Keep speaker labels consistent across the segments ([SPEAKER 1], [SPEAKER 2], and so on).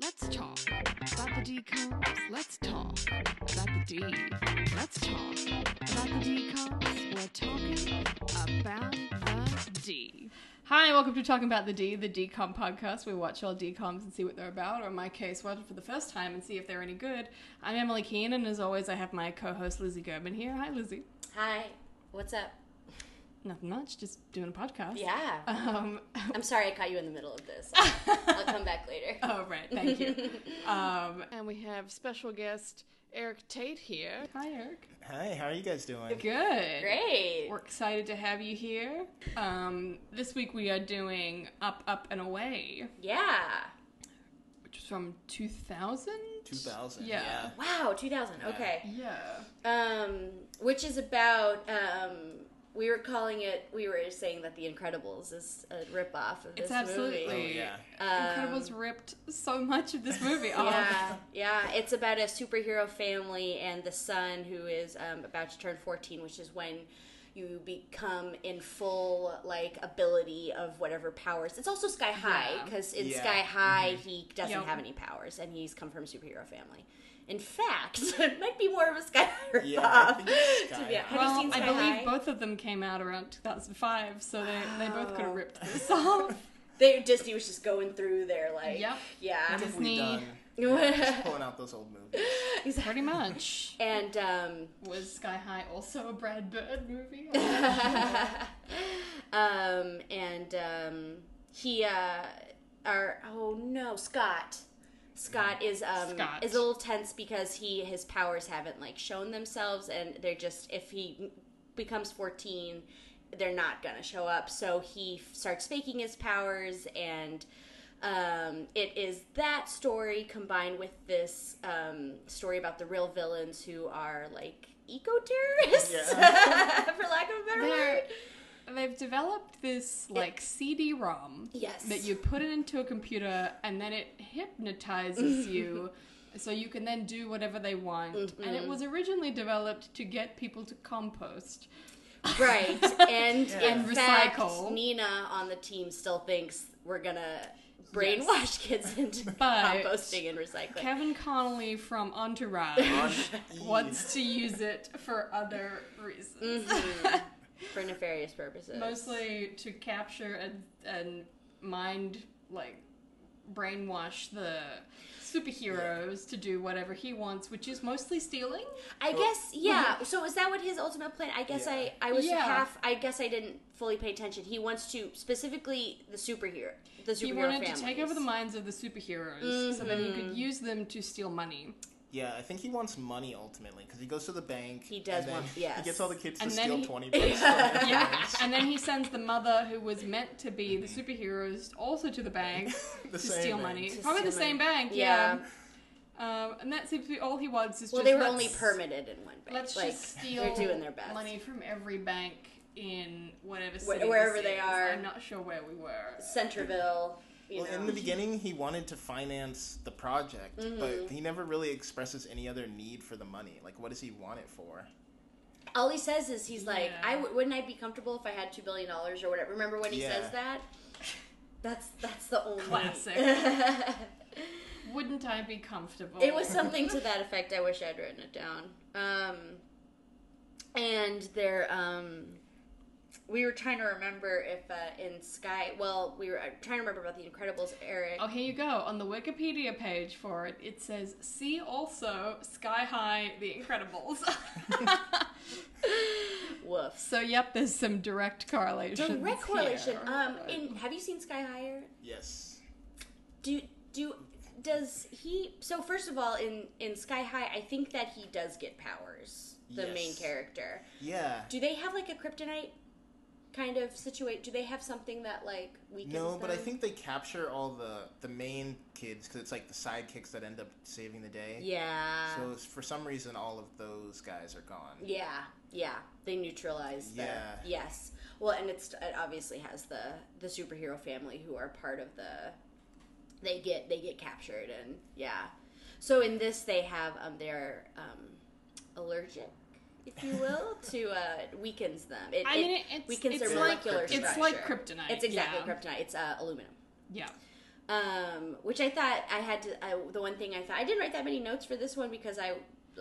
[SPEAKER 1] Let's talk about the decoms. Let's talk about the D. Let's talk about the decoms. We're talking about the D.
[SPEAKER 2] Hi, welcome to Talking About the D, the DCOM podcast. We watch all DCOMs and see what they're about, or in my case, watch it for the first time and see if they're any good. I'm Emily Keane, and as always, I have my co host Lizzie Gerben here. Hi, Lizzie.
[SPEAKER 3] Hi, what's up?
[SPEAKER 2] Nothing much, just doing a podcast.
[SPEAKER 3] Yeah.
[SPEAKER 2] Um,
[SPEAKER 3] I'm sorry I caught you in the middle of this. I'll, I'll come back later.
[SPEAKER 2] oh, right, thank you. um,
[SPEAKER 1] And we have special guest Eric Tate here.
[SPEAKER 2] hi, Eric.
[SPEAKER 4] Hi, how are you guys doing?
[SPEAKER 2] Good.
[SPEAKER 3] Great.
[SPEAKER 2] We're excited to have you here. Um, this week we are doing Up, Up, and Away,
[SPEAKER 3] Yeah.
[SPEAKER 2] which is from 2000?
[SPEAKER 4] 2000.
[SPEAKER 2] Yeah.
[SPEAKER 3] Wow, 2000. Okay.
[SPEAKER 2] Yeah.
[SPEAKER 3] Um, which is about um, we were calling it. We were saying that The Incredibles is a ripoff of this
[SPEAKER 2] It's absolutely.
[SPEAKER 4] Oh,
[SPEAKER 3] movie.
[SPEAKER 4] yeah.
[SPEAKER 2] uh,
[SPEAKER 3] Um,
[SPEAKER 2] Incredibles ripped so much of this movie off.
[SPEAKER 3] yeah, yeah. It's about a superhero family and the son who is um, about to turn 14, which is when you become in full like ability of whatever powers. It's also Sky High
[SPEAKER 2] Yeah.
[SPEAKER 3] because in
[SPEAKER 4] Yeah. Mm-hmm.
[SPEAKER 3] Sky High he doesn't
[SPEAKER 2] Yep.
[SPEAKER 3] have any powers and he's come from a superhero family. In fact, it might be more of a Sky High.
[SPEAKER 4] Yeah, I
[SPEAKER 3] ripoff.
[SPEAKER 4] think it's
[SPEAKER 3] To
[SPEAKER 4] Sky
[SPEAKER 3] be- have
[SPEAKER 4] High.
[SPEAKER 3] you
[SPEAKER 2] Well,
[SPEAKER 3] seen Sky
[SPEAKER 2] I believe
[SPEAKER 3] High?
[SPEAKER 2] both of them came out around 2005, so they, they both could have
[SPEAKER 3] Wow.
[SPEAKER 2] ripped this off.
[SPEAKER 3] They, Disney was just going through their like,
[SPEAKER 2] Yep.
[SPEAKER 3] yeah,
[SPEAKER 4] What have we
[SPEAKER 2] Disney.
[SPEAKER 4] done? Yeah, just pulling out those old movies.
[SPEAKER 2] Pretty much.
[SPEAKER 3] and um,
[SPEAKER 2] Was Sky High also a Brad Bird movie?
[SPEAKER 3] um, and um, he, uh, our oh no, Scott. Scott is um
[SPEAKER 2] Scott.
[SPEAKER 3] is a little tense because he his powers haven't like shown themselves, and they're just if he becomes fourteen, they're not gonna show up. So he f- starts faking his powers and. Um, it is that story combined with this um, story about the real villains who are like eco terrorists, for lack of a better
[SPEAKER 2] They're,
[SPEAKER 3] word.
[SPEAKER 2] they've developed this like CD-ROM
[SPEAKER 3] Yes.
[SPEAKER 2] that you put it into a computer and then it hypnotizes you. So you can then do whatever they want, and
[SPEAKER 3] Mm-hmm.
[SPEAKER 2] it was originally developed to get people to compost.
[SPEAKER 3] Right. And in
[SPEAKER 2] And
[SPEAKER 3] fact,
[SPEAKER 2] recycle.
[SPEAKER 3] Nina on the team still thinks we're going to brainwash kids into
[SPEAKER 2] But-
[SPEAKER 3] composting and recycling.
[SPEAKER 2] Kevin Connolly from Entourage
[SPEAKER 4] On
[SPEAKER 2] wants to use it for other
[SPEAKER 3] Mm.
[SPEAKER 2] reasons,
[SPEAKER 3] Mm-hmm. for nefarious purposes.
[SPEAKER 2] mostly to capture and and mind like brainwash the superheroes to do whatever he wants, which is mostly stealing.
[SPEAKER 3] I guess, yeah. So is that what his ultimate plan? I guess I, I was
[SPEAKER 2] Yeah.
[SPEAKER 3] half, I guess I didn't fully pay attention. He wants to, specifically the superhero, the superhero
[SPEAKER 2] He wanted
[SPEAKER 3] families. Mm-hmm.
[SPEAKER 2] to take over the minds of the superheroes so that he could use them to steal money.
[SPEAKER 4] Yeah, I think he wants money ultimately because he goes to the bank.
[SPEAKER 3] He does
[SPEAKER 4] and then
[SPEAKER 3] want- yes.
[SPEAKER 4] He gets all the kids
[SPEAKER 2] And
[SPEAKER 4] to
[SPEAKER 2] then
[SPEAKER 4] steal
[SPEAKER 2] he-
[SPEAKER 4] twenty bucks. from their
[SPEAKER 2] Yeah.
[SPEAKER 4] friends.
[SPEAKER 2] and then he sends the mother who was meant to be the superheroes also to the bank to
[SPEAKER 4] The same
[SPEAKER 2] steal
[SPEAKER 4] bank.
[SPEAKER 2] money.
[SPEAKER 3] To
[SPEAKER 2] Probably the
[SPEAKER 3] steal
[SPEAKER 2] same
[SPEAKER 3] money.
[SPEAKER 2] bank, yeah.
[SPEAKER 3] Yeah.
[SPEAKER 2] Um, and that seems to be all he wants is
[SPEAKER 3] Well,
[SPEAKER 2] just
[SPEAKER 3] they were
[SPEAKER 2] let's-
[SPEAKER 3] only permitted in one bank.
[SPEAKER 2] Let's
[SPEAKER 3] like,
[SPEAKER 2] just steal
[SPEAKER 3] They're doing their best.
[SPEAKER 2] money from every bank in whatever
[SPEAKER 3] Where-
[SPEAKER 2] city this
[SPEAKER 3] wherever they
[SPEAKER 2] is.
[SPEAKER 3] are.
[SPEAKER 2] I'm not sure where we were.
[SPEAKER 3] Centerville. You
[SPEAKER 4] Well,
[SPEAKER 3] know.
[SPEAKER 4] in the beginning, he wanted to finance the project,
[SPEAKER 2] Mm-hmm.
[SPEAKER 4] but he never really expresses any other need for the money. Like, what does he want it for?
[SPEAKER 3] All he says is he's like,
[SPEAKER 2] Yeah.
[SPEAKER 3] I w- wouldn't I be comfortable if I had two billion dollars or whatever. Remember when he
[SPEAKER 4] Yeah.
[SPEAKER 3] says that? That's that's the only
[SPEAKER 2] Classic.
[SPEAKER 3] it
[SPEAKER 2] Wouldn't I be comfortable?
[SPEAKER 3] was something to that effect. I wish I'd written it down. Um, and there, um, we were trying to remember if uh, in Sky. Well, we were uh, trying to remember about the Incredibles, Eric.
[SPEAKER 2] Oh, here you go. On the Wikipedia page for it, it says, see also Sky High The Incredibles.
[SPEAKER 3] Woof.
[SPEAKER 2] so, yep, there's some direct correlation.
[SPEAKER 3] Direct correlation. Um, in, have you seen Sky Higher?
[SPEAKER 4] Yes.
[SPEAKER 3] Do do does he? So first of all, in in Sky High, I think that he does get powers. The
[SPEAKER 4] Yes.
[SPEAKER 3] main character.
[SPEAKER 4] Yeah.
[SPEAKER 3] Do they have like a kryptonite kind of situation? Do they have something that like weakens?
[SPEAKER 4] No, but I
[SPEAKER 3] them?
[SPEAKER 4] think they capture all the the main kids because it's like the sidekicks that end up saving the day.
[SPEAKER 3] Yeah.
[SPEAKER 4] So it's- for some reason, all of those guys are gone.
[SPEAKER 3] yeah, yeah. They neutralize. The,
[SPEAKER 4] Yeah.
[SPEAKER 3] Yes. Well, and it's it obviously has the the superhero family who are part of the. They get they get captured and yeah. So in this, they have um they're um allergic. If you will, to uh, weakens them. It,
[SPEAKER 2] I
[SPEAKER 3] it
[SPEAKER 2] mean, it- it's,
[SPEAKER 3] weakens
[SPEAKER 2] it's
[SPEAKER 3] their
[SPEAKER 2] like,
[SPEAKER 3] molecular
[SPEAKER 4] it's
[SPEAKER 2] it's
[SPEAKER 3] structure.
[SPEAKER 2] like kryptonite.
[SPEAKER 3] It's exactly
[SPEAKER 2] yeah.
[SPEAKER 3] kryptonite. It's uh, aluminum.
[SPEAKER 2] Yeah.
[SPEAKER 3] um, which I thought I had to. I, the one thing I thought I didn't write that many notes for this one because I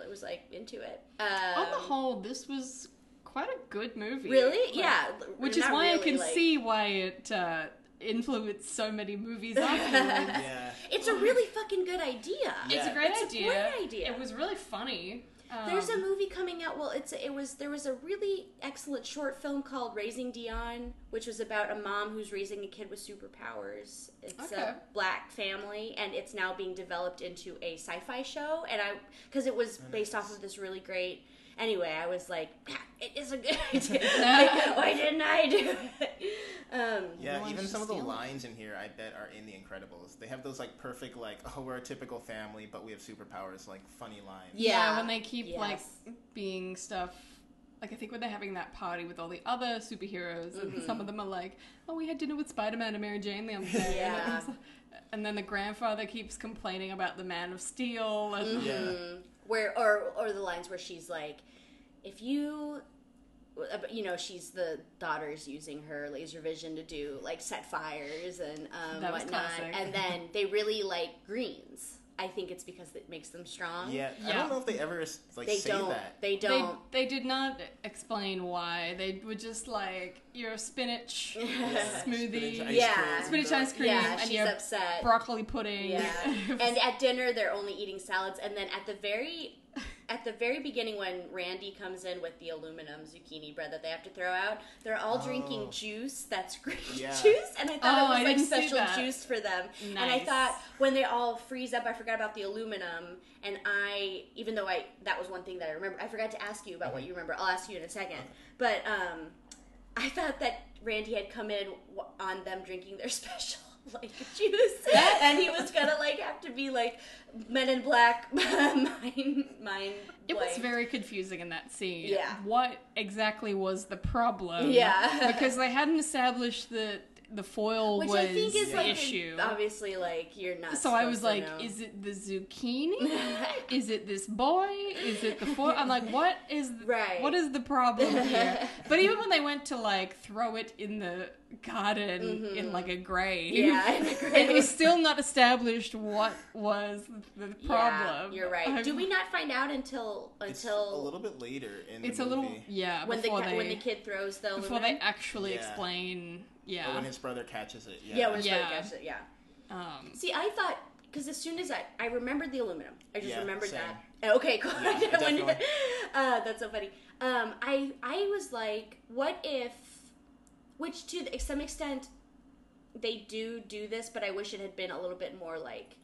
[SPEAKER 3] was like into it. Um,
[SPEAKER 2] On the whole, this was quite a good movie.
[SPEAKER 3] really,
[SPEAKER 2] Like,
[SPEAKER 3] yeah,
[SPEAKER 2] Which is
[SPEAKER 3] not
[SPEAKER 2] why I
[SPEAKER 3] really,
[SPEAKER 2] can
[SPEAKER 3] like-
[SPEAKER 2] see why it uh, influenced so many movies afterwards.
[SPEAKER 4] Yeah.
[SPEAKER 3] It's a really fucking good idea.
[SPEAKER 4] Yeah.
[SPEAKER 2] It's a great
[SPEAKER 3] It's a
[SPEAKER 2] idea.
[SPEAKER 3] great idea.
[SPEAKER 2] It was really funny. Um,
[SPEAKER 3] There's a movie coming out. Well, it's it was there was a really excellent short film called Raising Dion, which was about a mom who's raising a kid with superpowers. It's
[SPEAKER 2] Okay.
[SPEAKER 3] a black family, and it's now being developed into a sci-fi show. And I because it was
[SPEAKER 2] Oh,
[SPEAKER 3] based off of this really great. Anyway, I was like, "Ah, it is a good idea. Like, why didn't I do it? Um,
[SPEAKER 4] Yeah,
[SPEAKER 2] Everyone's
[SPEAKER 4] even
[SPEAKER 2] just
[SPEAKER 4] some of the
[SPEAKER 2] stealing.
[SPEAKER 4] lines in here, I bet, are in The Incredibles. They have those like perfect, like, oh, we're a typical family, but we have superpowers, like funny lines.
[SPEAKER 3] Yeah.
[SPEAKER 2] when they keep like
[SPEAKER 3] Yes.
[SPEAKER 2] being stuff. Like I think when they're having that party with all the other superheroes, and
[SPEAKER 3] Mm-hmm.
[SPEAKER 2] some of them are like, "Oh, we had dinner with Spider-Man and Mary Jane the other day," and it
[SPEAKER 3] Yeah.
[SPEAKER 2] was like- and then the grandfather keeps complaining about the Man of Steel.
[SPEAKER 3] Mm,
[SPEAKER 2] And
[SPEAKER 4] Yeah.
[SPEAKER 3] where or or the lines where she's like if you you know she's the daughter's using her laser vision to do like set fires and um,
[SPEAKER 2] That was
[SPEAKER 3] whatnot
[SPEAKER 2] classic.
[SPEAKER 3] and then they really like greens i think it's because it makes them strong
[SPEAKER 4] Yeah, I
[SPEAKER 2] Yeah.
[SPEAKER 4] don't know if they ever like
[SPEAKER 3] they
[SPEAKER 4] say
[SPEAKER 3] don't
[SPEAKER 4] that.
[SPEAKER 3] they
[SPEAKER 2] They,
[SPEAKER 3] don't
[SPEAKER 2] they did not explain why. They were just like, "You're a spinach smoothie,
[SPEAKER 4] Spinach
[SPEAKER 2] spinach
[SPEAKER 4] ice
[SPEAKER 3] Yeah.
[SPEAKER 4] cream.
[SPEAKER 2] ice,
[SPEAKER 4] They're
[SPEAKER 2] cream,
[SPEAKER 3] yeah
[SPEAKER 2] and
[SPEAKER 3] she's
[SPEAKER 2] your
[SPEAKER 3] upset
[SPEAKER 2] broccoli pudding."
[SPEAKER 3] Yeah. and at dinner they're only eating salads and then at the very at the very beginning when Randy comes in with the aluminum zucchini bread that they have to throw out, they're all drinking
[SPEAKER 4] Oh.
[SPEAKER 3] juice that's grape
[SPEAKER 4] Yeah.
[SPEAKER 3] juice and I thought
[SPEAKER 2] Oh, I
[SPEAKER 3] it was
[SPEAKER 2] didn't see
[SPEAKER 3] like special
[SPEAKER 2] that.
[SPEAKER 3] juice for them. And I
[SPEAKER 2] Nice.
[SPEAKER 3] thought when they all freeze up, I forgot about the aluminum and I even though I that was one thing that I remember I forgot to ask you about
[SPEAKER 4] Mm-hmm.
[SPEAKER 3] what you remember. I'll ask you in a second. But um I thought that Randy had come in w- on them drinking their special like juice, and he was gonna like have to be like Men in Black, mine, mine.
[SPEAKER 2] It was
[SPEAKER 3] blank.
[SPEAKER 2] very confusing in that scene.
[SPEAKER 3] Yeah.
[SPEAKER 2] What exactly was the problem?
[SPEAKER 3] Yeah.
[SPEAKER 2] because they hadn't established that the foil
[SPEAKER 3] which
[SPEAKER 2] was
[SPEAKER 3] I think is
[SPEAKER 2] the
[SPEAKER 3] like
[SPEAKER 2] issue.
[SPEAKER 3] obviously like you're not.
[SPEAKER 2] so I was
[SPEAKER 3] supposed
[SPEAKER 2] like,
[SPEAKER 3] to know.
[SPEAKER 2] is it the zucchini? is it this boy? Is it the foil? I'm like, what is the,
[SPEAKER 3] Right.
[SPEAKER 2] what is the problem here? but even when they went to like throw it in the garden in like a grave,
[SPEAKER 3] Mm-hmm. yeah, in the
[SPEAKER 2] it
[SPEAKER 3] grave.
[SPEAKER 2] was still not established what was the
[SPEAKER 3] Yeah,
[SPEAKER 2] problem. Um,
[SPEAKER 3] you're right.
[SPEAKER 2] I'm-
[SPEAKER 3] Do we not find out until
[SPEAKER 4] It's
[SPEAKER 3] until
[SPEAKER 4] a little bit later in
[SPEAKER 2] It's
[SPEAKER 4] the
[SPEAKER 2] a little
[SPEAKER 4] movie.
[SPEAKER 2] yeah.
[SPEAKER 3] when the
[SPEAKER 2] before
[SPEAKER 3] ca-
[SPEAKER 2] they,
[SPEAKER 3] when the kid throws the
[SPEAKER 2] before they
[SPEAKER 3] aluminum?
[SPEAKER 2] actually
[SPEAKER 4] Yeah.
[SPEAKER 2] explain
[SPEAKER 4] But
[SPEAKER 2] yeah
[SPEAKER 4] Oh, when his brother catches it, yeah.
[SPEAKER 3] yeah when his
[SPEAKER 2] Yeah.
[SPEAKER 3] brother catches it yeah.
[SPEAKER 2] um
[SPEAKER 3] See, I thought because as soon as I I remembered the aluminum, I just
[SPEAKER 4] Yeah,
[SPEAKER 3] remembered
[SPEAKER 4] same.
[SPEAKER 3] that. Eh, Okay, cool.
[SPEAKER 4] Yeah,
[SPEAKER 3] I didn't wonder-
[SPEAKER 4] definitely.
[SPEAKER 3] uh, that's so funny. Um, I I was like, what if? Which to the- some extent, they do do this, but I wish it had been a little bit more like,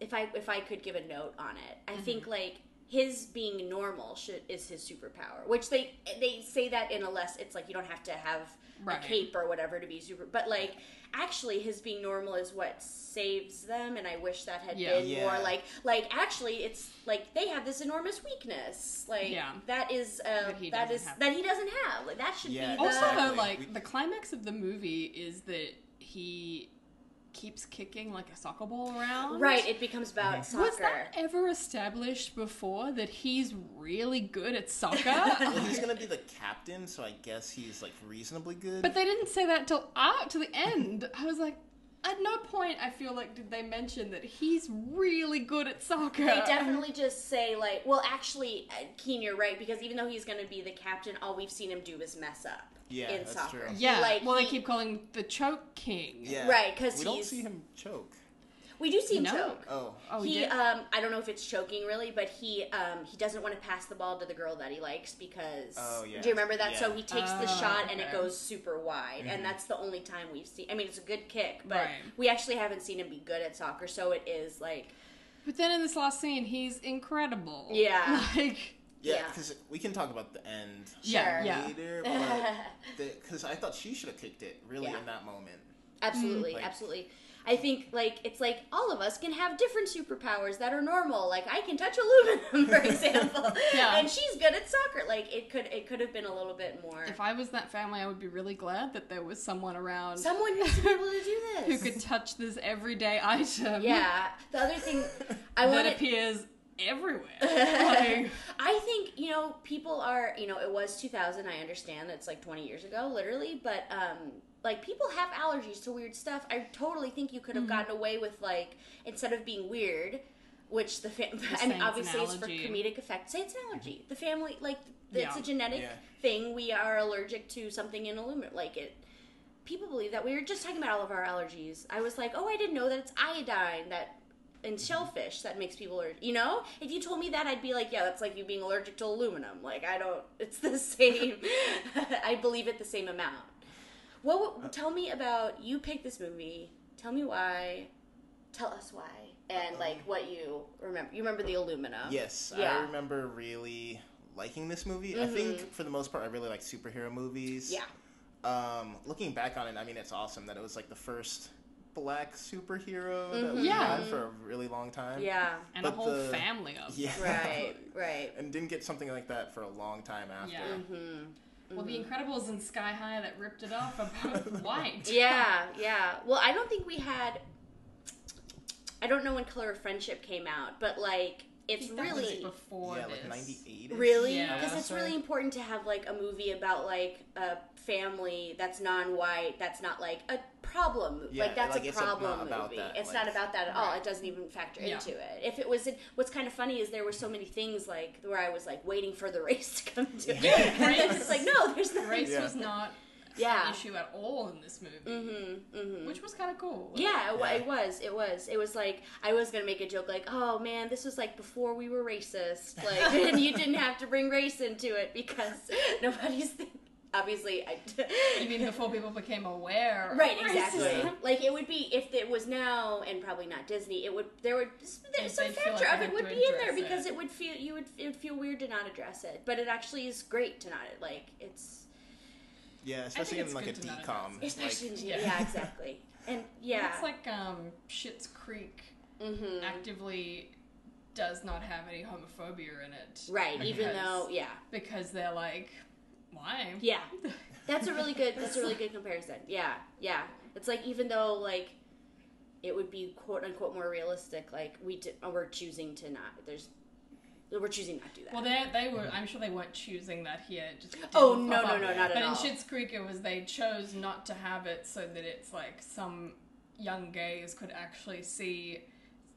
[SPEAKER 3] if I if I could give a note on it, I
[SPEAKER 2] Mm-hmm.
[SPEAKER 3] think like his being normal should is his superpower, which they they say that in a less. It's like you don't have to have
[SPEAKER 2] Right.
[SPEAKER 3] a cape or whatever to be super. But like, actually, his being normal is what saves them, and I wish that had
[SPEAKER 2] Yeah.
[SPEAKER 3] been
[SPEAKER 4] Yeah.
[SPEAKER 3] more like like actually, it's like they have this enormous weakness, like
[SPEAKER 2] Yeah.
[SPEAKER 3] that is uh,
[SPEAKER 2] That he
[SPEAKER 3] that
[SPEAKER 2] doesn't
[SPEAKER 3] is
[SPEAKER 2] have.
[SPEAKER 3] that he doesn't have. Like that should
[SPEAKER 4] Yeah.
[SPEAKER 3] be
[SPEAKER 2] also
[SPEAKER 3] the,
[SPEAKER 2] though
[SPEAKER 4] Exactly.
[SPEAKER 2] like
[SPEAKER 4] We-
[SPEAKER 2] the climax of the movie is that he keeps kicking like a soccer ball around
[SPEAKER 3] right. It becomes about
[SPEAKER 4] Mm-hmm.
[SPEAKER 3] soccer.
[SPEAKER 2] was that ever established before that he's really good at
[SPEAKER 4] Well,
[SPEAKER 2] soccer
[SPEAKER 4] he's gonna be the captain, so I guess he's like reasonably good.
[SPEAKER 2] but they didn't say that till out to the end i was like at no point i feel like did they mention that he's really good at soccer
[SPEAKER 3] They definitely just say like, well, actually, uh, Keen, you're right because even though he's going to be the captain, all we've seen him do is mess up
[SPEAKER 4] Yeah,
[SPEAKER 3] in
[SPEAKER 4] that's
[SPEAKER 3] soccer.
[SPEAKER 4] true.
[SPEAKER 2] yeah
[SPEAKER 3] like
[SPEAKER 2] well they
[SPEAKER 3] he-
[SPEAKER 2] keep calling him the choke king
[SPEAKER 4] yeah,
[SPEAKER 3] right, 'cause
[SPEAKER 4] we don't
[SPEAKER 3] he's-
[SPEAKER 4] see him choke.
[SPEAKER 3] We do see him
[SPEAKER 2] No.
[SPEAKER 3] choke.
[SPEAKER 4] Oh,
[SPEAKER 2] oh
[SPEAKER 3] he,
[SPEAKER 2] did?
[SPEAKER 3] um, I don't know if it's choking really, but he, um, he doesn't want to pass the ball to the girl that he likes because.
[SPEAKER 4] Oh, yeah.
[SPEAKER 3] Do you remember that? So
[SPEAKER 4] Yeah. Mm-hmm.
[SPEAKER 3] he takes
[SPEAKER 2] Oh,
[SPEAKER 3] the shot and it
[SPEAKER 2] okay.
[SPEAKER 3] goes super wide, and that's the only time we've seen. I mean, it's a good kick, but
[SPEAKER 2] Right.
[SPEAKER 3] we actually haven't seen him be good at soccer. So it is like,
[SPEAKER 2] But then in this last scene, he's incredible.
[SPEAKER 3] Yeah.
[SPEAKER 2] Like,
[SPEAKER 4] yeah,
[SPEAKER 3] Yeah.
[SPEAKER 4] because we can talk about the end
[SPEAKER 2] yeah,
[SPEAKER 3] Sure.
[SPEAKER 2] yeah.
[SPEAKER 4] later. But because I thought she should have kicked it really
[SPEAKER 3] Yeah.
[SPEAKER 4] in that moment.
[SPEAKER 2] Mm,
[SPEAKER 3] Absolutely,
[SPEAKER 4] Like-
[SPEAKER 3] absolutely. I think like it's like all of us can have different superpowers that are normal. Like I can touch aluminum, for example,
[SPEAKER 2] Yeah.
[SPEAKER 3] and she's good at soccer. Like it could it could have been a little bit more.
[SPEAKER 2] If I was that family, I would be really glad that there was someone around
[SPEAKER 3] Someone needs to be able to do this.
[SPEAKER 2] who could touch this everyday item
[SPEAKER 3] Yeah. The other thing I
[SPEAKER 2] that
[SPEAKER 3] want to
[SPEAKER 2] appears everywhere. Like,
[SPEAKER 3] I think you know people are you know it was 2000. I understand it's like 20 years ago, literally, but um, like people have allergies to weird stuff. I totally think you could have
[SPEAKER 2] Mm-hmm.
[SPEAKER 3] gotten away with like instead of being weird, which the fam- I
[SPEAKER 2] saying it's
[SPEAKER 3] mean
[SPEAKER 2] an
[SPEAKER 3] obviously it's, for
[SPEAKER 2] allergy. Mm-hmm.
[SPEAKER 3] comedic effect. Say it's an allergy. The family like th- it's
[SPEAKER 2] Yeah.
[SPEAKER 3] a genetic
[SPEAKER 4] Yeah.
[SPEAKER 3] thing. We are allergic to something in aluminum. Like it. People believe that we were just talking about all of our allergies. I was like, oh, I didn't know that it's iodine that and shellfish that makes people allergic. You know, if you told me that, I'd be like, yeah, that's like you being allergic to aluminum. Like I don't. It's the same. I believe it the same amount. What?
[SPEAKER 4] Uh.
[SPEAKER 3] w- Tell me about you picked this movie. Tell me why. Tell us why. And like what you remember. You remember the aluminum.
[SPEAKER 4] Yes,
[SPEAKER 3] Yeah. Mm-hmm.
[SPEAKER 4] I remember really liking this movie. I think for the most part, I really like superhero movies.
[SPEAKER 3] Yeah.
[SPEAKER 4] Um, looking back on it, I mean, it's awesome that it was like the first black superhero that we
[SPEAKER 2] Yeah.
[SPEAKER 4] had for a really long time.
[SPEAKER 3] Mm-hmm. Yeah.
[SPEAKER 2] and a
[SPEAKER 4] But
[SPEAKER 2] whole
[SPEAKER 4] the-
[SPEAKER 2] family of.
[SPEAKER 4] Yeah.
[SPEAKER 3] Right. Right.
[SPEAKER 4] and didn't get something like that for a long time after.
[SPEAKER 2] Yeah. Mm-hmm.
[SPEAKER 3] Mm-hmm.
[SPEAKER 2] Well, The Incredibles and Sky High that ripped it off are both white.
[SPEAKER 3] Yeah. Yeah. Well, I don't think we had. I don't know when Color of Friendship came out, but like
[SPEAKER 2] I
[SPEAKER 3] it's
[SPEAKER 2] think that was
[SPEAKER 3] really
[SPEAKER 2] before
[SPEAKER 4] Yeah,
[SPEAKER 2] this.
[SPEAKER 4] like 98.
[SPEAKER 3] Really?
[SPEAKER 2] Yeah.
[SPEAKER 3] Because it's really important to have like a movie about like a family that's non-white. That's not like a problem. movie.
[SPEAKER 4] Yeah,
[SPEAKER 3] like that's
[SPEAKER 4] like,
[SPEAKER 3] a
[SPEAKER 4] it's not
[SPEAKER 3] problem movie.
[SPEAKER 4] about that,
[SPEAKER 3] it's
[SPEAKER 4] like-
[SPEAKER 3] not about that at all.
[SPEAKER 2] Right.
[SPEAKER 3] It doesn't even factor
[SPEAKER 2] Yeah.
[SPEAKER 3] into it. If it was, in, what's kind of funny is there were so many things like where I was like waiting for the race to come to.
[SPEAKER 4] Yeah.
[SPEAKER 3] and then it's like no, there's nothing.
[SPEAKER 2] Race
[SPEAKER 4] Yeah.
[SPEAKER 2] was not
[SPEAKER 3] Yeah.
[SPEAKER 2] an issue at all in this movie,
[SPEAKER 3] Mm-hmm, mm-hmm.
[SPEAKER 2] which was kind of cool. Like,
[SPEAKER 3] Yeah, it wa-
[SPEAKER 4] Yeah.
[SPEAKER 3] it was. It was. It was like I was gonna make a joke, like, "Oh man, this was like before we were racist, like, and you didn't have to bring race into it because nobody's think- obviously." I
[SPEAKER 2] You mean before people became aware? of
[SPEAKER 3] right?
[SPEAKER 2] racism?
[SPEAKER 3] Exactly.
[SPEAKER 4] Yeah.
[SPEAKER 3] Like it would be if it was now, and probably not Disney. It would there would there,
[SPEAKER 2] They'd
[SPEAKER 3] some
[SPEAKER 2] feel like
[SPEAKER 3] factor
[SPEAKER 2] they
[SPEAKER 3] of
[SPEAKER 2] had
[SPEAKER 3] it would
[SPEAKER 2] to
[SPEAKER 3] be in there
[SPEAKER 2] address it.
[SPEAKER 3] because it would feel you would it would feel weird to not address it, but it actually is great to not like it's
[SPEAKER 4] Yeah, especially in
[SPEAKER 2] it's
[SPEAKER 4] like a
[SPEAKER 2] good to not
[SPEAKER 4] decom.
[SPEAKER 3] especially
[SPEAKER 4] like,
[SPEAKER 3] yeah.
[SPEAKER 2] yeah.
[SPEAKER 3] exactly and yeah
[SPEAKER 2] It's like um, Schitt's Creek
[SPEAKER 3] Mhm.
[SPEAKER 2] actively does not have any homophobia in it.
[SPEAKER 3] right even
[SPEAKER 2] because-
[SPEAKER 3] though yeah
[SPEAKER 2] Because they're like, why?
[SPEAKER 3] Yeah. That's a really good that's a really good comparison. Yeah. Yeah. It's like even though like it would be quote unquote more realistic like we d- oh, we're choosing to not there's we're choosing not to do that.
[SPEAKER 2] Well, they they were. I'm sure they weren't choosing that here. it Just
[SPEAKER 3] Oh,
[SPEAKER 2] didn't
[SPEAKER 3] no,
[SPEAKER 2] pop
[SPEAKER 3] no,
[SPEAKER 2] up.
[SPEAKER 3] no, not at
[SPEAKER 2] but
[SPEAKER 3] all.
[SPEAKER 2] in Schitt's Creek, it was they chose not to have it so that it's like some young gays could actually see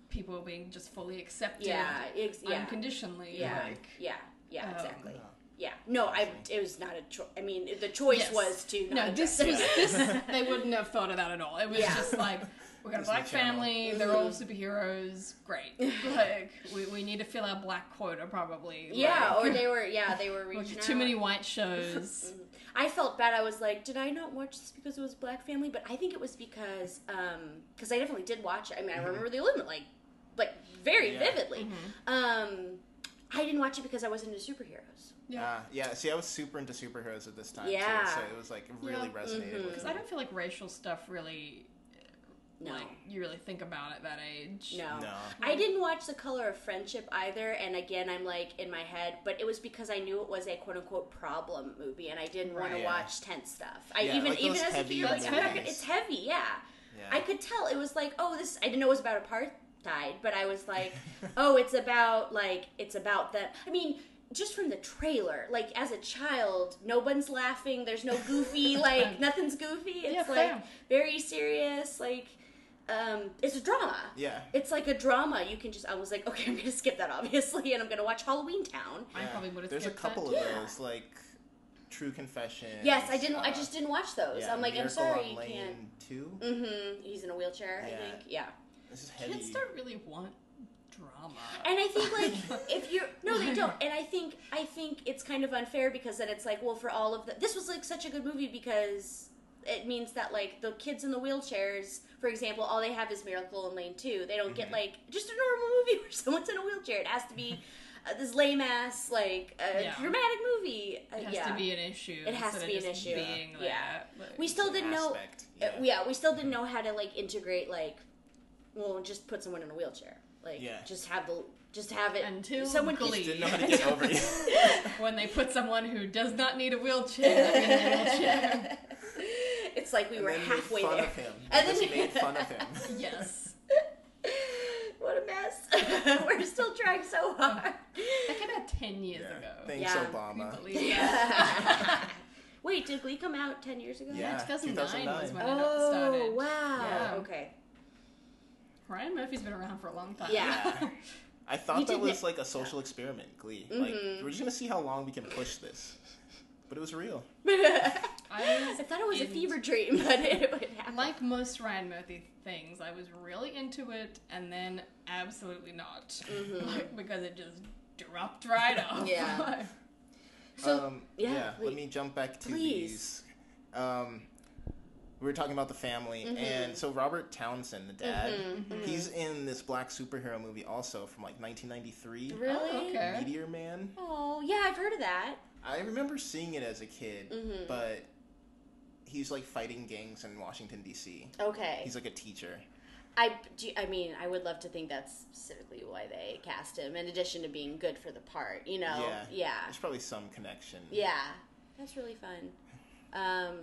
[SPEAKER 2] people being just fully accepted,
[SPEAKER 3] yeah. Ex- yeah.
[SPEAKER 2] unconditionally.
[SPEAKER 3] Yeah.
[SPEAKER 2] Like,
[SPEAKER 3] yeah. Yeah,
[SPEAKER 2] um,
[SPEAKER 3] exactly. yeah. No, I it was not a choice. I mean, the choice
[SPEAKER 2] Yes.
[SPEAKER 3] was to not
[SPEAKER 2] no,
[SPEAKER 3] address
[SPEAKER 2] this
[SPEAKER 3] it.
[SPEAKER 2] was this. They wouldn't have thought of that at all. It was
[SPEAKER 3] Yeah. Mm-hmm.
[SPEAKER 2] just like we got a
[SPEAKER 4] Disney
[SPEAKER 2] black
[SPEAKER 4] Channel.
[SPEAKER 2] family. They're all superheroes. Great. Like we, we need to fill our black quota probably.
[SPEAKER 3] Yeah,
[SPEAKER 2] Like,
[SPEAKER 3] or they were yeah, they were
[SPEAKER 2] like,
[SPEAKER 3] reaching
[SPEAKER 2] too
[SPEAKER 3] out.
[SPEAKER 2] many white shows.
[SPEAKER 3] I felt bad. I was like, did I not watch this because it was Black Family? But I think it was because because I definitely did watch it. I mean, I remember the Illuminate like like very
[SPEAKER 4] Mm-hmm. Yeah.
[SPEAKER 3] vividly. Um, I didn't watch it because I wasn't into superheroes.
[SPEAKER 2] Yeah.
[SPEAKER 4] Ah, yeah, see, I was super into superheroes at this time, too,
[SPEAKER 3] Yeah.
[SPEAKER 4] so it was like
[SPEAKER 2] Yeah.
[SPEAKER 4] really resonated with
[SPEAKER 2] Because
[SPEAKER 4] me.
[SPEAKER 2] I don't feel like racial stuff really,
[SPEAKER 3] No,
[SPEAKER 2] like, you really think about at that age.
[SPEAKER 3] no.
[SPEAKER 4] No.
[SPEAKER 3] I didn't watch The Color of Friendship either, and again, I'm like in my head, but it was because I knew it was a quote unquote problem movie, and I didn't want
[SPEAKER 4] Right.
[SPEAKER 3] to
[SPEAKER 4] Yeah.
[SPEAKER 3] watch tense stuff. I
[SPEAKER 4] Yeah,
[SPEAKER 3] even
[SPEAKER 4] like
[SPEAKER 3] even
[SPEAKER 4] those
[SPEAKER 3] as a
[SPEAKER 4] heavy
[SPEAKER 3] kid, like I'm not gonna,
[SPEAKER 4] movies.
[SPEAKER 3] it's heavy, yeah.
[SPEAKER 4] Yeah.
[SPEAKER 3] I could tell it was like, oh, this. I didn't know it was about apartheid, but I was like, oh, it's about like it's about that. I mean, just from the trailer, like as a child, no one's laughing. There's no goofy, like nothing's goofy. It's
[SPEAKER 2] Yeah,
[SPEAKER 3] like
[SPEAKER 2] fair.
[SPEAKER 3] very serious. Like, um, it's a drama.
[SPEAKER 4] Yeah.
[SPEAKER 3] It's like a drama. You can just. I was like, okay, I'm gonna skip that obviously, and I'm gonna watch Halloween Town.
[SPEAKER 2] I
[SPEAKER 4] Yeah.
[SPEAKER 2] probably would have
[SPEAKER 4] There's a
[SPEAKER 2] skipped that.
[SPEAKER 4] couple
[SPEAKER 3] Yeah.
[SPEAKER 4] of those, like True Confession.
[SPEAKER 3] Yes, I
[SPEAKER 4] uh,
[SPEAKER 3] didn't. I just didn't watch those. I'm like, I'm sorry, you
[SPEAKER 4] Lane
[SPEAKER 3] can't.
[SPEAKER 4] Two.
[SPEAKER 3] Mm-hmm. He's in a wheelchair. I
[SPEAKER 4] Yeah.
[SPEAKER 3] think. Yeah.
[SPEAKER 4] This is heavy.
[SPEAKER 2] Kids don't really want drama.
[SPEAKER 3] And I think like if you're no, they don't. And I think I think it's kind of unfair because then it's like, well, for all of the this was like such a good movie because it means that like the kids in the wheelchairs, for example, all they have is Miracle in Lane Two. They don't
[SPEAKER 4] Mm-hmm.
[SPEAKER 3] get like just a normal movie where someone's in a wheelchair. It has to be uh, this lame ass like uh,
[SPEAKER 2] Yeah.
[SPEAKER 3] dramatic movie. Uh,
[SPEAKER 2] it has
[SPEAKER 3] yeah.
[SPEAKER 2] to be an issue.
[SPEAKER 3] It has
[SPEAKER 2] instead
[SPEAKER 3] to
[SPEAKER 2] of
[SPEAKER 3] be an
[SPEAKER 2] just
[SPEAKER 3] issue.
[SPEAKER 2] Being
[SPEAKER 3] Yeah.
[SPEAKER 2] there.
[SPEAKER 3] Yeah.
[SPEAKER 2] Like,
[SPEAKER 3] we still
[SPEAKER 4] It's an
[SPEAKER 3] didn't know.
[SPEAKER 4] aspect,
[SPEAKER 3] Yeah.
[SPEAKER 4] yeah. Mm-hmm.
[SPEAKER 3] yeah, we still didn't know how to like integrate like, well, just put someone in a wheelchair. Like,
[SPEAKER 4] Yeah.
[SPEAKER 3] just have the just have it
[SPEAKER 2] Until
[SPEAKER 3] someone
[SPEAKER 2] Glee.
[SPEAKER 4] didn't know how to get over it.
[SPEAKER 2] when they put someone who does not need a wheelchair in a wheelchair.
[SPEAKER 3] It's like we were
[SPEAKER 4] and then
[SPEAKER 3] halfway
[SPEAKER 4] made fun
[SPEAKER 3] there.
[SPEAKER 4] of him.
[SPEAKER 3] And
[SPEAKER 4] And
[SPEAKER 3] then-
[SPEAKER 4] then made fun of him.
[SPEAKER 2] Yes.
[SPEAKER 3] What a mess. we're still trying so hard.
[SPEAKER 2] That came out 10 years
[SPEAKER 4] Yeah.
[SPEAKER 2] ago.
[SPEAKER 4] Thanks,
[SPEAKER 3] Yeah.
[SPEAKER 4] Obama.
[SPEAKER 2] Can you believe that?
[SPEAKER 3] Wait, did Glee come out ten years ago?
[SPEAKER 4] Yeah,
[SPEAKER 2] 2009, was
[SPEAKER 4] 2009.
[SPEAKER 2] when it
[SPEAKER 3] Oh
[SPEAKER 2] started.
[SPEAKER 3] wow.
[SPEAKER 2] Yeah.
[SPEAKER 3] Okay.
[SPEAKER 2] Ryan Murphy's been around for a long time.
[SPEAKER 3] Yeah.
[SPEAKER 4] I
[SPEAKER 3] You
[SPEAKER 4] thought that
[SPEAKER 3] did
[SPEAKER 4] was
[SPEAKER 3] it.
[SPEAKER 4] like a social experiment, Glee. Like
[SPEAKER 3] Mhm.
[SPEAKER 4] we're just gonna see how long we can push this, but it was real.
[SPEAKER 2] I
[SPEAKER 3] I
[SPEAKER 2] was
[SPEAKER 3] thought it was a
[SPEAKER 2] in-
[SPEAKER 3] fever dream, but it would happen.
[SPEAKER 2] like most Ryan Murphy things, I was really into it and then absolutely not. Like, because it just dropped right off.
[SPEAKER 3] Yeah. so
[SPEAKER 4] um,
[SPEAKER 3] yeah,
[SPEAKER 4] let
[SPEAKER 3] wait.
[SPEAKER 4] me jump back to
[SPEAKER 3] Please.
[SPEAKER 4] these. Um, we were talking about the family,
[SPEAKER 3] Mm-hmm.
[SPEAKER 4] and so Robert Townsend, the dad, he's in this black superhero movie also from like 1993,
[SPEAKER 3] really?
[SPEAKER 2] Oh, okay.
[SPEAKER 4] Meteor Man.
[SPEAKER 3] Oh yeah, I've heard of that.
[SPEAKER 4] I remember seeing it as a kid,
[SPEAKER 3] Mhm.
[SPEAKER 4] but he's like fighting gangs in Washington D.C.
[SPEAKER 3] Okay.
[SPEAKER 4] He's like a teacher.
[SPEAKER 3] I, do, I mean, I would love to think that's specifically why they cast him, in addition to being good for the part, you know?
[SPEAKER 4] Yeah.
[SPEAKER 3] Oh, Yeah.
[SPEAKER 4] There's probably some connection.
[SPEAKER 3] Yeah. That's really fun. Um,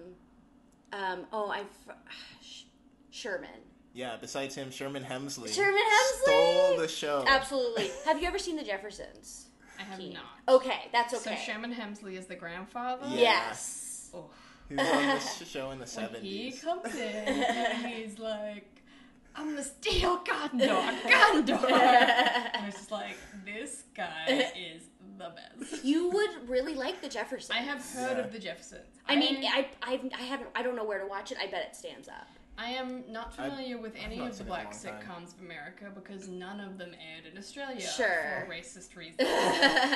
[SPEAKER 3] um, oh, I, f- sh- Sherman.
[SPEAKER 4] Yeah, besides him, Sherman Hemsley.
[SPEAKER 3] Sherman Hemsley!
[SPEAKER 4] stole the show.
[SPEAKER 3] Absolutely. Have you ever seen The Jeffersons?
[SPEAKER 2] I have
[SPEAKER 3] Keen.
[SPEAKER 2] not.
[SPEAKER 3] Okay, that's okay.
[SPEAKER 2] So Shaman Hemsley is the grandfather.
[SPEAKER 4] Yeah.
[SPEAKER 3] Yes.
[SPEAKER 2] Oh,
[SPEAKER 4] He was on this show in the
[SPEAKER 2] when he
[SPEAKER 4] 70s.
[SPEAKER 2] comes in and he's like, I'm gonna steal Gondor, Gondor. I was just like, this guy is the best.
[SPEAKER 3] You would really like The Jeffersons.
[SPEAKER 2] I have heard
[SPEAKER 4] Yeah.
[SPEAKER 2] of the Jeffersons.
[SPEAKER 3] I mean, I, I, I haven't. I don't know where to watch it. I bet it stands up.
[SPEAKER 2] I am not
[SPEAKER 4] I've-
[SPEAKER 2] familiar with any
[SPEAKER 4] not
[SPEAKER 2] of the
[SPEAKER 4] seen it in a
[SPEAKER 2] black
[SPEAKER 4] long time.
[SPEAKER 2] sitcoms of America because none of them aired in Australia
[SPEAKER 3] Sure.
[SPEAKER 2] for racist reasons.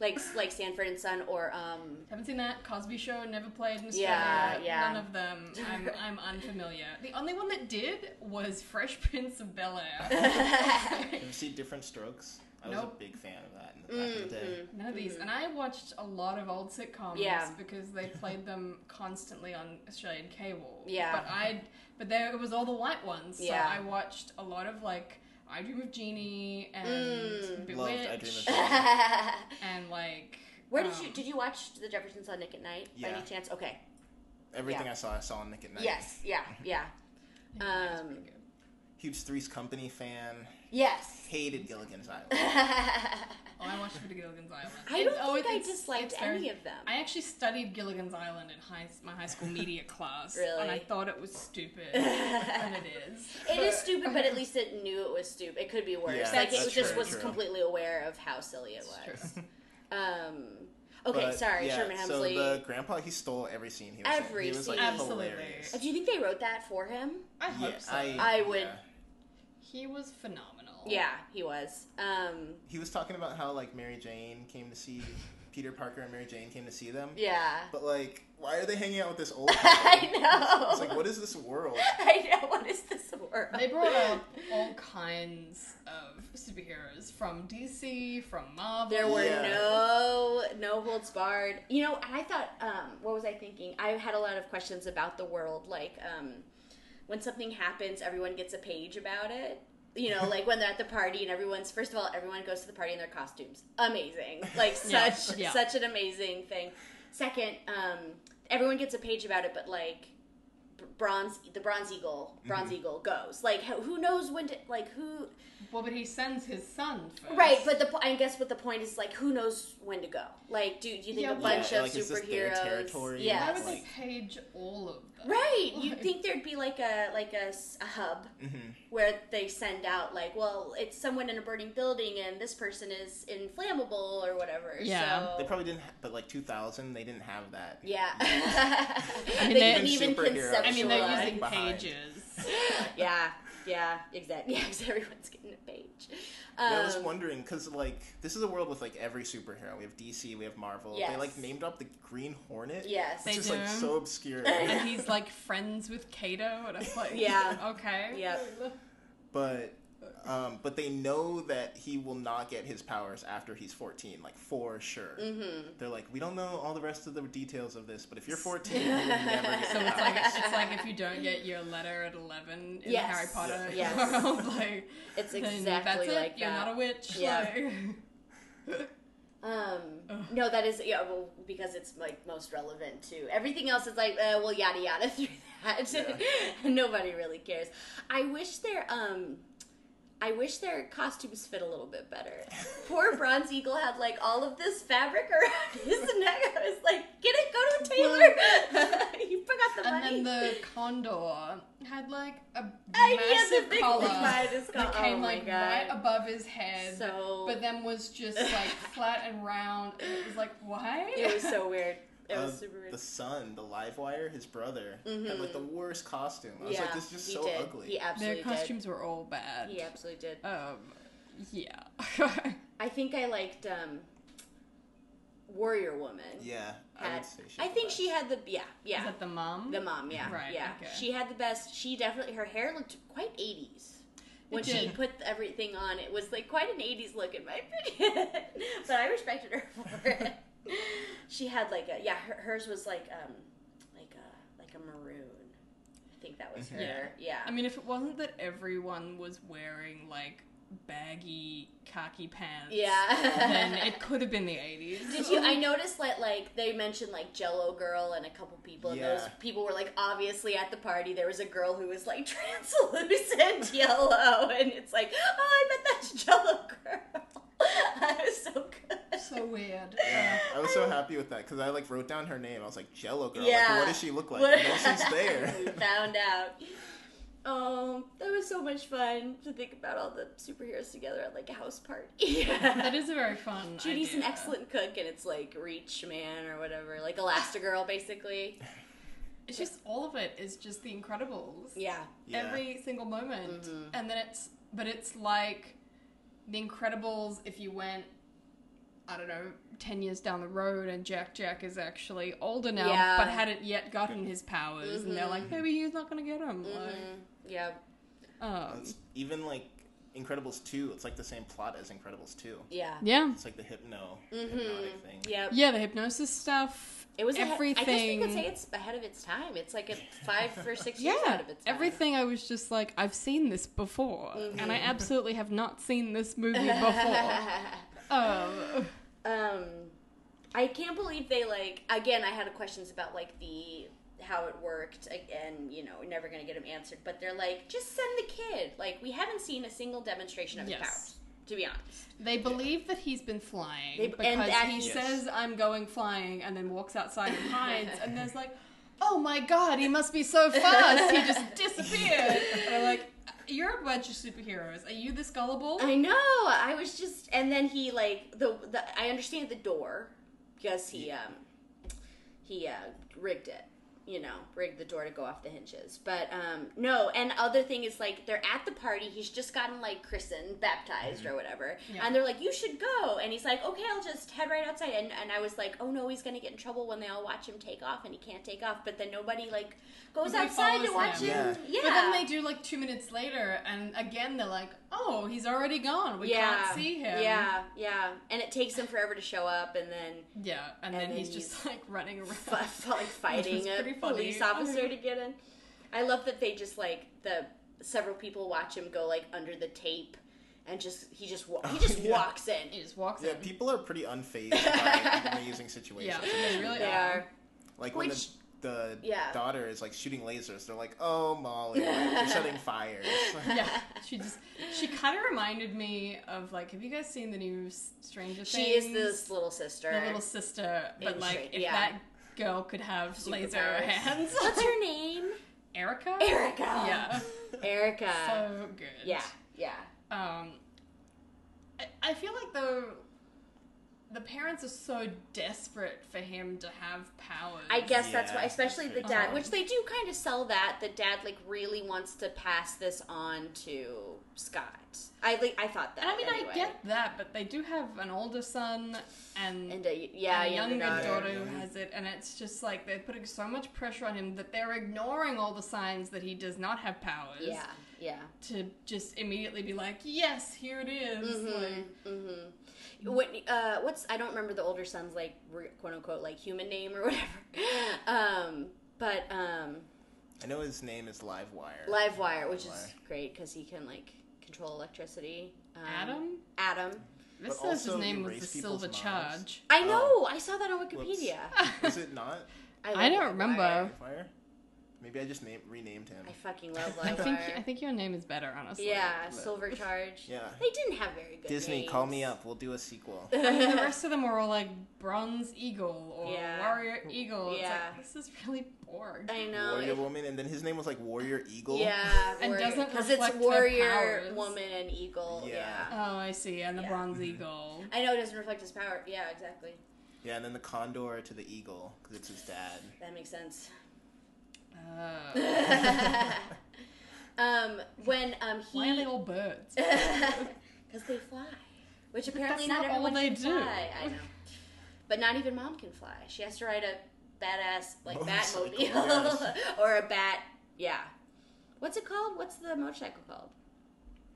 [SPEAKER 3] Like, like Sanford and Son or um,
[SPEAKER 2] Haven't seen that Cosby Show. Never played in Australia.
[SPEAKER 3] Yeah, yeah.
[SPEAKER 2] None of them. I'm, I'm unfamiliar. The only one that did was Fresh Prince of Bel Air.
[SPEAKER 4] Did you see Different Strokes? I was
[SPEAKER 2] Nope.
[SPEAKER 4] a big fan of that in the back of the day.
[SPEAKER 2] None of these. And I watched a lot of old sitcoms
[SPEAKER 3] Mm. Yeah.
[SPEAKER 2] because they played them constantly on Australian cable.
[SPEAKER 3] Yeah.
[SPEAKER 2] But I, but there it was all the white ones.
[SPEAKER 3] Yeah.
[SPEAKER 2] So I watched a lot of like I Dream of Jeannie and
[SPEAKER 3] Mm.
[SPEAKER 2] Bewitched
[SPEAKER 4] Loved I Dream of Jeannie.
[SPEAKER 3] Where
[SPEAKER 2] and like.
[SPEAKER 3] did
[SPEAKER 2] um,
[SPEAKER 3] you did you watch The Jeffersons on Nick at Night by
[SPEAKER 4] Yeah.
[SPEAKER 3] any chance? Okay.
[SPEAKER 4] Everything
[SPEAKER 3] Mm-hmm. Yeah.
[SPEAKER 4] I saw, I saw on Nick at Night.
[SPEAKER 3] Yes. Yeah.
[SPEAKER 2] yeah,
[SPEAKER 3] Yeah.
[SPEAKER 2] it was
[SPEAKER 3] um,
[SPEAKER 2] pretty good.
[SPEAKER 4] Huge Three's Company fan.
[SPEAKER 3] Yes.
[SPEAKER 4] Hated Gilligan's Island.
[SPEAKER 2] Oh, I watched Pretty Gilligan's Island.
[SPEAKER 3] I
[SPEAKER 2] It's-
[SPEAKER 3] don't
[SPEAKER 2] oh,
[SPEAKER 3] think I
[SPEAKER 2] it's-
[SPEAKER 3] disliked
[SPEAKER 2] it's very-
[SPEAKER 3] any of them.
[SPEAKER 2] I actually studied Gilligan's Island in high, my high school media class, and I
[SPEAKER 3] Really?
[SPEAKER 2] thought it was stupid, and it is.
[SPEAKER 3] It is stupid, but at least it knew it was stupid. It could be worse.
[SPEAKER 4] Yeah,
[SPEAKER 3] like it
[SPEAKER 2] that's
[SPEAKER 3] was- just
[SPEAKER 2] true,
[SPEAKER 3] was
[SPEAKER 4] true.
[SPEAKER 3] completely aware of how silly it was. Um. Okay.
[SPEAKER 4] But,
[SPEAKER 3] sorry,
[SPEAKER 4] yeah,
[SPEAKER 3] Sherman
[SPEAKER 4] So
[SPEAKER 3] Hemsley.
[SPEAKER 4] the grandpa, he stole every scene he was
[SPEAKER 3] Every
[SPEAKER 4] in. He was like
[SPEAKER 3] scene.
[SPEAKER 2] Absolutely.
[SPEAKER 4] hilarious.
[SPEAKER 3] Uh, Do you think they wrote that for him?
[SPEAKER 2] I
[SPEAKER 4] Yeah,
[SPEAKER 2] hope so.
[SPEAKER 3] I would-
[SPEAKER 4] yeah.
[SPEAKER 2] He was phenomenal.
[SPEAKER 3] Yeah, he was. Um.
[SPEAKER 4] He was talking about how like Mary Jane came to see Peter Parker and Mary Jane came to see them.
[SPEAKER 3] Yeah.
[SPEAKER 4] But like, why are they hanging out with this old? couple?
[SPEAKER 3] I know.
[SPEAKER 4] It's like, what is this world?
[SPEAKER 3] I know. What is this world?
[SPEAKER 2] They brought up all kinds of superheroes from DC, from Marvel.
[SPEAKER 3] There were
[SPEAKER 4] Yeah.
[SPEAKER 3] no no holds barred. You know, and I thought, um, what was I thinking? I had a lot of questions about the world, like um, when something happens, everyone gets a page about it. You know, like when they're at the party and everyone's first of all, everyone goes to the party in their costumes. Amazing, like
[SPEAKER 2] Yeah.
[SPEAKER 3] such
[SPEAKER 2] Yeah.
[SPEAKER 3] such an amazing thing. Second, um, everyone gets a page about it, but like b- bronze, the bronze eagle, bronze eagle goes. Like who who knows when to like who
[SPEAKER 2] Well, but he sends his son first.
[SPEAKER 3] Right, but the po- I guess what the point is like, who knows when to go? Like, do, do you think
[SPEAKER 2] Yeah,
[SPEAKER 3] a bunch
[SPEAKER 4] Yeah,
[SPEAKER 3] of
[SPEAKER 4] like, is this their
[SPEAKER 3] superheroes?
[SPEAKER 4] territory?
[SPEAKER 2] why
[SPEAKER 3] Yeah,
[SPEAKER 2] would they
[SPEAKER 4] Like-
[SPEAKER 2] page all of them?
[SPEAKER 3] right. You
[SPEAKER 2] Like-
[SPEAKER 3] would think there'd be like a like a, s- a hub
[SPEAKER 4] Mhm.
[SPEAKER 3] where they send out like, well, it's someone in a burning building, and this person is inflammable or whatever.
[SPEAKER 2] Yeah.
[SPEAKER 3] so,
[SPEAKER 4] They probably didn't, ha- but like 2000, they didn't have that.
[SPEAKER 3] yeah.
[SPEAKER 2] mean,
[SPEAKER 3] they
[SPEAKER 2] they-
[SPEAKER 3] didn't even
[SPEAKER 4] Superheroes.
[SPEAKER 3] conceptualize.
[SPEAKER 2] I mean, they're
[SPEAKER 4] Sure.
[SPEAKER 2] using
[SPEAKER 4] Behind.
[SPEAKER 2] pages.
[SPEAKER 3] yeah, yeah, exactly. Yeah, 'cause everyone's getting a page. Um,
[SPEAKER 4] Yeah, I was wondering because like this is a world with like every superhero. We have DC, we have Marvel. They
[SPEAKER 3] Yes.
[SPEAKER 4] like named up the Green Hornet.
[SPEAKER 3] yes.
[SPEAKER 2] They
[SPEAKER 4] it's just like
[SPEAKER 2] do.
[SPEAKER 4] so obscure.
[SPEAKER 2] and he's like friends with Kato, and I'm like,
[SPEAKER 3] Yeah.
[SPEAKER 2] okay,
[SPEAKER 3] Yep.
[SPEAKER 4] but um, but they know that he will not get his powers after he's 14, like for sure. Mm-hmm. They're like, we don't know all the rest of the details of this, but if you're 14, you will never get
[SPEAKER 2] So it's
[SPEAKER 4] powers."
[SPEAKER 2] like it's like if you don't get your letter at eleven in
[SPEAKER 3] Yes.
[SPEAKER 2] Harry Potter
[SPEAKER 3] Yes.
[SPEAKER 2] world, like
[SPEAKER 3] It's
[SPEAKER 2] then that's
[SPEAKER 3] exactly
[SPEAKER 2] it.
[SPEAKER 3] like
[SPEAKER 2] You're
[SPEAKER 3] that.
[SPEAKER 2] not a witch.
[SPEAKER 3] Yeah.
[SPEAKER 2] like-
[SPEAKER 3] Um,
[SPEAKER 2] Ugh.
[SPEAKER 3] no, that is yeah, well, because it's like most relevant to everything else. Is like uh, well, yada yada through that.
[SPEAKER 4] Yeah.
[SPEAKER 3] Nobody really cares. I wish there. Um, I wish their costumes fit a little bit better. Poor Bronze Eagle had like all of this fabric around his neck. I was like, get it, go to a tailor. you forgot the
[SPEAKER 2] And
[SPEAKER 3] money.
[SPEAKER 2] then the condor had like a
[SPEAKER 3] I-
[SPEAKER 2] massive
[SPEAKER 3] Uh, he had the big
[SPEAKER 2] collar
[SPEAKER 3] behind his collar.
[SPEAKER 2] that came
[SPEAKER 3] Oh my
[SPEAKER 2] like
[SPEAKER 3] God.
[SPEAKER 2] right above his head,
[SPEAKER 3] So-
[SPEAKER 2] but then was just like flat and round. And it was like, why?
[SPEAKER 3] it was so weird. It
[SPEAKER 4] Uh,
[SPEAKER 3] was super weird. Mm-hmm.
[SPEAKER 4] the son, the live wire, his brother, had like the worst costume. I was like, this is just
[SPEAKER 3] he
[SPEAKER 4] so
[SPEAKER 3] did.
[SPEAKER 4] ugly.
[SPEAKER 3] He
[SPEAKER 2] Their
[SPEAKER 3] absolutely
[SPEAKER 2] costumes were all bad.
[SPEAKER 3] did. He absolutely did.
[SPEAKER 2] Um, yeah.
[SPEAKER 3] I think I liked um, Warrior Woman.
[SPEAKER 4] Yeah, I
[SPEAKER 3] Had,
[SPEAKER 4] would say she's
[SPEAKER 3] I,
[SPEAKER 4] the
[SPEAKER 3] think
[SPEAKER 4] best.
[SPEAKER 3] she had the yeah yeah
[SPEAKER 2] Is that the mom?
[SPEAKER 3] The mom, yeah,
[SPEAKER 2] Right,
[SPEAKER 3] yeah.
[SPEAKER 2] okay.
[SPEAKER 3] She had the best. She definitely her hair looked quite eighties when she
[SPEAKER 2] did.
[SPEAKER 3] put everything on. It was like quite an eighties look in my opinion, but I respected her for it. she had like a yeah, her, hers was like um like a like a maroon. I think that
[SPEAKER 4] Mm-hmm.
[SPEAKER 3] was her. Yeah,
[SPEAKER 2] Yeah. I mean, if it wasn't that everyone was wearing like baggy khaki pants, then
[SPEAKER 3] yeah.
[SPEAKER 2] it could have been the 80s.
[SPEAKER 3] Did you? I noticed that like they mentioned like Jello girl and a couple people, and those
[SPEAKER 4] Yeah.
[SPEAKER 3] people were like obviously at the party. There was a girl who was like translucent yellow, and it's like, oh, I bet that's Jello girl. that was so good.
[SPEAKER 2] So weird.
[SPEAKER 4] Yeah, I was
[SPEAKER 3] uh,
[SPEAKER 4] so happy with that because I like wrote down her name. I was like, Jello girl.
[SPEAKER 3] Yeah.
[SPEAKER 4] Like, what does she look like?
[SPEAKER 3] What-
[SPEAKER 4] And then she's
[SPEAKER 3] we
[SPEAKER 4] there.
[SPEAKER 3] found out. Oh, that was so much fun to think about all the superheroes together at like a house party.
[SPEAKER 2] That is a very fun.
[SPEAKER 3] Judy's an
[SPEAKER 2] idea.
[SPEAKER 3] excellent cook, and it's like Reach Man or whatever, like Elastigirl, basically.
[SPEAKER 2] It's just all of it is just the Incredibles.
[SPEAKER 3] Yeah. Mm-hmm.
[SPEAKER 4] Yeah.
[SPEAKER 2] Every single moment, and then it's but it's like the Incredibles if you went. I don't know, 10 years down the road, and Jack Jack is actually older now,
[SPEAKER 3] Yeah. Mm-hmm.
[SPEAKER 2] but hadn't yet gotten his powers, and they're like, maybe he's not gonna get them.
[SPEAKER 3] Yeah.
[SPEAKER 2] Like, um,
[SPEAKER 4] It's even like Incredibles 2, it's like the same plot as Incredibles 2.
[SPEAKER 3] Yeah.
[SPEAKER 2] yeah.
[SPEAKER 4] It's like the hypno
[SPEAKER 3] Mm-hmm.
[SPEAKER 4] hypnotic thing.
[SPEAKER 3] Yep.
[SPEAKER 2] Yeah, the hypnosis stuff.
[SPEAKER 3] It was ahead-
[SPEAKER 2] everything.
[SPEAKER 3] I guess we could say it's ahead of its time. It's like a five or six years
[SPEAKER 2] yeah,
[SPEAKER 3] ahead of its time.
[SPEAKER 2] everything. I was just like, I've seen this before, and I
[SPEAKER 3] Mm-hmm.
[SPEAKER 2] absolutely have not seen this movie before. um,
[SPEAKER 3] um, I can't believe they like. Again, I had questions about like the how it worked, like, and you know, never gonna get them answered. But they're like, just send the kid. Like we haven't seen a single demonstration of his
[SPEAKER 2] Yes.
[SPEAKER 3] powers. To be honest,
[SPEAKER 2] they believe that he's been flying
[SPEAKER 3] They- and
[SPEAKER 2] because
[SPEAKER 3] that
[SPEAKER 2] he
[SPEAKER 3] he's-
[SPEAKER 2] says, "I'm going flying," and then walks outside and hides. and there's like, "Oh my god, he must be so fast! He just disappeared." and I'm like, "You're a bunch of superheroes. Are you this gullible?"
[SPEAKER 3] I know. I was just, and then he like the the. I understand the door because he um he uh rigged it. You know, rigged the door to go off the hinges. But um no, and other thing is like they're at the party. He's just gotten like christened, baptized, or whatever.
[SPEAKER 2] Mm-hmm. Yeah.
[SPEAKER 3] And they're like, "You should go." And he's like, "Okay, I'll just head right outside." And and I was like, "Oh no, he's gonna get in trouble when they all watch him take off, and he can't take off." But then nobody like goes
[SPEAKER 2] Nobody
[SPEAKER 3] outside to
[SPEAKER 2] follows
[SPEAKER 3] watch
[SPEAKER 2] him.
[SPEAKER 3] him. Yeah.
[SPEAKER 2] But then they do like two minutes later, and again they're like, "Oh, he's already gone. We can't see him."
[SPEAKER 3] Yeah, yeah. And it takes him forever to show up, and then
[SPEAKER 2] yeah. And,
[SPEAKER 3] And
[SPEAKER 2] then,
[SPEAKER 3] then
[SPEAKER 2] he's,
[SPEAKER 3] he's-
[SPEAKER 2] just like running around.
[SPEAKER 3] f- f- like
[SPEAKER 2] Which
[SPEAKER 3] fighting
[SPEAKER 2] was
[SPEAKER 3] a
[SPEAKER 2] pretty funny.
[SPEAKER 3] police officer to get in. I love that they just like the several people watch him go like under the tape, and just he just wa- he just
[SPEAKER 4] Yeah.
[SPEAKER 3] walks
[SPEAKER 2] He
[SPEAKER 3] in.
[SPEAKER 2] just walks
[SPEAKER 4] Yeah,
[SPEAKER 2] in.
[SPEAKER 4] people are pretty unfazed by amazing situations.
[SPEAKER 2] yeah,
[SPEAKER 4] in this
[SPEAKER 2] they really
[SPEAKER 4] movie.
[SPEAKER 3] They
[SPEAKER 2] are.
[SPEAKER 3] are.
[SPEAKER 4] Like when
[SPEAKER 3] Which-
[SPEAKER 4] the, the
[SPEAKER 3] Yeah.
[SPEAKER 4] daughter is like shooting lasers, they're like, "Oh Molly, like, you're setting fires."
[SPEAKER 2] Yeah, she just she kind of reminded me of like, have you guys seen the new Stranger Things?
[SPEAKER 3] She is this little sister.
[SPEAKER 2] the little sister, but
[SPEAKER 3] In
[SPEAKER 2] like
[SPEAKER 3] Stra-
[SPEAKER 2] if
[SPEAKER 3] yeah.
[SPEAKER 2] that girl could have laser
[SPEAKER 3] Superpowers.
[SPEAKER 2] hands,
[SPEAKER 3] What's her name?
[SPEAKER 2] Erica.
[SPEAKER 3] Erica.
[SPEAKER 2] Yeah,
[SPEAKER 3] Erica.
[SPEAKER 2] so good.
[SPEAKER 3] yeah, yeah.
[SPEAKER 2] um I, I feel like the the parents are so desperate for him to have powers.
[SPEAKER 3] I guess that's why,
[SPEAKER 4] Yeah,
[SPEAKER 3] especially the
[SPEAKER 4] that's
[SPEAKER 3] dad,
[SPEAKER 2] true.
[SPEAKER 3] which they do kind of sell that the dad like really wants to pass this on to Scott. I like I thought that.
[SPEAKER 2] And I mean,
[SPEAKER 3] anyway.
[SPEAKER 2] I get that, but they do have an older son and,
[SPEAKER 3] and a, yeah,
[SPEAKER 2] a
[SPEAKER 3] younger
[SPEAKER 2] younger
[SPEAKER 3] daughter.
[SPEAKER 2] daughter who has it, and it's just like they're putting so much pressure on him that they're ignoring all the signs that he does not have powers.
[SPEAKER 3] Yeah, yeah.
[SPEAKER 2] To just immediately be like, yes, here it is,"
[SPEAKER 3] Mm-hmm.
[SPEAKER 2] Like,
[SPEAKER 3] What uh, what's I don't remember the older son's like re- quote unquote like human name or whatever. Um, but um,
[SPEAKER 4] I know his name is Livewire.
[SPEAKER 3] Livewire, which is
[SPEAKER 4] Livewire.
[SPEAKER 3] great because he can like control electricity. Um,
[SPEAKER 2] Adam?
[SPEAKER 3] Adam.
[SPEAKER 2] This
[SPEAKER 4] But
[SPEAKER 2] says his
[SPEAKER 4] also
[SPEAKER 2] name was the
[SPEAKER 4] erase
[SPEAKER 2] Silver
[SPEAKER 4] people's minds.
[SPEAKER 2] Charge.
[SPEAKER 3] I know. I saw that on Wikipedia.
[SPEAKER 4] Is it not
[SPEAKER 3] I, love
[SPEAKER 2] I don't remember.
[SPEAKER 3] Livewire.
[SPEAKER 4] Livewire? Maybe I just name, renamed him.
[SPEAKER 3] I fucking love
[SPEAKER 2] I
[SPEAKER 3] Lovar.
[SPEAKER 2] think I think your name is better, honestly.
[SPEAKER 3] yeah,
[SPEAKER 4] Lo-
[SPEAKER 3] Silver Charge.
[SPEAKER 4] Yeah.
[SPEAKER 3] They didn't have very good
[SPEAKER 4] Disney,
[SPEAKER 3] names.
[SPEAKER 4] call me up. We'll do a sequel.
[SPEAKER 2] I mean, the rest of them were all like Bronze Eagle or
[SPEAKER 3] Yeah.
[SPEAKER 2] Warrior Eagle.
[SPEAKER 3] Yeah.
[SPEAKER 2] It's like this is really boring.
[SPEAKER 3] I know.
[SPEAKER 4] Warrior
[SPEAKER 3] it-
[SPEAKER 4] Woman, and then his name was like Warrior Eagle.
[SPEAKER 3] Yeah,
[SPEAKER 2] And doesn't
[SPEAKER 3] because
[SPEAKER 2] reflect
[SPEAKER 3] it's
[SPEAKER 2] their
[SPEAKER 3] warrior
[SPEAKER 2] powers.
[SPEAKER 3] woman and eagle.
[SPEAKER 4] Yeah.
[SPEAKER 3] Yeah.
[SPEAKER 2] Oh, I see. And the
[SPEAKER 3] Yeah.
[SPEAKER 2] Bronze
[SPEAKER 4] Mm-hmm.
[SPEAKER 2] Eagle.
[SPEAKER 3] I know it doesn't reflect his power. Yeah, exactly.
[SPEAKER 4] Yeah, and then the Condor to the Eagle because it's his dad.
[SPEAKER 3] That makes sense.
[SPEAKER 2] Oh.
[SPEAKER 3] um, when um he
[SPEAKER 2] Why are they all birds?
[SPEAKER 3] because they fly, which
[SPEAKER 2] that's
[SPEAKER 3] apparently not,
[SPEAKER 2] not all
[SPEAKER 3] everyone
[SPEAKER 2] they
[SPEAKER 3] can
[SPEAKER 2] do.
[SPEAKER 3] fly. I know, but not even mom can fly. She has to ride a badass like
[SPEAKER 4] Motorcycle,
[SPEAKER 3] Batmobile
[SPEAKER 4] yes.
[SPEAKER 3] or a bat. Yeah, what's it called? What's the motorcycle called?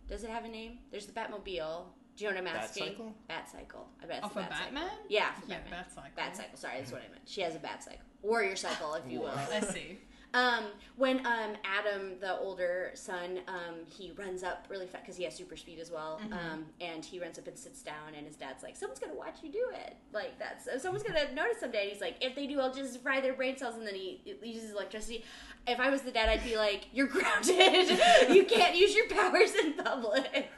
[SPEAKER 3] Does it have a name? There's the Batmobile. Do you know what I'm asking?
[SPEAKER 4] Batcycle?
[SPEAKER 3] Batcycle. I bet it's
[SPEAKER 2] Off
[SPEAKER 3] the
[SPEAKER 2] of
[SPEAKER 3] Batcycle.
[SPEAKER 2] Batman?
[SPEAKER 3] Yeah, for
[SPEAKER 2] Yeah,
[SPEAKER 3] Batman.
[SPEAKER 2] Batcycle.
[SPEAKER 3] Bat cycle. Sorry, that's what I meant. She has a bat cycle, warrior cycle, if you will.
[SPEAKER 4] Wow.
[SPEAKER 2] I see.
[SPEAKER 3] Um, when um Adam, the older son, um, he runs up really fast because he has super speed as well.
[SPEAKER 2] Mm-hmm.
[SPEAKER 3] Um, and he runs up and sits down, and his dad's like, "Someone's gonna watch you do it. Like that's uh, someone's gonna notice someday." And he's like, "If they do, I'll just fry their brain cells." And then he he uses electricity. If I was the dad, I'd be like, "You're grounded. you can't use your powers in public,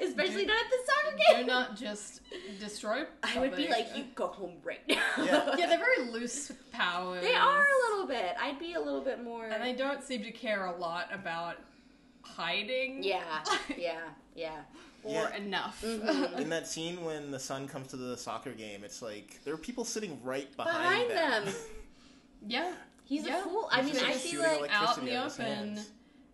[SPEAKER 3] especially not at the soccer
[SPEAKER 2] Do
[SPEAKER 3] game."
[SPEAKER 2] not uh, just destroy.
[SPEAKER 3] I would be
[SPEAKER 2] something.
[SPEAKER 3] like, "You go home right now."
[SPEAKER 4] Yeah.
[SPEAKER 2] Yeah, they're very loose with powers.
[SPEAKER 3] They are a little bit. I'd be a little bit more.
[SPEAKER 2] And they don't seem to care a lot about hiding.
[SPEAKER 3] yeah, yeah, Mm-hmm. yeah.
[SPEAKER 2] Or
[SPEAKER 4] Yeah.
[SPEAKER 2] enough.
[SPEAKER 4] In that scene when the son comes to the soccer game, it's like there are people sitting right behind,
[SPEAKER 3] Behind them.
[SPEAKER 2] yeah.
[SPEAKER 3] He's
[SPEAKER 2] Yeah.
[SPEAKER 3] a fool. I
[SPEAKER 4] He's
[SPEAKER 3] mean,
[SPEAKER 4] just
[SPEAKER 3] I
[SPEAKER 4] like
[SPEAKER 3] feel
[SPEAKER 4] shooting
[SPEAKER 3] like,
[SPEAKER 4] electricity
[SPEAKER 2] Out in the
[SPEAKER 4] out of his
[SPEAKER 2] open.
[SPEAKER 4] hands.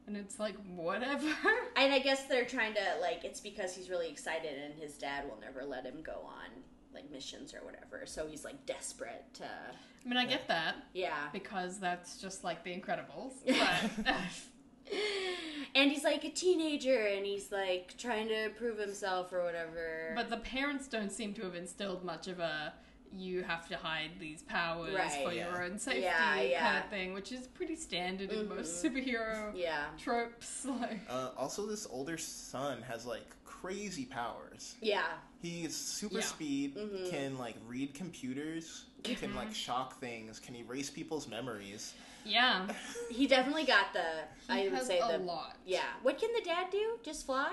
[SPEAKER 2] And it's like, whatever.
[SPEAKER 3] and I guess they're trying to like. It's because he's really excited, and his dad will never let him go on like missions or whatever. So he's like desperate to.
[SPEAKER 2] I mean, I get that
[SPEAKER 3] Yeah.
[SPEAKER 2] because that's just like The Incredibles. But
[SPEAKER 3] And he's like a teenager, and he's like trying to prove himself or whatever.
[SPEAKER 2] but the parents don't seem to have instilled much of a you have to hide these powers
[SPEAKER 3] Right.
[SPEAKER 2] for
[SPEAKER 4] Yeah.
[SPEAKER 2] your own safety
[SPEAKER 3] Yeah,
[SPEAKER 2] kind
[SPEAKER 3] yeah. Mm-hmm.
[SPEAKER 2] of thing, which is pretty standard in most superhero
[SPEAKER 3] yeah,
[SPEAKER 2] tropes. Like,
[SPEAKER 4] Uh, also, this older son has like crazy powers.
[SPEAKER 3] yeah,
[SPEAKER 4] He is super
[SPEAKER 2] Yeah.
[SPEAKER 4] speed,
[SPEAKER 3] Mm-hmm.
[SPEAKER 4] can like read computers, can
[SPEAKER 2] Mm-hmm.
[SPEAKER 4] like shock things, can erase people's memories.
[SPEAKER 2] yeah,
[SPEAKER 3] he definitely got the.
[SPEAKER 2] he
[SPEAKER 3] I would
[SPEAKER 2] has
[SPEAKER 3] say
[SPEAKER 2] a
[SPEAKER 3] the.
[SPEAKER 2] lot.
[SPEAKER 3] Yeah. What can the dad do? Just fly?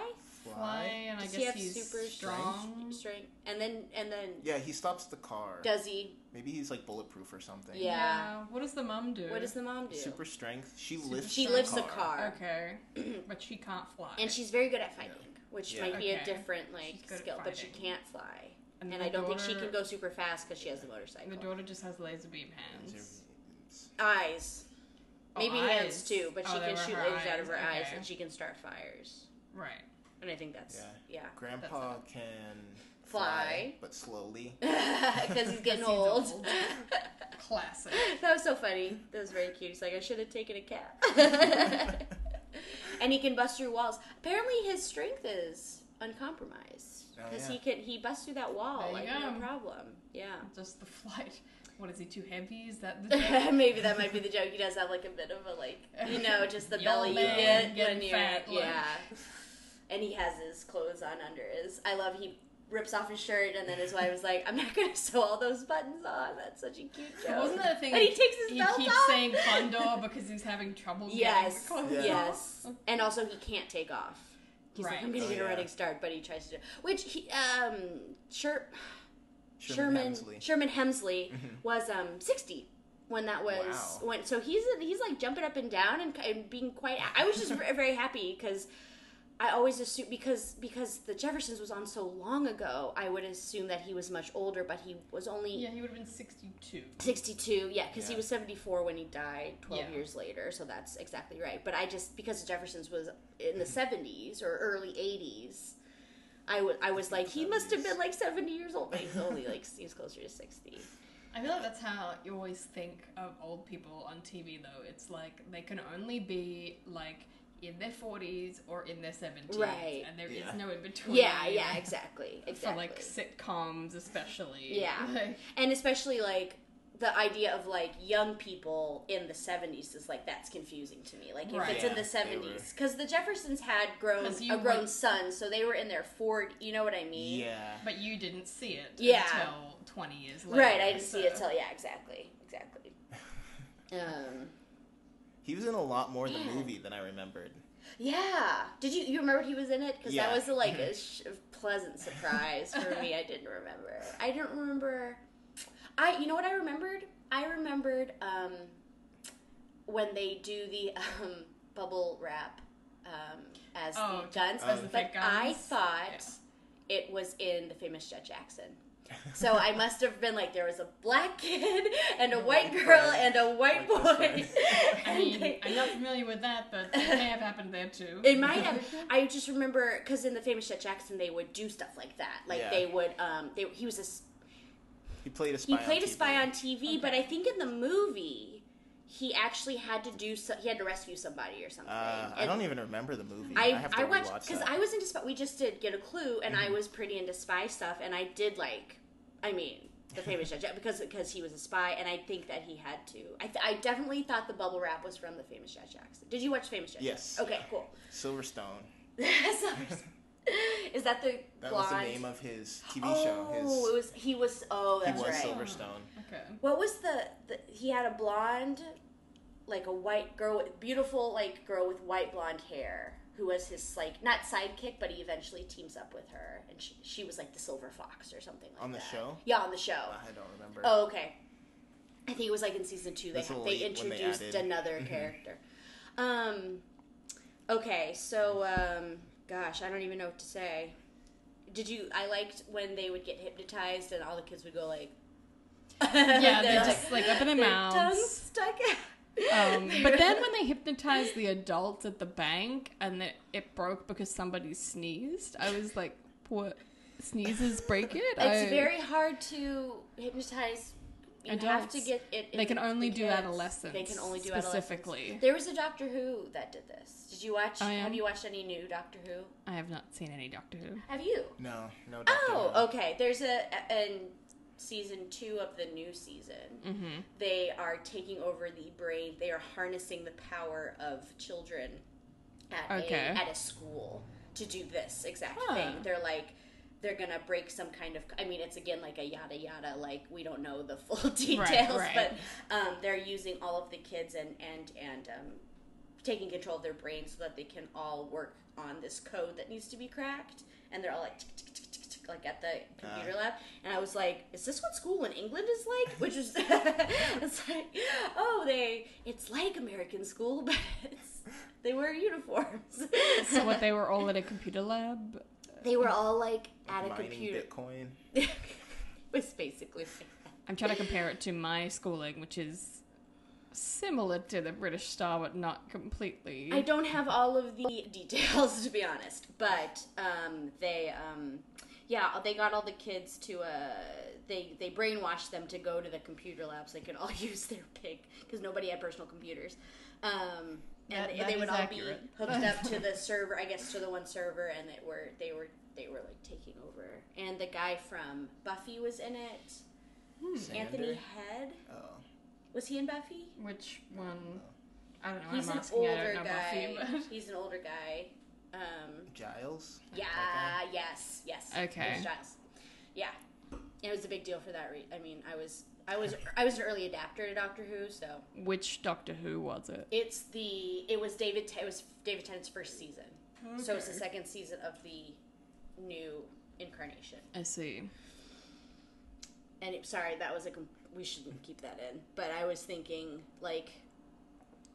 [SPEAKER 2] fly, and I
[SPEAKER 3] Does he
[SPEAKER 2] guess
[SPEAKER 3] have
[SPEAKER 2] he's
[SPEAKER 3] super
[SPEAKER 2] strong.
[SPEAKER 3] Strength. And then and then
[SPEAKER 4] Yeah, he stops the car.
[SPEAKER 3] does he?
[SPEAKER 4] Maybe he's like bulletproof or something.
[SPEAKER 3] Yeah.
[SPEAKER 2] What does the mum do?
[SPEAKER 3] What does the mom do?
[SPEAKER 4] Super strength. She lifts.
[SPEAKER 3] she
[SPEAKER 4] the
[SPEAKER 3] lifts the
[SPEAKER 4] car.
[SPEAKER 3] car,
[SPEAKER 2] Okay, but she can't fly.
[SPEAKER 3] and she's very good at fighting, which
[SPEAKER 4] Yeah.
[SPEAKER 3] might be
[SPEAKER 2] Okay.
[SPEAKER 3] a different like
[SPEAKER 2] She's good at
[SPEAKER 3] skill, but she
[SPEAKER 2] fighting.
[SPEAKER 3] can't fly.
[SPEAKER 2] And
[SPEAKER 3] And,
[SPEAKER 2] the
[SPEAKER 3] I don't think she
[SPEAKER 2] daughter-
[SPEAKER 3] can go super fast because she has the
[SPEAKER 2] the
[SPEAKER 3] motorcycle.
[SPEAKER 2] daughter just has laser beam hands.
[SPEAKER 3] eyes,
[SPEAKER 2] Oh,
[SPEAKER 3] maybe hands
[SPEAKER 2] eyes.
[SPEAKER 3] too, but
[SPEAKER 2] Oh,
[SPEAKER 3] she
[SPEAKER 2] they
[SPEAKER 3] can
[SPEAKER 2] were
[SPEAKER 3] shoot
[SPEAKER 2] her
[SPEAKER 3] lasers out of
[SPEAKER 2] eyes,
[SPEAKER 3] her eyes,
[SPEAKER 2] okay.
[SPEAKER 3] and she can start fires.
[SPEAKER 2] Right.
[SPEAKER 3] And I think that's yeah,
[SPEAKER 4] Grandpa
[SPEAKER 2] That's
[SPEAKER 4] can
[SPEAKER 3] Fly.
[SPEAKER 4] but slowly.
[SPEAKER 3] because he's getting
[SPEAKER 2] he's
[SPEAKER 3] old.
[SPEAKER 2] old. Classic.
[SPEAKER 3] That was so funny. That was very cute. He's like, I should have taken a cat. and he can bust through walls. Apparently, his strength is uncompromised
[SPEAKER 4] Oh,
[SPEAKER 3] because
[SPEAKER 4] yeah.
[SPEAKER 3] he can he busts through that wall
[SPEAKER 2] There you
[SPEAKER 3] like
[SPEAKER 2] go.
[SPEAKER 3] no problem. Yeah.
[SPEAKER 2] Just the flight. What is he too heavy? Is that the
[SPEAKER 3] Maybe that might be the joke. He does have like a bit of a like, you know, just the
[SPEAKER 2] The
[SPEAKER 3] belly
[SPEAKER 2] old
[SPEAKER 3] you
[SPEAKER 2] man
[SPEAKER 3] get
[SPEAKER 2] getting
[SPEAKER 3] when you're
[SPEAKER 2] fat look.
[SPEAKER 3] yeah. And he has his clothes on under his. I love he rips off his shirt and then his wife is like, "I'm not gonna sew all those buttons on." That's such a cute joke.
[SPEAKER 2] Wasn't that a thing?
[SPEAKER 3] And he takes his
[SPEAKER 2] he
[SPEAKER 3] belt
[SPEAKER 2] keeps
[SPEAKER 3] off.
[SPEAKER 2] saying condor because he's having trouble.
[SPEAKER 3] Yes.
[SPEAKER 2] Getting the
[SPEAKER 4] Yeah.
[SPEAKER 2] condor.
[SPEAKER 3] Yes. And also, he can't take off. He's
[SPEAKER 2] Right.
[SPEAKER 3] like, I'm going
[SPEAKER 4] Oh,
[SPEAKER 3] to get
[SPEAKER 4] yeah.
[SPEAKER 3] a running start, but he tries to do Which, he, um, Sher- Sherman,
[SPEAKER 4] Sherman Hemsley. Mm-hmm.
[SPEAKER 3] Sherman Hemsley was, um, 60 when that was
[SPEAKER 4] Wow.
[SPEAKER 3] when so he's he's like jumping up and down and, and being quite i was just ver- very happy because i always assume because because the jeffersons was on so long ago i would assume that he was much older but he was only
[SPEAKER 2] Yeah, he would have been sixty-two.
[SPEAKER 3] 62 yeah because he
[SPEAKER 4] Yeah.
[SPEAKER 3] was 74 when he died 12
[SPEAKER 2] Yeah.
[SPEAKER 3] years later so that's exactly right but i just because jefferson's was in the 70s or early 80s I wa- I was like he must have been like 70 years old but he's only like he's closer to 60
[SPEAKER 2] I feel like that's how you always think of old people on TV, though. It's like they can only be like in their forties or in their seventies,
[SPEAKER 3] Right.
[SPEAKER 2] and there is
[SPEAKER 4] Yeah.
[SPEAKER 2] no in between.
[SPEAKER 3] yeah yeah exactly
[SPEAKER 2] For
[SPEAKER 3] exactly
[SPEAKER 2] like sitcoms, especially.
[SPEAKER 3] Yeah.
[SPEAKER 2] Like,
[SPEAKER 3] and especially like the idea of like young people in the 70s is like that's confusing to me like if
[SPEAKER 2] Right.
[SPEAKER 3] it's
[SPEAKER 4] Yeah,
[SPEAKER 3] in the
[SPEAKER 4] they
[SPEAKER 3] 70s because the jeffersons had grown
[SPEAKER 2] 'Cause you
[SPEAKER 3] a grown
[SPEAKER 2] would-
[SPEAKER 3] son so they were in their 40 you know what i mean
[SPEAKER 4] Yeah.
[SPEAKER 2] but you didn't see it
[SPEAKER 3] Yeah.
[SPEAKER 2] until twenty years later.
[SPEAKER 3] Right, I didn't see it
[SPEAKER 2] so-
[SPEAKER 3] till yeah, exactly, exactly. Um,
[SPEAKER 4] He was in a lot more of the movie than I remembered.
[SPEAKER 3] Yeah. Did you you remember he was in it? Because
[SPEAKER 4] Yeah. Mm-hmm.
[SPEAKER 3] that was like a sh- pleasant surprise for me. I didn't remember. I didn't remember. I you know what I remembered? I remembered um, when they do the um, bubble wrap um, as
[SPEAKER 2] Oh,
[SPEAKER 3] the guns.
[SPEAKER 4] as the
[SPEAKER 3] but
[SPEAKER 2] fake
[SPEAKER 3] I
[SPEAKER 2] guns.
[SPEAKER 3] thought it was in the famous Jet Jackson. So I must have been like there was a black kid and a white
[SPEAKER 4] white
[SPEAKER 3] girl
[SPEAKER 4] boy.
[SPEAKER 3] and a white boy.
[SPEAKER 4] White best
[SPEAKER 2] I
[SPEAKER 3] And
[SPEAKER 2] mean,
[SPEAKER 3] they-
[SPEAKER 2] I'm not familiar with that, but it may have happened there too.
[SPEAKER 3] it might have. I just remember because in the famous Chet Jackson, they would do stuff like that. Like
[SPEAKER 4] Yeah.
[SPEAKER 3] they would. Um, they, he was a. s-
[SPEAKER 4] He played a spy.
[SPEAKER 3] He played
[SPEAKER 4] on
[SPEAKER 3] a spy
[SPEAKER 4] TV.
[SPEAKER 3] on TV, but I think in the movie, he actually had to do. So, he had to rescue somebody or something.
[SPEAKER 4] Uh, I
[SPEAKER 3] And
[SPEAKER 4] don't even remember the movie. I,
[SPEAKER 3] I
[SPEAKER 4] have to
[SPEAKER 3] I
[SPEAKER 4] rewatch
[SPEAKER 3] watched because
[SPEAKER 4] that. Mm-hmm.
[SPEAKER 3] I was into spy. We just did get a clue, and I was pretty into spy stuff, and I did like. I mean. The famous Chet Jack- because because he was a spy, and I think that he had to. I, th- I definitely thought the bubble wrap was from the famous Chet Jackson. Did you watch famous Chet
[SPEAKER 4] Yes.
[SPEAKER 3] Jackson? Okay, cool.
[SPEAKER 4] Silverstone.
[SPEAKER 3] Summers. Is that the
[SPEAKER 4] That
[SPEAKER 3] blonde?
[SPEAKER 4] was the name of his TV
[SPEAKER 3] oh,
[SPEAKER 4] show. His
[SPEAKER 3] it was. He was. Oh,
[SPEAKER 4] he
[SPEAKER 3] that's
[SPEAKER 4] was
[SPEAKER 3] right.
[SPEAKER 4] Silverstone.
[SPEAKER 2] Okay.
[SPEAKER 3] What was the, the? He had a blonde, like a white girl, with- beautiful like girl with white blonde hair, who was his like not sidekick, but he eventually teams up with her, and she, she was like the silver fox or something like
[SPEAKER 4] On the
[SPEAKER 3] that.
[SPEAKER 4] show?
[SPEAKER 3] Yeah, on the show.
[SPEAKER 4] I don't remember.
[SPEAKER 3] Oh, okay. I think it was like in season two they
[SPEAKER 4] That's
[SPEAKER 3] they
[SPEAKER 4] late when they
[SPEAKER 3] introduced
[SPEAKER 4] added- Mm-hmm.
[SPEAKER 3] another character. Um, okay, so um, gosh, I don't even know what to say. Did you? I liked when they would get hypnotized and all the kids would go like.
[SPEAKER 2] Yeah, they
[SPEAKER 3] They're
[SPEAKER 2] just like open their mouths.
[SPEAKER 3] Tongue stuck out.
[SPEAKER 2] Um, but then when they hypnotized the adults at the bank and it, it broke because somebody sneezed, I was like, what? Sneezes break it?
[SPEAKER 3] it's
[SPEAKER 2] I-
[SPEAKER 3] very hard to hypnotize. You have to
[SPEAKER 2] Adults.
[SPEAKER 3] get it. in
[SPEAKER 2] They can
[SPEAKER 3] the
[SPEAKER 2] only do
[SPEAKER 3] kids.
[SPEAKER 2] adolescents.
[SPEAKER 3] They can only do
[SPEAKER 2] specifically. Oh,
[SPEAKER 3] There was a Doctor Who that did this. Did you watch?
[SPEAKER 2] I
[SPEAKER 3] Have
[SPEAKER 2] am.
[SPEAKER 3] you watched any new Doctor Who?
[SPEAKER 2] I have not seen any Doctor Who.
[SPEAKER 3] Have you?
[SPEAKER 4] No, no. Doctor
[SPEAKER 3] Oh,
[SPEAKER 4] Who.
[SPEAKER 3] okay. There's a in season two of the new season.
[SPEAKER 2] Mm-hmm.
[SPEAKER 3] They are taking over the brain. They are harnessing the power of children at
[SPEAKER 2] Okay.
[SPEAKER 3] a at a school to do this exact
[SPEAKER 2] Huh.
[SPEAKER 3] thing. They're like they're gonna break some kind of i mean it's again like a yada yada like we don't know the full details
[SPEAKER 2] right.
[SPEAKER 3] but um, they're using all of the kids and and and um, taking control of their brain so that they can all work on this code that needs to be cracked and they're all like tick, tick, tick, tick, tick, like at the computer lab and i was like is this what school in england is like which is it's like oh they it's like american school but it's, they wear uniforms
[SPEAKER 2] So what, they were all at a computer lab?
[SPEAKER 3] they were all like at a
[SPEAKER 4] Mining
[SPEAKER 3] computer
[SPEAKER 4] Bitcoin.
[SPEAKER 3] it was basically
[SPEAKER 2] I'm trying to compare it to my schooling, which is similar to the British Star, but not completely.
[SPEAKER 3] I don't have all of the details to be honest, but um, they, um, yeah, they got all the kids to uh, they they brainwashed them to go to the computer labs. they could all use their pig because nobody had personal computers, um, and
[SPEAKER 2] That-
[SPEAKER 3] they,
[SPEAKER 2] that
[SPEAKER 3] they would
[SPEAKER 2] is
[SPEAKER 3] all
[SPEAKER 2] accurate.
[SPEAKER 3] be hooked up to the server. I guess to the one server, and that were they were they were like taking over. And the guy from Buffy was in it. Hmm, Anthony
[SPEAKER 4] Xander?
[SPEAKER 3] Head
[SPEAKER 4] Oh,
[SPEAKER 3] was he in Buffy?
[SPEAKER 2] Which one? I don't know.
[SPEAKER 3] He's
[SPEAKER 2] I'm
[SPEAKER 3] an
[SPEAKER 2] asking. I
[SPEAKER 3] older
[SPEAKER 2] don't know
[SPEAKER 3] guy.
[SPEAKER 2] Buffy,
[SPEAKER 3] He's an older guy. Um,
[SPEAKER 4] Giles.
[SPEAKER 3] yeah.
[SPEAKER 4] That
[SPEAKER 3] Yes. Yes.
[SPEAKER 2] Okay.
[SPEAKER 3] It was Giles. Yeah. It was a big deal for that. Re- I mean, I was, I was, I was an early adapter to Doctor Who, so
[SPEAKER 2] but which Doctor Who was it?
[SPEAKER 3] it's the, it was David, Te- it was David Tennant's first season, so it's the
[SPEAKER 2] Okay.
[SPEAKER 3] second season of the new incarnation.
[SPEAKER 2] I see.
[SPEAKER 3] And it, sorry, that was a, com- we shouldn't keep that in, but I was thinking like,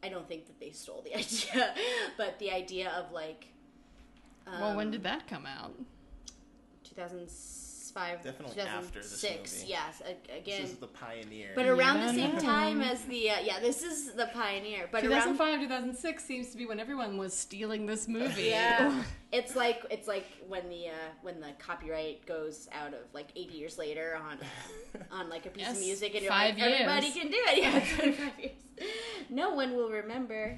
[SPEAKER 3] I don't think that they stole the idea, but the idea of like. Um,
[SPEAKER 2] well, when did that come out?
[SPEAKER 3] 2005
[SPEAKER 4] Definitely
[SPEAKER 3] 2006
[SPEAKER 4] after this movie.
[SPEAKER 3] yes a-
[SPEAKER 4] guy.
[SPEAKER 3] again
[SPEAKER 4] This is the pioneer.
[SPEAKER 3] but er around the
[SPEAKER 2] Yeah,
[SPEAKER 3] same
[SPEAKER 2] no.
[SPEAKER 3] time as the uh, yeah this is the pioneer but around
[SPEAKER 2] 2005, 2006 seems to be when everyone was stealing this movie.
[SPEAKER 3] yeah it's like it's like when the uh, when the copyright goes out of like 80 years later on on like a piece of
[SPEAKER 2] Yes,
[SPEAKER 3] music and you're
[SPEAKER 2] five
[SPEAKER 3] like everybody
[SPEAKER 2] years.
[SPEAKER 3] can do it yeah it's been five years no one will remember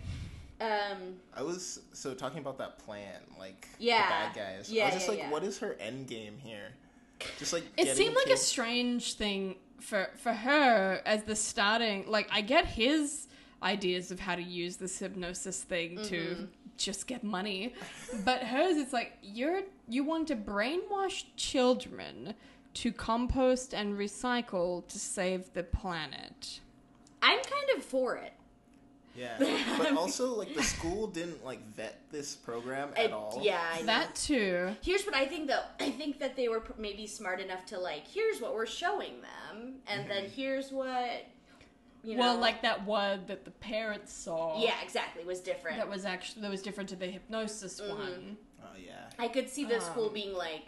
[SPEAKER 3] um
[SPEAKER 4] I was so talking about that plan, like
[SPEAKER 3] Yeah.
[SPEAKER 4] the bad guys. I
[SPEAKER 3] Yeah,
[SPEAKER 4] was just
[SPEAKER 3] yeah,
[SPEAKER 4] like,
[SPEAKER 3] yeah.
[SPEAKER 4] what is her end game here? Just like
[SPEAKER 2] It
[SPEAKER 4] getting
[SPEAKER 2] seemed like a
[SPEAKER 4] kids-
[SPEAKER 2] strange thing for for her as the starting. Like I get his ideas of how to use this hypnosis thing
[SPEAKER 3] Mm-hmm.
[SPEAKER 2] to just get money, but hers it's like you're you want to brainwash children to compost and recycle to save the planet.
[SPEAKER 3] i'm kind of for it
[SPEAKER 4] Yeah, but also like the school didn't like vet this program at
[SPEAKER 3] I-
[SPEAKER 4] all.
[SPEAKER 3] Yeah, I know.
[SPEAKER 2] That too.
[SPEAKER 3] Here's what I think though. I think that they were pr- maybe smart enough to like, here's what we're showing them, and then here's what you know.
[SPEAKER 2] Well, like that word that the parents saw.
[SPEAKER 3] yeah, exactly, was different.
[SPEAKER 2] That was actually that was different to the hypnosis
[SPEAKER 3] Mm-hmm.
[SPEAKER 2] one.
[SPEAKER 4] Oh yeah.
[SPEAKER 3] I could see the school
[SPEAKER 2] Um,
[SPEAKER 3] being like,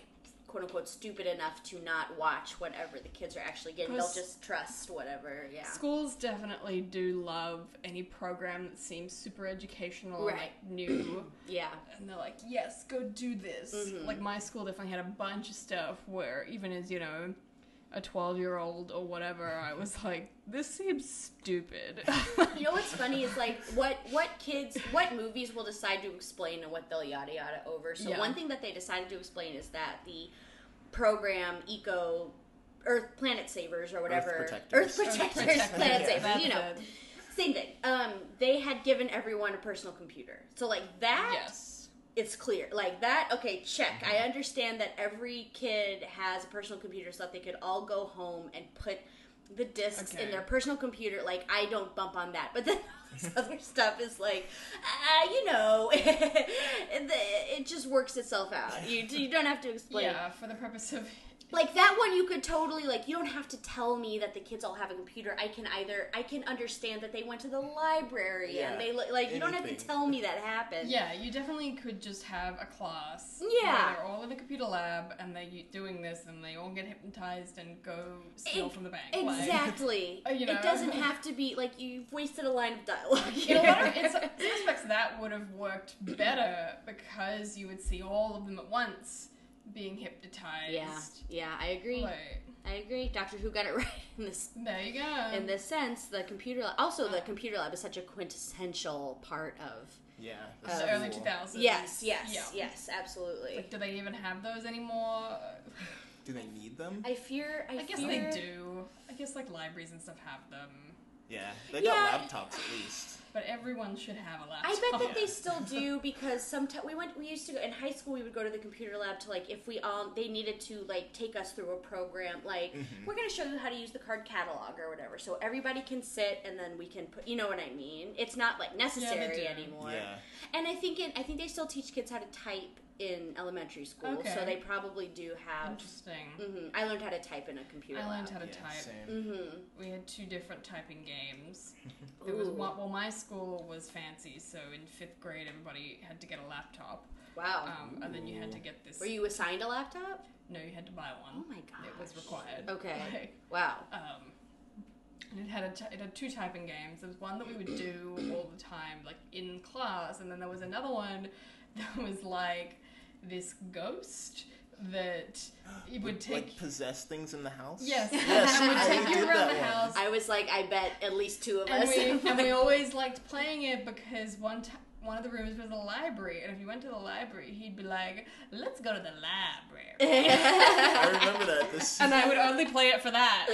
[SPEAKER 3] quote unquote, stupid enough to not watch whatever the kids are actually getting. They'll
[SPEAKER 2] 'Cause-
[SPEAKER 3] just trust whatever. Yeah.
[SPEAKER 2] Schools definitely do love any program that seems super educational, and,
[SPEAKER 3] Right.
[SPEAKER 2] like new,
[SPEAKER 3] Yeah.
[SPEAKER 2] and they're like, "Yes, go do this."
[SPEAKER 3] Mm-hmm.
[SPEAKER 2] Like my school definitely had a bunch of stuff where even as you know, a twelve-year-old or whatever, I was like, "This seems stupid."
[SPEAKER 3] You know what's funny is like what what kids what movies will decide to explain and what they'll yada yada over. So
[SPEAKER 2] Yeah.
[SPEAKER 3] one thing that they decided to explain is that the program eco Earth Planet Savers or whatever
[SPEAKER 4] Protectors.
[SPEAKER 3] Earth
[SPEAKER 4] Earth
[SPEAKER 3] Protectors
[SPEAKER 2] Protectors,
[SPEAKER 3] Planet
[SPEAKER 4] yeah.
[SPEAKER 3] Savers, you know.
[SPEAKER 2] That's it.
[SPEAKER 3] Same thing. Um, they had given everyone a personal computer. So like that
[SPEAKER 2] yes.
[SPEAKER 3] it's clear. Like that, okay, check. I understand that every kid has a personal computer so that they could all go home and put the discs in
[SPEAKER 2] Okay.
[SPEAKER 3] their personal computer. Like, I don't bump on that. But then all this other stuff is like, uh, you know, it, it just works itself out. You, you don't have to explain.
[SPEAKER 2] yeah, for the purpose of
[SPEAKER 3] Like, that one you could totally, like, you don't have to tell me that the kids all have a computer. I can either, I can understand that they went to the library
[SPEAKER 4] Yeah,
[SPEAKER 3] and they, li- like, you don't have to
[SPEAKER 4] anything.
[SPEAKER 3] tell me that happened.
[SPEAKER 2] Yeah, you definitely could just have a class.
[SPEAKER 3] Yeah.
[SPEAKER 2] Where they're all in a computer lab and they're u- doing this and they all get hypnotized and go steal
[SPEAKER 3] Ex-
[SPEAKER 2] from the bank. like-
[SPEAKER 3] Exactly.
[SPEAKER 2] you know.
[SPEAKER 3] It doesn't have to be like you've wasted a line of dialogue.
[SPEAKER 2] in a lot of in some some respects, that would have worked better because you would see all of them at once being hypnotized.
[SPEAKER 3] yeah, yeah, I agree.
[SPEAKER 2] Like,
[SPEAKER 3] I agree. Doctor Who got it right in this
[SPEAKER 2] there you go.
[SPEAKER 3] in this sense. The computer lab, also
[SPEAKER 2] uh,
[SPEAKER 3] the computer lab is such a quintessential part of.
[SPEAKER 4] Yeah.
[SPEAKER 2] It's
[SPEAKER 4] this
[SPEAKER 2] the
[SPEAKER 4] is
[SPEAKER 2] early
[SPEAKER 4] cool.
[SPEAKER 2] two thousands.
[SPEAKER 3] Yes, yes, yes, absolutely.
[SPEAKER 2] Like, do they even have those anymore?
[SPEAKER 4] Do they need them?
[SPEAKER 3] I fear. I,
[SPEAKER 2] I guess
[SPEAKER 3] fear,
[SPEAKER 2] they do. I guess like libraries and stuff have them,
[SPEAKER 4] Yeah. They
[SPEAKER 3] Yeah.
[SPEAKER 4] got laptops at least.
[SPEAKER 2] but everyone should have a laptop.
[SPEAKER 3] I bet that
[SPEAKER 4] Yeah.
[SPEAKER 3] they still do because sometimes we went. We used to go in high school. We would go to the computer lab to like if we all they needed to like take us through a program. Like
[SPEAKER 2] Mm-hmm.
[SPEAKER 3] we're going to show you how to use the card catalog or whatever. So everybody can sit and then we can put. You know what I mean? It's not like necessary
[SPEAKER 2] do.
[SPEAKER 3] anymore.
[SPEAKER 4] Yeah.
[SPEAKER 3] And I think in, I think they still teach kids how to type in elementary school. So
[SPEAKER 2] Okay.
[SPEAKER 3] they probably do have.
[SPEAKER 2] Interesting.
[SPEAKER 3] hmm I learned how to type in a computer
[SPEAKER 2] I learned
[SPEAKER 3] lab.
[SPEAKER 2] how to
[SPEAKER 4] yeah,
[SPEAKER 2] type.
[SPEAKER 4] Same.
[SPEAKER 3] Mm-hmm.
[SPEAKER 2] We had two different typing games. There was
[SPEAKER 3] Ooh.
[SPEAKER 2] one, well, my school was fancy, so in fifth grade everybody had to get a laptop,
[SPEAKER 3] Wow.
[SPEAKER 2] um, and then you had to get this.
[SPEAKER 3] Oh. Were you assigned a laptop?
[SPEAKER 2] no, you had to buy
[SPEAKER 3] Oh
[SPEAKER 2] one.
[SPEAKER 3] my god.
[SPEAKER 2] it was required.
[SPEAKER 3] Okay.
[SPEAKER 2] Like,
[SPEAKER 3] Wow.
[SPEAKER 2] um, and it had a t- it had two typing games. There was one that we would do all the time, like in class, and then there was another one that was like this ghost that it would take.
[SPEAKER 4] Like possess things in the house.
[SPEAKER 2] Yes, it
[SPEAKER 4] Yes. I
[SPEAKER 2] would take you
[SPEAKER 4] did
[SPEAKER 2] around
[SPEAKER 4] that
[SPEAKER 2] the
[SPEAKER 4] one.
[SPEAKER 2] house.
[SPEAKER 3] I was like, I bet at least two of
[SPEAKER 2] and
[SPEAKER 3] us.
[SPEAKER 2] we and we always liked playing it because one t- one of the rooms was a library, and if you went to the library, he'd be like, "Let's go to the library,"
[SPEAKER 4] I remember that. This
[SPEAKER 2] and I would only play it for that.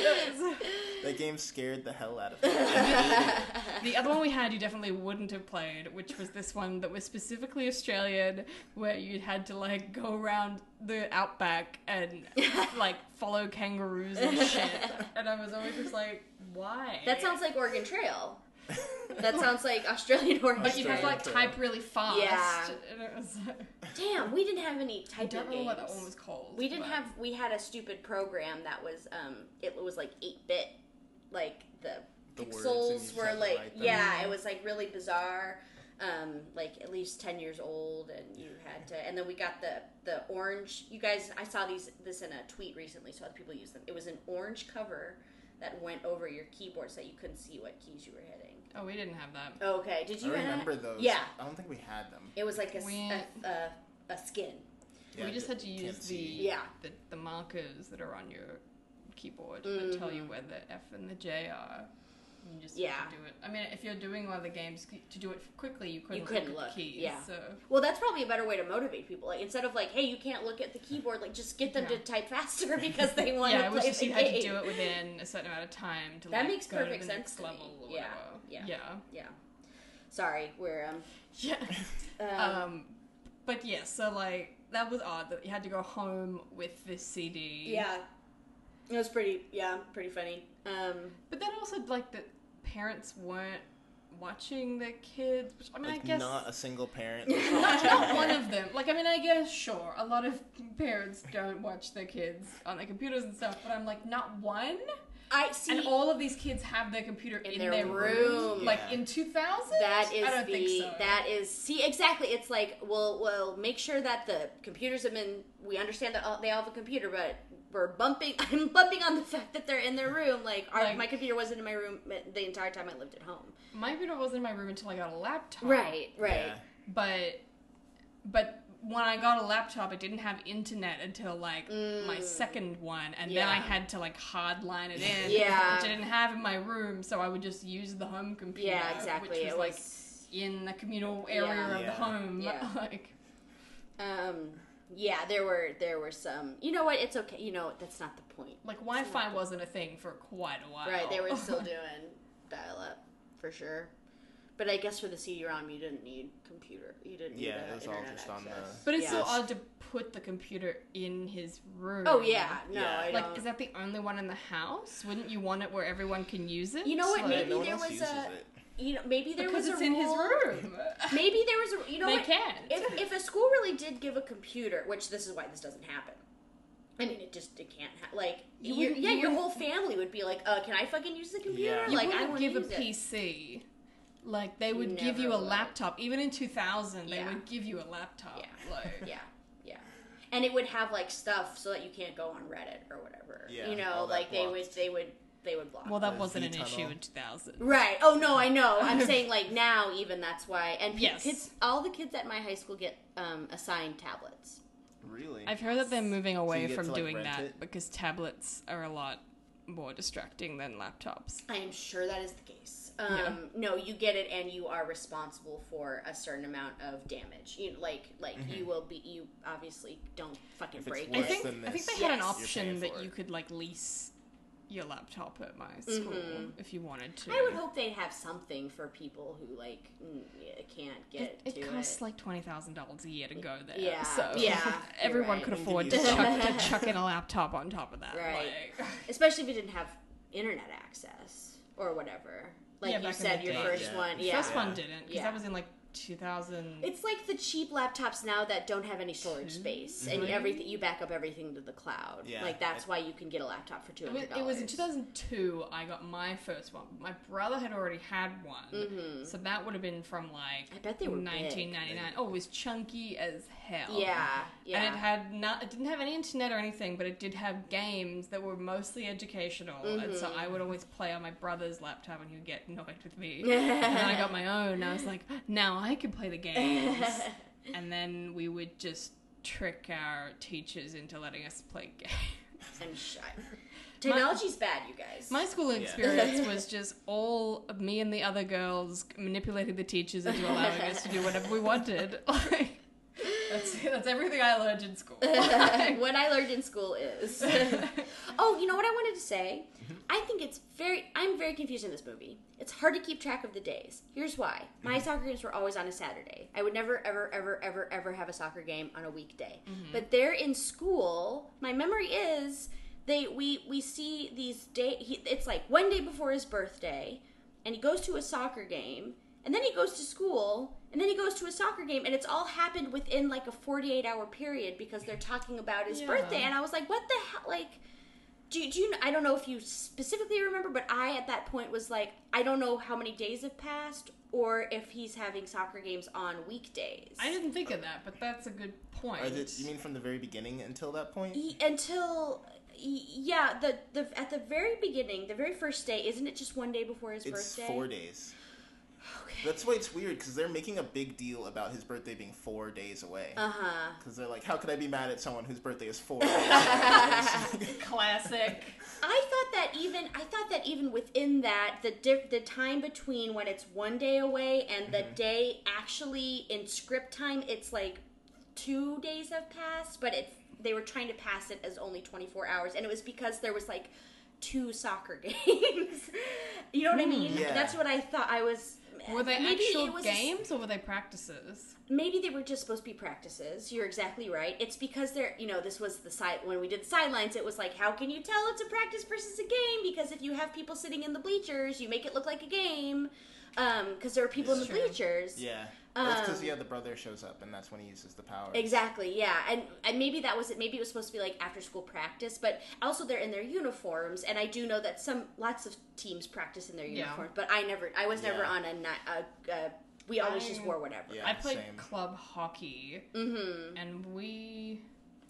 [SPEAKER 4] that game scared the hell out of me. I hated it.
[SPEAKER 2] the other one we had, you definitely wouldn't have played, which was this one that was specifically Australian, where you had to like go around the outback and like follow kangaroos and shit. And I was always just like, "Why?"
[SPEAKER 3] that sounds like Oregon Trail. That sounds like Australian Oregon
[SPEAKER 2] But you'd have to like
[SPEAKER 4] Australian.
[SPEAKER 2] type really fast.
[SPEAKER 3] Yeah.
[SPEAKER 2] And it was like,
[SPEAKER 3] Damn, we didn't have any
[SPEAKER 2] I
[SPEAKER 3] type
[SPEAKER 2] don't
[SPEAKER 3] of
[SPEAKER 2] remember
[SPEAKER 3] games.
[SPEAKER 2] what that one was called.
[SPEAKER 3] we didn't
[SPEAKER 2] but-
[SPEAKER 3] have. We had a stupid program that was. Um, it was like eight bit, like the,
[SPEAKER 4] The words and you
[SPEAKER 3] pixels
[SPEAKER 4] just
[SPEAKER 3] were
[SPEAKER 4] had to
[SPEAKER 3] like
[SPEAKER 4] write them.
[SPEAKER 3] yeah, it was like really bizarre. Um, like at least ten years old, and you had to. And then we got the the orange. You guys, I saw these this in a tweet recently. So other people use them. It was an orange cover that went over your keyboard so that you couldn't see what keys you were hitting.
[SPEAKER 2] Oh, we didn't have that.
[SPEAKER 3] Okay, did you
[SPEAKER 4] I
[SPEAKER 3] have-
[SPEAKER 4] remember those.
[SPEAKER 3] Yeah,
[SPEAKER 4] I don't think we had them.
[SPEAKER 3] it was like a s-
[SPEAKER 2] We-
[SPEAKER 3] a- a- a skin.
[SPEAKER 4] Yeah,
[SPEAKER 2] we just had to
[SPEAKER 4] can't
[SPEAKER 2] use the,
[SPEAKER 4] see.
[SPEAKER 3] Yeah.
[SPEAKER 2] the the markers that are on your keyboard that tell you where the F and the J are. You just
[SPEAKER 3] Mm-hmm. Yeah.
[SPEAKER 2] have to do it. I mean, if you're doing one of the games c- to do it quickly, you couldn't,
[SPEAKER 3] couldn't
[SPEAKER 2] look,
[SPEAKER 3] look,
[SPEAKER 2] at the keys.
[SPEAKER 3] yeah.
[SPEAKER 2] So
[SPEAKER 3] Well, that's probably a better way to motivate people. Like instead of like, "Hey, you can't look at the keyboard," like just get them to
[SPEAKER 2] Yeah.
[SPEAKER 3] type faster because they want
[SPEAKER 2] yeah,
[SPEAKER 3] to
[SPEAKER 2] it was
[SPEAKER 3] play
[SPEAKER 2] just
[SPEAKER 3] the
[SPEAKER 2] you had
[SPEAKER 3] game.
[SPEAKER 2] to do it within a certain amount of time to
[SPEAKER 3] That
[SPEAKER 2] like,
[SPEAKER 3] makes
[SPEAKER 2] go to
[SPEAKER 3] perfect
[SPEAKER 2] the
[SPEAKER 3] sense
[SPEAKER 2] next
[SPEAKER 3] to me.
[SPEAKER 2] level. Or
[SPEAKER 3] Yeah,
[SPEAKER 2] whatever.
[SPEAKER 3] yeah.
[SPEAKER 2] yeah,
[SPEAKER 3] Yeah. Sorry, we're um.
[SPEAKER 2] yeah.
[SPEAKER 3] um,
[SPEAKER 2] um, but yeah, so like that was odd that you had to go home with this CD.
[SPEAKER 3] yeah. It was pretty, yeah, pretty funny. Um,
[SPEAKER 2] But then also like the parents weren't watching their kids. Which, I mean,
[SPEAKER 4] Like
[SPEAKER 2] I guess
[SPEAKER 4] not a single parent. that's
[SPEAKER 2] not,
[SPEAKER 4] watching
[SPEAKER 2] not
[SPEAKER 4] it.
[SPEAKER 2] one of them. Like, I mean, I guess sure, a lot of parents don't watch their kids on their computers and stuff, but I'm like, not one.
[SPEAKER 3] I see.
[SPEAKER 2] And all of these kids have their computer in,
[SPEAKER 3] their
[SPEAKER 2] their,
[SPEAKER 3] room.
[SPEAKER 2] room. Like
[SPEAKER 4] Yeah.
[SPEAKER 2] in 2000?
[SPEAKER 3] That is
[SPEAKER 2] I don't
[SPEAKER 3] the
[SPEAKER 2] think so.
[SPEAKER 3] that is see exactly. It's like we'll we'll make sure that the computers have been. We understand that all, they all have a computer, but we're bumping. I'm bumping on the fact that they're in their room. Like, our,
[SPEAKER 2] Like-
[SPEAKER 3] my computer wasn't in my room uh, the entire time I lived at home.
[SPEAKER 2] My computer wasn't in my room until I got a laptop.
[SPEAKER 3] Right, right.
[SPEAKER 4] Yeah.
[SPEAKER 2] But but when I got a laptop, it didn't have internet until like my second one, and then I
[SPEAKER 3] Mm. Yeah.
[SPEAKER 2] had to like hardline it in,
[SPEAKER 3] Yeah.
[SPEAKER 2] which I didn't have in my room, so I would just use the home computer.
[SPEAKER 3] Yeah, exactly.
[SPEAKER 2] Which was,
[SPEAKER 3] it
[SPEAKER 2] like
[SPEAKER 3] was.
[SPEAKER 2] in the communal area
[SPEAKER 3] Yeah.
[SPEAKER 2] of
[SPEAKER 4] Yeah.
[SPEAKER 2] the home.
[SPEAKER 3] Yeah.
[SPEAKER 2] like
[SPEAKER 3] Um, yeah, there were there were some. You know what? It's okay. You know that's not the point.
[SPEAKER 2] like Wi-Fi wasn't a thing for quite a while.
[SPEAKER 3] Right? They were still doing dial up for sure. But I guess for the CD-ROM, you didn't need computer. You didn't. need
[SPEAKER 4] Yeah,
[SPEAKER 3] uh,
[SPEAKER 4] it was all
[SPEAKER 3] internet
[SPEAKER 4] just on
[SPEAKER 3] access.
[SPEAKER 4] the-
[SPEAKER 2] But it's so
[SPEAKER 3] Yeah.
[SPEAKER 2] odd to put the computer in his room.
[SPEAKER 3] Oh yeah, no,
[SPEAKER 4] Yeah.
[SPEAKER 3] I
[SPEAKER 2] Like,
[SPEAKER 3] don't.
[SPEAKER 2] is that the only one in the house? Wouldn't you want it where everyone can use it?
[SPEAKER 3] You know what,
[SPEAKER 4] Yeah,
[SPEAKER 2] Like,
[SPEAKER 3] maybe
[SPEAKER 4] no one
[SPEAKER 3] there
[SPEAKER 4] else
[SPEAKER 3] was
[SPEAKER 4] uses
[SPEAKER 3] a-
[SPEAKER 4] it.
[SPEAKER 3] you know, maybe there
[SPEAKER 2] because
[SPEAKER 3] was
[SPEAKER 2] it's
[SPEAKER 3] a
[SPEAKER 2] in
[SPEAKER 3] rule.
[SPEAKER 2] his room.
[SPEAKER 3] Maybe there was a. You know
[SPEAKER 2] they
[SPEAKER 3] what?
[SPEAKER 2] can't.
[SPEAKER 3] If if a school really did give a computer, which this is why this doesn't happen. I mean, it just it can't ha- like
[SPEAKER 2] You
[SPEAKER 3] your,
[SPEAKER 2] wouldn't-
[SPEAKER 3] yeah,
[SPEAKER 2] you
[SPEAKER 3] your
[SPEAKER 2] wouldn't-
[SPEAKER 3] whole family would be like, uh, can I fucking use the computer?
[SPEAKER 4] Yeah.
[SPEAKER 2] you
[SPEAKER 3] Like I
[SPEAKER 2] wouldn't
[SPEAKER 3] want
[SPEAKER 2] give
[SPEAKER 3] to
[SPEAKER 2] a
[SPEAKER 3] use it.
[SPEAKER 2] PC. Like they would
[SPEAKER 3] You
[SPEAKER 2] give you
[SPEAKER 3] never
[SPEAKER 2] a
[SPEAKER 3] would.
[SPEAKER 2] laptop. Even in 2000, they
[SPEAKER 3] Yeah.
[SPEAKER 2] would give you a laptop.
[SPEAKER 3] Yeah.
[SPEAKER 2] Like,
[SPEAKER 3] Yeah, yeah. And it would have like stuff so that you can't go on Reddit or whatever.
[SPEAKER 4] Yeah,
[SPEAKER 3] you know,
[SPEAKER 4] all that
[SPEAKER 3] like they would
[SPEAKER 4] blocked.
[SPEAKER 3] they would they would block.
[SPEAKER 2] Well, that
[SPEAKER 4] The
[SPEAKER 2] wasn't an
[SPEAKER 4] V-tunnel.
[SPEAKER 2] issue in 2000.
[SPEAKER 3] Right. Oh no, I know. I'm saying like now, even that's why. And pe-
[SPEAKER 2] Yes.
[SPEAKER 3] kids, all the kids at my high school get um, assigned tablets.
[SPEAKER 4] Really?
[SPEAKER 2] I've heard that they're moving away
[SPEAKER 4] get
[SPEAKER 2] from
[SPEAKER 4] to, like,
[SPEAKER 2] doing
[SPEAKER 4] rent
[SPEAKER 2] that
[SPEAKER 4] it?
[SPEAKER 2] because tablets are a lot more distracting than laptops.
[SPEAKER 3] I am sure that is the case. Um, No, you get it, and you are responsible for a certain amount of damage. You like, like
[SPEAKER 2] Mm-hmm.
[SPEAKER 3] you will be. You obviously don't fucking
[SPEAKER 4] If it's
[SPEAKER 3] break.
[SPEAKER 2] I
[SPEAKER 4] worse
[SPEAKER 3] it.
[SPEAKER 2] think
[SPEAKER 4] than
[SPEAKER 2] I think
[SPEAKER 4] this,
[SPEAKER 2] they had an
[SPEAKER 3] yes.
[SPEAKER 4] you're
[SPEAKER 2] option
[SPEAKER 4] paying for
[SPEAKER 2] that
[SPEAKER 4] it.
[SPEAKER 2] you could like lease your laptop at my school
[SPEAKER 3] Mm-hmm.
[SPEAKER 2] if you wanted to.
[SPEAKER 3] I would hope they have something for people who like n- yeah, can't
[SPEAKER 2] It,
[SPEAKER 3] get
[SPEAKER 2] it
[SPEAKER 3] to
[SPEAKER 2] costs
[SPEAKER 3] it.
[SPEAKER 2] like twenty thousand dollars a year to go there.
[SPEAKER 3] Yeah,
[SPEAKER 2] so
[SPEAKER 3] yeah, you're
[SPEAKER 2] everyone
[SPEAKER 3] right.
[SPEAKER 2] could
[SPEAKER 4] Can
[SPEAKER 2] afford to
[SPEAKER 4] give you
[SPEAKER 2] chuck,
[SPEAKER 3] something.
[SPEAKER 2] to chuck in a laptop on top of that.
[SPEAKER 3] Right.
[SPEAKER 2] like-
[SPEAKER 3] especially if you didn't have internet access or whatever. Like
[SPEAKER 2] Yeah,
[SPEAKER 3] you
[SPEAKER 2] back in
[SPEAKER 3] said,
[SPEAKER 2] the
[SPEAKER 3] your
[SPEAKER 2] day.
[SPEAKER 3] first
[SPEAKER 4] Yeah.
[SPEAKER 3] one,
[SPEAKER 4] First
[SPEAKER 3] yeah.
[SPEAKER 2] First one didn't because
[SPEAKER 3] Yeah.
[SPEAKER 2] that was in like two thousand.
[SPEAKER 3] It's like the cheap laptops now that don't have any storage space, and
[SPEAKER 2] Right.
[SPEAKER 3] everything you back up everything to the cloud.
[SPEAKER 4] Yeah.
[SPEAKER 3] Like that's why you can get a laptop for two
[SPEAKER 2] It was,
[SPEAKER 3] hundred dollars.
[SPEAKER 2] it was in 2002 I got my first one. My brother had already had one. So that would have been from like
[SPEAKER 3] Mm-hmm. I bet they were big.
[SPEAKER 2] 1999. Oh, it was chunky as hell.
[SPEAKER 3] Yeah, yeah.
[SPEAKER 2] And it had not it didn't have any internet or anything, but it did have games that were mostly educational. And so I would always play on my brother's laptop and he would get annoyed with me. and then I got my own and I was like, now I can play the games. and then we would just trick our teachers into letting us play games.
[SPEAKER 3] I'm shy. Technology's bad, you guys.
[SPEAKER 2] My school experience was just all of me and the other girls manipulating the teachers into allowing us to do whatever we wanted. Like, that's that's everything I learned in school.
[SPEAKER 3] what I learned in school is. oh, you know what I wanted to say? I think it's very. I'm very confused in this movie. It's hard to keep track of the days. Here's why. My soccer games were always on a Saturday. I would never, ever, ever, ever, ever have a soccer game on a weekday. But they're in school. My memory is they we we see these day. He, it's like one day before his birthday, and he goes to a soccer game. And then he goes to school, and then he goes to a soccer game, and it's all happened within like a 48 hour period because they're talking about his
[SPEAKER 2] Yeah.
[SPEAKER 3] birthday. And I was like, what the hell? Like, do, do you? I don't know if you specifically remember, but I at that point was like, I don't know how many days have passed, or if he's having soccer games on weekdays.
[SPEAKER 2] I didn't think of that, but that's a good point.
[SPEAKER 4] Or did, you mean from the very beginning until that point?
[SPEAKER 3] He- until yeah, the the at the very beginning, the very first day, isn't it just one day before his
[SPEAKER 4] It's
[SPEAKER 3] birthday?
[SPEAKER 4] four days.
[SPEAKER 3] Okay.
[SPEAKER 4] That's why it's weird because they're making a big deal about his birthday being four days away.
[SPEAKER 3] Uh huh.
[SPEAKER 4] Because they're like, how could I be mad at someone whose birthday is four days away?
[SPEAKER 2] Classic.
[SPEAKER 3] I thought that even I thought that even within that the diff, the time between when it's one day away and the day actually in script time it's like two days have passed, but it they were trying to pass it as only twenty four hours, and it was because there was like two soccer games. you know what I mean?
[SPEAKER 4] Yeah.
[SPEAKER 3] That's what I thought. I was.
[SPEAKER 2] Were they
[SPEAKER 3] maybe it
[SPEAKER 2] actual
[SPEAKER 3] was a s-
[SPEAKER 2] games or were they practices?
[SPEAKER 3] maybe they were just supposed to be practices. You're exactly right. It's because they're, you know, this was the side when we did sidelines. It was like, how can you tell it's a practice versus a game? Because if you have people sitting in the bleachers, you make it look like a game. because there were people in the
[SPEAKER 2] That's true.
[SPEAKER 3] bleachers.
[SPEAKER 4] Yeah. That's because
[SPEAKER 3] Um,
[SPEAKER 4] yeah, the brother shows up and that's when he uses the power.
[SPEAKER 3] Exactly, yeah, and and maybe that was it. Maybe it was supposed to be like after school practice, but also they're in their uniforms, and I do know that some lots of teams practice in their
[SPEAKER 2] Yeah.
[SPEAKER 3] uniforms, but I never, I was never
[SPEAKER 4] Yeah.
[SPEAKER 3] on a, ni- a, a we always just
[SPEAKER 2] I-
[SPEAKER 3] wore whatever.
[SPEAKER 4] Yeah,
[SPEAKER 2] I played
[SPEAKER 4] Ah, same.
[SPEAKER 2] club hockey,
[SPEAKER 3] hmm
[SPEAKER 2] and we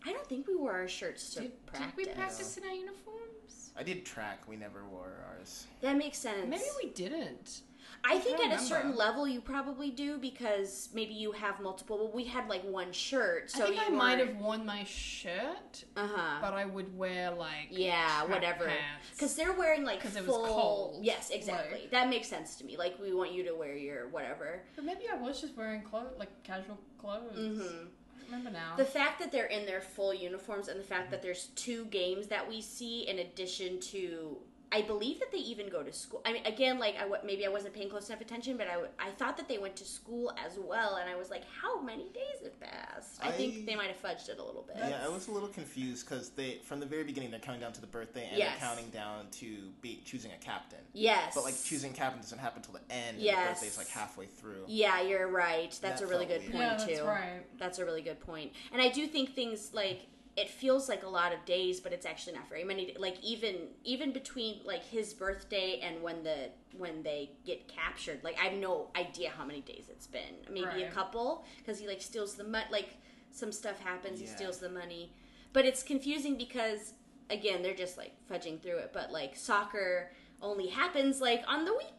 [SPEAKER 3] I don't think we wore our shirts to
[SPEAKER 2] did, did
[SPEAKER 3] practice.
[SPEAKER 2] we practice in our uniforms?
[SPEAKER 4] I did track. We never wore ours.
[SPEAKER 3] That makes sense.
[SPEAKER 2] Maybe we didn't.
[SPEAKER 3] I think
[SPEAKER 2] don't
[SPEAKER 3] at a certain
[SPEAKER 2] remember.
[SPEAKER 3] level you probably do because maybe you have multiple. Well, we had like one shirt, so
[SPEAKER 2] I think
[SPEAKER 3] you
[SPEAKER 2] I might have worn my shirt,
[SPEAKER 3] Uh huh.
[SPEAKER 2] but I would wear like
[SPEAKER 3] Yeah,
[SPEAKER 2] track
[SPEAKER 3] whatever.
[SPEAKER 2] pants.
[SPEAKER 3] Because they're wearing like
[SPEAKER 2] 'Cause
[SPEAKER 3] full.
[SPEAKER 2] it was cold,
[SPEAKER 3] Yes, exactly.
[SPEAKER 2] like-
[SPEAKER 3] that makes sense to me. Like we want you to wear your whatever.
[SPEAKER 2] But maybe I was just wearing clothes, like casual clothes.
[SPEAKER 3] Mhm.
[SPEAKER 2] I don't remember now.
[SPEAKER 3] The fact that they're in their full uniforms and the fact that there's two games that we see in addition to. I believe that they even go to school. I mean, again, like I w- maybe I wasn't paying close enough attention, but I, w- I thought that they went to school as well, and I was like, how many days have passed? I,
[SPEAKER 4] I-
[SPEAKER 3] think they might have fudged it a little bit.
[SPEAKER 4] Yeah, I was a little confused because they from the very beginning they're counting down to the birthday and
[SPEAKER 3] Yes.
[SPEAKER 4] they're counting down to be choosing a captain.
[SPEAKER 3] Yes,
[SPEAKER 4] But like choosing captain doesn't happen till the end. And the
[SPEAKER 3] Yes.
[SPEAKER 4] birthday's like halfway through.
[SPEAKER 3] Yeah, you're right. That's
[SPEAKER 4] That
[SPEAKER 3] a really
[SPEAKER 4] felt
[SPEAKER 3] good
[SPEAKER 4] weird.
[SPEAKER 3] point
[SPEAKER 2] yeah,
[SPEAKER 3] too.
[SPEAKER 2] that's right.
[SPEAKER 3] That's a really good point. And I do think things like it feels like a lot of days, but it's actually not very many. Like even even between like his birthday and when the when they get captured, like I have no idea how many days it's been. Maybe a
[SPEAKER 2] Right.
[SPEAKER 3] couple because he like steals the money. Like some stuff happens, he
[SPEAKER 4] Yeah.
[SPEAKER 3] steals the money. But it's confusing because again, they're just like fudging through it. But like soccer only happens like on the week.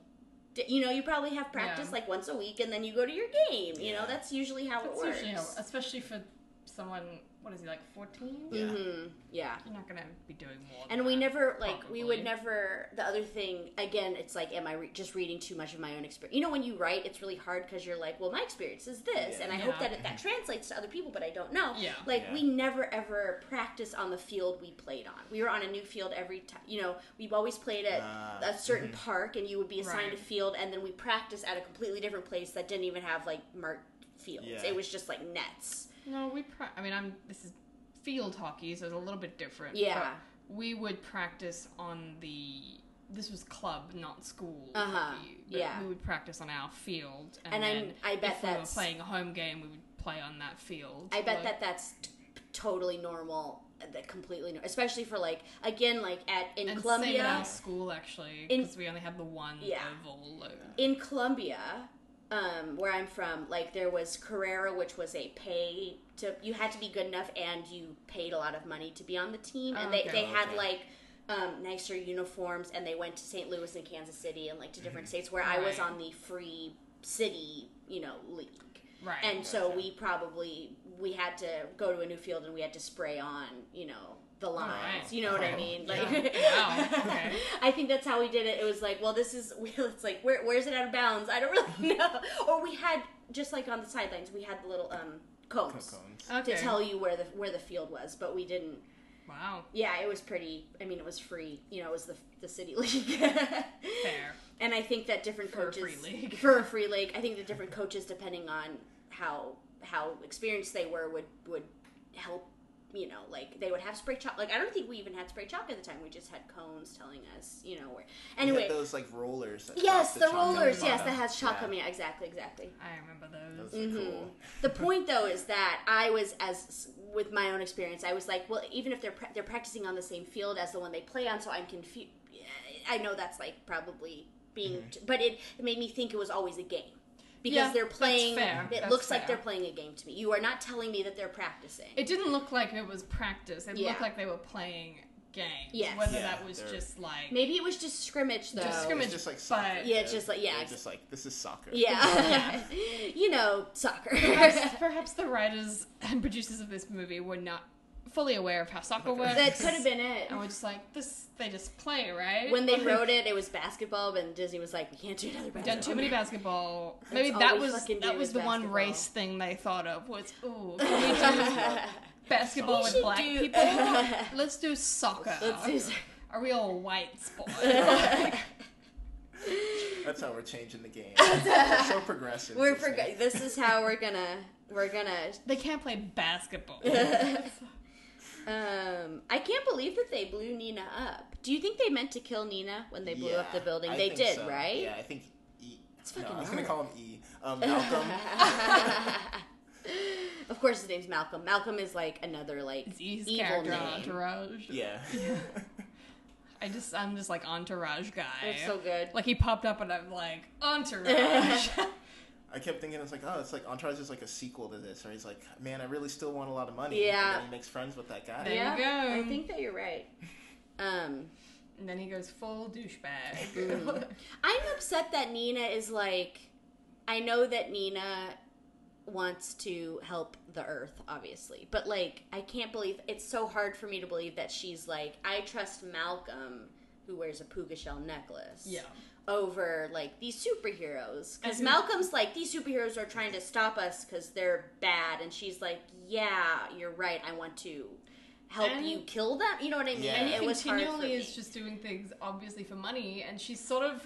[SPEAKER 3] You know, you probably have practice
[SPEAKER 2] Yeah.
[SPEAKER 3] like once a week, and then you go to your game. You know,
[SPEAKER 4] Yeah.
[SPEAKER 3] that's usually how it
[SPEAKER 2] That's
[SPEAKER 3] works.
[SPEAKER 2] usually how, especially for someone. What is he like? Fourteen?
[SPEAKER 4] Yeah.
[SPEAKER 3] Mhm, yeah.
[SPEAKER 2] You're not gonna be doing more.
[SPEAKER 3] And
[SPEAKER 2] than
[SPEAKER 3] we
[SPEAKER 2] that,
[SPEAKER 3] never like we would
[SPEAKER 2] probably.
[SPEAKER 3] never. The other thing again, it's like, am I re- just reading too much of my own experience? You know, when you write, it's really hard because you're like, well, my experience is this,
[SPEAKER 4] Yeah.
[SPEAKER 3] and I hope
[SPEAKER 2] Yeah.
[SPEAKER 3] that it, that translates to other people, but I don't know.
[SPEAKER 2] Yeah.
[SPEAKER 3] Like
[SPEAKER 4] Yeah.
[SPEAKER 3] we never ever practiced on the field we played on. We were on a new field every time. You know, we've always played at
[SPEAKER 4] Ah,
[SPEAKER 3] a certain park, and you would be assigned a
[SPEAKER 2] Right.
[SPEAKER 3] field, and then we practiced at a completely different place that didn't even have like marked fields.
[SPEAKER 4] Yeah.
[SPEAKER 3] It was just like nets.
[SPEAKER 2] No, we. Pra- I mean, I'm. This is field hockey, so it's a little bit different.
[SPEAKER 3] Yeah.
[SPEAKER 2] but we would practice on the. This was club, not school.
[SPEAKER 3] Uh-huh,
[SPEAKER 2] hockey, but
[SPEAKER 3] yeah.
[SPEAKER 2] We would practice on our field, and,
[SPEAKER 3] And I'm-
[SPEAKER 2] then
[SPEAKER 3] I bet
[SPEAKER 2] if we were
[SPEAKER 3] that's-
[SPEAKER 2] playing a home game, we would play on that field.
[SPEAKER 3] I
[SPEAKER 2] Like,
[SPEAKER 3] bet that that's t- totally normal. uh, That completely, nor- especially for like again, like at
[SPEAKER 2] And
[SPEAKER 3] in
[SPEAKER 2] same at
[SPEAKER 3] Colombia,
[SPEAKER 2] our school actually,
[SPEAKER 3] In-
[SPEAKER 2] because we only had the one
[SPEAKER 3] Yeah.
[SPEAKER 2] oval. uh, Like,
[SPEAKER 3] in Colombia, um, where I'm from, like there was Carrera, which was a pay to you had to be good enough, and you paid a lot of money to be on the team, and they
[SPEAKER 2] Okay.
[SPEAKER 3] they had
[SPEAKER 4] Okay.
[SPEAKER 3] like. Um, nicer uniforms, and they went to St. Louis and Kansas City and like to different states where I was
[SPEAKER 2] Mm-hmm. Right.
[SPEAKER 3] on the free city, you know, league.
[SPEAKER 2] Right.
[SPEAKER 3] and so
[SPEAKER 4] Gotcha.
[SPEAKER 3] we probably we had to go to a new field and we had to spray on you know the lines
[SPEAKER 2] right.
[SPEAKER 3] you know what i
[SPEAKER 4] Wow.
[SPEAKER 3] mean
[SPEAKER 2] Yeah.
[SPEAKER 3] like
[SPEAKER 2] Wow, okay.
[SPEAKER 3] i think that's how we did it it was like well this is it's like where, where is it out of bounds i don't really know or we had just like on the sidelines we had the little um cones
[SPEAKER 4] Cocones.
[SPEAKER 2] okay.
[SPEAKER 3] to tell you where the where the field was but we didn't
[SPEAKER 2] wow.
[SPEAKER 3] yeah it was pretty i mean it was free you know it was the, the city league
[SPEAKER 2] Fair.
[SPEAKER 3] and I think that different
[SPEAKER 2] For a
[SPEAKER 3] coaches
[SPEAKER 2] free league.
[SPEAKER 3] for a free league, I think the different coaches, depending on how how experienced they were, would would help. You know, like they would have spray chalk. Like I don't think we even had spray chalk at the time. We just had cones telling us, you know, where.
[SPEAKER 4] You
[SPEAKER 3] Anyway,
[SPEAKER 4] had those like rollers. that
[SPEAKER 3] yes,
[SPEAKER 4] dropped
[SPEAKER 3] the,
[SPEAKER 4] chalk on
[SPEAKER 3] rollers. Yes,
[SPEAKER 4] bottom.
[SPEAKER 3] that has chalk
[SPEAKER 4] Yeah,
[SPEAKER 3] coming. out. Mm-hmm. Exactly, exactly.
[SPEAKER 2] I remember those.
[SPEAKER 4] Those are cool.
[SPEAKER 3] The point though is that I was as with my own experience, I was like, well, even if they're pra- they're practicing on the same field as the one they play on, so I'm confused. I know that's like probably being, but it, it made me think it was always a game because
[SPEAKER 2] Yeah,
[SPEAKER 3] they're
[SPEAKER 2] that's
[SPEAKER 3] playing.
[SPEAKER 2] fair.
[SPEAKER 3] It
[SPEAKER 2] That's
[SPEAKER 3] looks like
[SPEAKER 2] fair.
[SPEAKER 3] they're playing a game to me. You are not telling me that they're practicing.
[SPEAKER 2] It didn't look like it was practice. It
[SPEAKER 3] Yeah.
[SPEAKER 2] looked like they were playing games.
[SPEAKER 3] Yes.
[SPEAKER 2] Whether
[SPEAKER 4] Yeah,
[SPEAKER 2] that was
[SPEAKER 4] they're-
[SPEAKER 2] just like
[SPEAKER 3] Maybe it was just scrimmage though.
[SPEAKER 2] Just
[SPEAKER 4] It's
[SPEAKER 2] scrimmage,
[SPEAKER 4] just like
[SPEAKER 2] but-
[SPEAKER 4] soccer.
[SPEAKER 2] Yeah,
[SPEAKER 3] it's just like- yeah,
[SPEAKER 4] They're
[SPEAKER 3] it's-
[SPEAKER 4] Just like this is soccer.
[SPEAKER 3] Yeah, you know, soccer.
[SPEAKER 2] perhaps, perhaps the writers and producers of this movie were not fully aware of how soccer works.
[SPEAKER 3] that could have been it.
[SPEAKER 2] And we're just like this. They just play right
[SPEAKER 3] When they
[SPEAKER 2] Like,
[SPEAKER 3] wrote it, it was basketball, and Disney was like, "We can't do another
[SPEAKER 2] we've
[SPEAKER 3] basketball."
[SPEAKER 2] Done too many basketball.
[SPEAKER 3] That's
[SPEAKER 2] Maybe
[SPEAKER 3] all
[SPEAKER 2] that
[SPEAKER 3] we
[SPEAKER 2] was
[SPEAKER 3] fucking do
[SPEAKER 2] that was
[SPEAKER 3] is
[SPEAKER 2] the one
[SPEAKER 3] basketball.
[SPEAKER 2] race thing they thought of was ooh, can we do basketball
[SPEAKER 3] We
[SPEAKER 2] with
[SPEAKER 3] should
[SPEAKER 2] black
[SPEAKER 3] do-
[SPEAKER 2] people? Let's do soccer.
[SPEAKER 3] Let's do soccer.
[SPEAKER 2] a real white sport.
[SPEAKER 4] That's how we're changing the game. We're so progressive.
[SPEAKER 3] We're
[SPEAKER 4] Disney.
[SPEAKER 3] forgo- This is how we're gonna. We're gonna.
[SPEAKER 2] they can't play basketball.
[SPEAKER 3] Um, I can't believe that they blew Nina up. Do you think they meant to kill Nina when they blew up
[SPEAKER 4] Yeah,
[SPEAKER 3] the building?
[SPEAKER 4] I
[SPEAKER 3] they
[SPEAKER 4] think
[SPEAKER 3] did,
[SPEAKER 4] so.
[SPEAKER 3] right?
[SPEAKER 4] Yeah, I think. he-
[SPEAKER 3] It's
[SPEAKER 4] No,
[SPEAKER 3] fucking
[SPEAKER 4] I was gonna
[SPEAKER 3] Malcolm.
[SPEAKER 4] call him E. Um, Malcolm.
[SPEAKER 3] of course, his name's Malcolm. Malcolm is like another like
[SPEAKER 2] Z's
[SPEAKER 3] evil
[SPEAKER 2] character
[SPEAKER 3] name.
[SPEAKER 2] entourage.
[SPEAKER 4] yeah.
[SPEAKER 2] I just I'm just like entourage guy.
[SPEAKER 3] That's so good.
[SPEAKER 2] Like he popped up and I'm like entourage.
[SPEAKER 4] I kept thinking it's like oh it's like Entourage is like a sequel to this, or he's like man I really still want a lot of money.
[SPEAKER 3] Yeah.
[SPEAKER 4] And then he makes friends with that guy.
[SPEAKER 2] There you
[SPEAKER 3] yeah,
[SPEAKER 2] go.
[SPEAKER 3] I think that you're right. Um,
[SPEAKER 2] and then he goes full douchebag.
[SPEAKER 3] I'm upset that Nina is like. I know that Nina wants to help the earth, obviously, but like, I can't believe it's so hard for me to believe that she's like, I trust Malcolm, who wears a puka shell necklace.
[SPEAKER 2] yeah. Mhm.
[SPEAKER 3] Over like these superheroes,
[SPEAKER 2] And
[SPEAKER 3] because
[SPEAKER 2] who-
[SPEAKER 3] Malcolm's like these superheroes are trying to stop us because they're bad, and she's like, "Yeah, you're right. I want to help
[SPEAKER 2] And-
[SPEAKER 3] you kill them." You know what I mean?
[SPEAKER 4] Yeah.
[SPEAKER 2] And
[SPEAKER 4] And
[SPEAKER 2] he
[SPEAKER 3] it was hard
[SPEAKER 2] continually
[SPEAKER 3] for me.
[SPEAKER 2] is just doing things obviously for money, and she sort of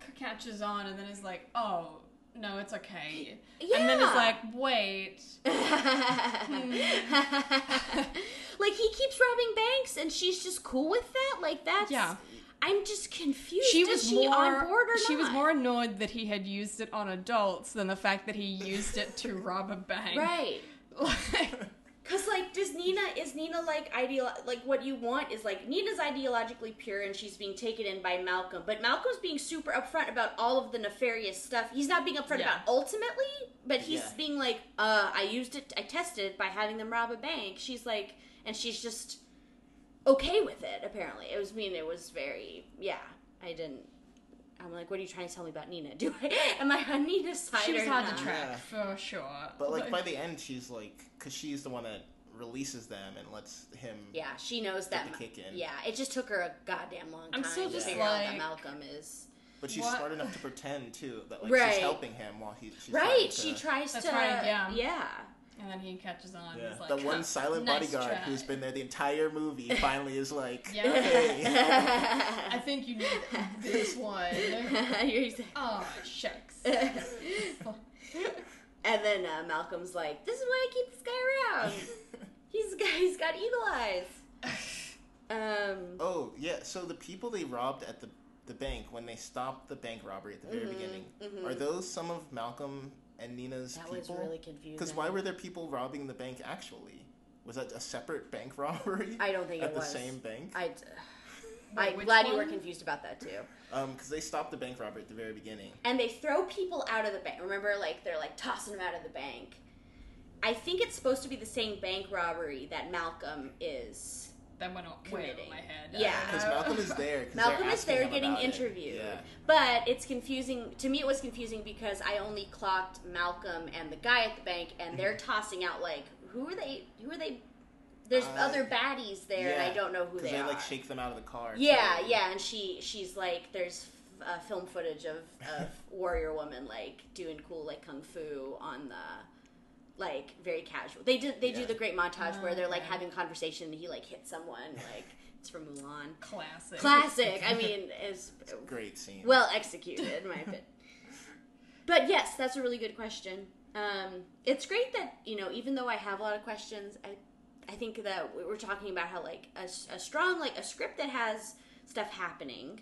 [SPEAKER 2] c- catches on and then is like, oh, no, it's okay. And then
[SPEAKER 3] Yeah.
[SPEAKER 2] is like, wait. Hmm.
[SPEAKER 3] like he keeps robbing banks and she's just cool with that like that's
[SPEAKER 2] Yeah.
[SPEAKER 3] i'm just confused she was she on board or
[SPEAKER 2] she was
[SPEAKER 3] not?
[SPEAKER 2] more annoyed that he had used it on adults than the fact that he used it to rob a bank.
[SPEAKER 3] right
[SPEAKER 2] Like,
[SPEAKER 3] because like does nina is nina like ideal like what you want is like nina's ideologically pure and she's being taken in by malcolm but malcolm's being super upfront about all of the nefarious stuff he's not being upfront
[SPEAKER 2] Yeah.
[SPEAKER 3] about ultimately but he's
[SPEAKER 4] Yeah.
[SPEAKER 3] being like uh i used it i tested it by having them rob a bank she's like and she's just okay with it apparently it was I mean it was very yeah i didn't i'm like what are you trying to tell me about nina do i am i on nina's side
[SPEAKER 2] she was
[SPEAKER 3] or
[SPEAKER 2] hard
[SPEAKER 3] not?
[SPEAKER 2] to track
[SPEAKER 4] Yeah.
[SPEAKER 2] for sure.
[SPEAKER 4] But like by the end she's like because she's the one that releases them and lets him.
[SPEAKER 3] yeah she knows that
[SPEAKER 4] the
[SPEAKER 3] Ma-
[SPEAKER 4] kick in.
[SPEAKER 3] yeah it just took her a goddamn long time
[SPEAKER 2] I'm still
[SPEAKER 3] to
[SPEAKER 2] just
[SPEAKER 3] figure out that
[SPEAKER 2] like-
[SPEAKER 3] malcolm is
[SPEAKER 4] But she's
[SPEAKER 2] What-
[SPEAKER 4] smart enough to pretend too that like
[SPEAKER 3] Right.
[SPEAKER 4] she's helping him while he's she's trying
[SPEAKER 3] right
[SPEAKER 4] to-
[SPEAKER 3] she tries
[SPEAKER 2] That's
[SPEAKER 3] to
[SPEAKER 2] right, yeah.
[SPEAKER 3] yeah
[SPEAKER 2] and then he catches on.
[SPEAKER 4] Yeah.
[SPEAKER 2] And is like,
[SPEAKER 4] that one
[SPEAKER 2] "Huh,
[SPEAKER 4] silent
[SPEAKER 2] nice
[SPEAKER 4] bodyguard
[SPEAKER 2] try."
[SPEAKER 4] who's been there the entire movie finally is like,
[SPEAKER 2] Yeah.
[SPEAKER 4] hey,
[SPEAKER 2] I think you need this one.
[SPEAKER 3] You're exact-
[SPEAKER 2] Oh shucks.
[SPEAKER 3] and then uh, malcolm's like this is why i keep this guy around he's got, he's got evil eyes um
[SPEAKER 4] oh yeah. So the people they robbed at the the bank when they stopped the bank robbery at the very
[SPEAKER 3] Mm-hmm,
[SPEAKER 4] beginning are those some of Malcolm and Nina's
[SPEAKER 3] that was
[SPEAKER 4] people?
[SPEAKER 3] really confusing
[SPEAKER 4] Because why were there people robbing the bank actually? Was that a separate bank robbery?
[SPEAKER 3] I don't think
[SPEAKER 4] at
[SPEAKER 3] it
[SPEAKER 4] the
[SPEAKER 3] was.
[SPEAKER 4] same bank.
[SPEAKER 3] I, I'm
[SPEAKER 2] which
[SPEAKER 3] glad you were
[SPEAKER 2] one?
[SPEAKER 3] confused about that too.
[SPEAKER 4] Um, because they stopped the bank robbery at the very beginning.
[SPEAKER 3] And they throw people out of the bank. Remember, like they're like tossing them out of the bank. I think it's supposed to be the same bank robbery that Malcolm is.
[SPEAKER 2] That went way over
[SPEAKER 3] Committing.
[SPEAKER 2] my head. Uh, I
[SPEAKER 3] Yeah.
[SPEAKER 2] don't
[SPEAKER 4] Because
[SPEAKER 2] know.
[SPEAKER 4] Malcolm is there. 'cause they're
[SPEAKER 3] Oh. Malcolm is
[SPEAKER 4] asking
[SPEAKER 3] there
[SPEAKER 4] him
[SPEAKER 3] getting
[SPEAKER 4] about it.
[SPEAKER 3] interviewed,
[SPEAKER 4] Yeah.
[SPEAKER 3] but it's confusing. To me, it was confusing because I only clocked Malcolm and the guy at the bank, and they're
[SPEAKER 4] Mm-hmm.
[SPEAKER 3] tossing out like who are they? Who are they? There's
[SPEAKER 4] Uh,
[SPEAKER 3] other baddies there, and I
[SPEAKER 4] Yeah,
[SPEAKER 3] don't know who they,
[SPEAKER 4] they
[SPEAKER 3] are.
[SPEAKER 4] like shake them out of the car.
[SPEAKER 3] Yeah,
[SPEAKER 4] so-
[SPEAKER 3] yeah, and she she's like there's uh, film footage of of warrior woman like doing cool like kung fu on the like very casual. They do they do
[SPEAKER 4] Yeah.
[SPEAKER 3] the great montage where they're like
[SPEAKER 2] Okay.
[SPEAKER 3] having conversation and he like hits someone like it's from Mulan.
[SPEAKER 2] Classic.
[SPEAKER 3] Classic. I mean, it's
[SPEAKER 4] Great scene.
[SPEAKER 3] well executed in my opinion. But yes, that's a really good question. Um, it's great that you know, even though I have a lot of questions, I I think that we were talking about how like a, s- a strong like a script that has stuff happening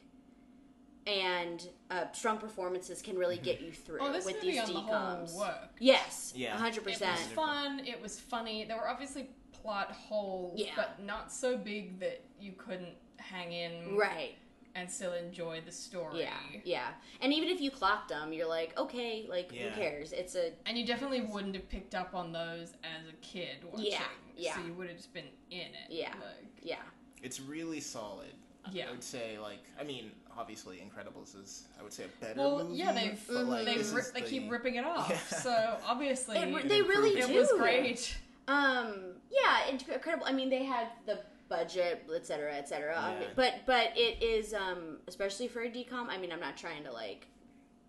[SPEAKER 3] and uh, strong performances can really
[SPEAKER 4] Mm-hmm.
[SPEAKER 3] get you through
[SPEAKER 2] Oh, this
[SPEAKER 3] with
[SPEAKER 2] movie
[SPEAKER 3] these
[SPEAKER 2] on the whole
[SPEAKER 3] decoms.
[SPEAKER 2] worked.
[SPEAKER 3] Yes,
[SPEAKER 4] Yeah.
[SPEAKER 3] yeah, hundred
[SPEAKER 2] It was
[SPEAKER 3] percent.
[SPEAKER 2] fun. It was funny. There were obviously plot holes,
[SPEAKER 3] Yeah.
[SPEAKER 2] but not so big that you couldn't hang in
[SPEAKER 3] Right.
[SPEAKER 2] and still enjoy the story.
[SPEAKER 3] Yeah. Yeah. And even if you clocked them, you're like, okay, like
[SPEAKER 4] Yeah.
[SPEAKER 3] who cares? It's a
[SPEAKER 2] And you definitely wouldn't have picked up on those as a kid watching.
[SPEAKER 3] yeah.
[SPEAKER 2] So you would have just been in it.
[SPEAKER 3] Yeah.
[SPEAKER 2] Like,
[SPEAKER 3] yeah.
[SPEAKER 4] It's really solid.
[SPEAKER 2] Yeah.
[SPEAKER 4] I would say, like, I mean, obviously, Incredibles is, I would say, a better
[SPEAKER 2] well,
[SPEAKER 4] movie.
[SPEAKER 2] yeah, they've
[SPEAKER 4] but, like,
[SPEAKER 2] they,
[SPEAKER 4] this
[SPEAKER 2] rip,
[SPEAKER 4] is
[SPEAKER 2] they
[SPEAKER 4] the-
[SPEAKER 2] keep ripping it off.
[SPEAKER 4] Yeah.
[SPEAKER 2] So obviously,
[SPEAKER 3] It,
[SPEAKER 4] an
[SPEAKER 3] they really
[SPEAKER 2] it
[SPEAKER 3] do.
[SPEAKER 4] improvement.
[SPEAKER 2] was great.
[SPEAKER 3] Um, yeah, inc- incredible. I mean, they had the budget, et cetera, et cetera. Um,
[SPEAKER 4] Yeah.
[SPEAKER 3] But but it is um, especially for a decom. I mean, I'm not trying to like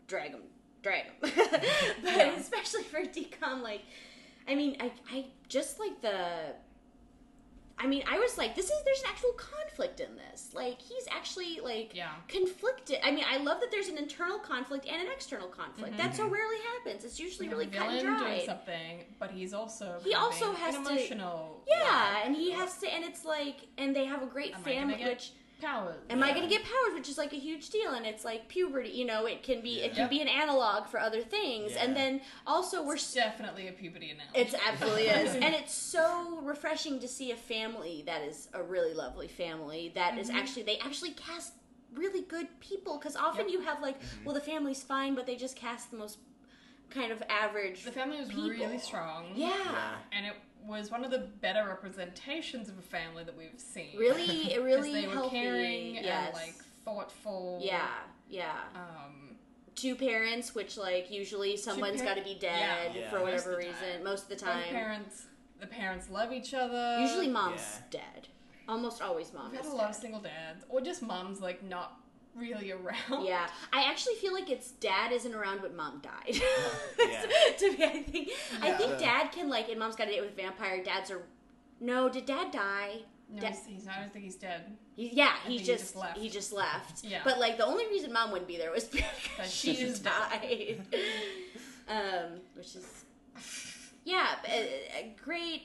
[SPEAKER 3] drag them, drag them, but
[SPEAKER 2] Yeah.
[SPEAKER 3] especially for a decom, like I mean, I I just like the. I mean, I was like, this is there's an actual conflict in this. Like he's actually like
[SPEAKER 2] Yeah.
[SPEAKER 3] conflicted. I mean, I love that there's an internal conflict and an external conflict. That so rarely happens. It's usually really
[SPEAKER 2] Mm-hmm. the
[SPEAKER 3] cut
[SPEAKER 2] villain
[SPEAKER 3] and
[SPEAKER 2] doing
[SPEAKER 3] dry.
[SPEAKER 2] something, but he's also
[SPEAKER 3] He also
[SPEAKER 2] having
[SPEAKER 3] has
[SPEAKER 2] an
[SPEAKER 3] to-
[SPEAKER 2] emotional.
[SPEAKER 3] Yeah, and he has to, and it's like, and they have a great
[SPEAKER 2] Am I gonna
[SPEAKER 3] family.
[SPEAKER 2] get
[SPEAKER 3] Which
[SPEAKER 5] powers.
[SPEAKER 3] Am I going to get powers, which is like a huge deal, and it's like puberty. You know, it can be it
[SPEAKER 4] Yeah.
[SPEAKER 3] can be an analog for other things, and
[SPEAKER 4] Yeah.
[SPEAKER 3] then also we're
[SPEAKER 2] It's definitely a puberty analogy.
[SPEAKER 3] It's absolutely is, and it's so refreshing to see a family that is a really lovely family that
[SPEAKER 2] Mm-hmm.
[SPEAKER 3] is actually they actually cast really good people because often you have like,
[SPEAKER 2] Mm-hmm.
[SPEAKER 3] well, the family's fine, but they just cast the most kind of average.
[SPEAKER 2] the family was
[SPEAKER 3] people.
[SPEAKER 2] really strong.
[SPEAKER 3] Yeah,
[SPEAKER 4] Yeah.
[SPEAKER 2] And it was one of the better representations of a family that we've seen.
[SPEAKER 3] really, it
[SPEAKER 2] 'Cause
[SPEAKER 3] really
[SPEAKER 2] they were
[SPEAKER 3] healthy.
[SPEAKER 2] caring
[SPEAKER 3] yes.
[SPEAKER 2] and like thoughtful.
[SPEAKER 3] yeah, yeah.
[SPEAKER 2] Um,
[SPEAKER 3] Two parents, which like usually someone's
[SPEAKER 2] par-
[SPEAKER 3] got to be dead
[SPEAKER 4] Yeah.
[SPEAKER 3] for
[SPEAKER 2] Most of
[SPEAKER 4] Yeah.
[SPEAKER 3] whatever
[SPEAKER 2] the
[SPEAKER 3] reason.
[SPEAKER 2] time.
[SPEAKER 3] Most of the
[SPEAKER 2] both
[SPEAKER 3] time,
[SPEAKER 2] parents, the parents love each other.
[SPEAKER 3] usually mom's
[SPEAKER 4] Yeah.
[SPEAKER 3] dead. Almost always mom
[SPEAKER 2] I've had
[SPEAKER 3] is
[SPEAKER 2] a lot of
[SPEAKER 3] dead.
[SPEAKER 2] single dads, or just moms like not really around.
[SPEAKER 3] Yeah, I actually feel like it's dad isn't around, but mom died.
[SPEAKER 4] Yeah.
[SPEAKER 3] to me, I think I
[SPEAKER 4] Yeah.
[SPEAKER 3] think dad can like, and mom's got a date with a vampire. Dad's are no. Did dad die?
[SPEAKER 2] No,
[SPEAKER 3] Da-
[SPEAKER 2] he's, he's not. I don't think he's dead.
[SPEAKER 3] He, yeah,
[SPEAKER 2] think
[SPEAKER 3] he
[SPEAKER 2] he
[SPEAKER 3] just,
[SPEAKER 2] just left.
[SPEAKER 3] he just left.
[SPEAKER 2] Yeah.
[SPEAKER 3] But like the only reason mom wouldn't be there was because
[SPEAKER 2] she
[SPEAKER 3] she,
[SPEAKER 2] is
[SPEAKER 3] died. um, which is yeah, a, a great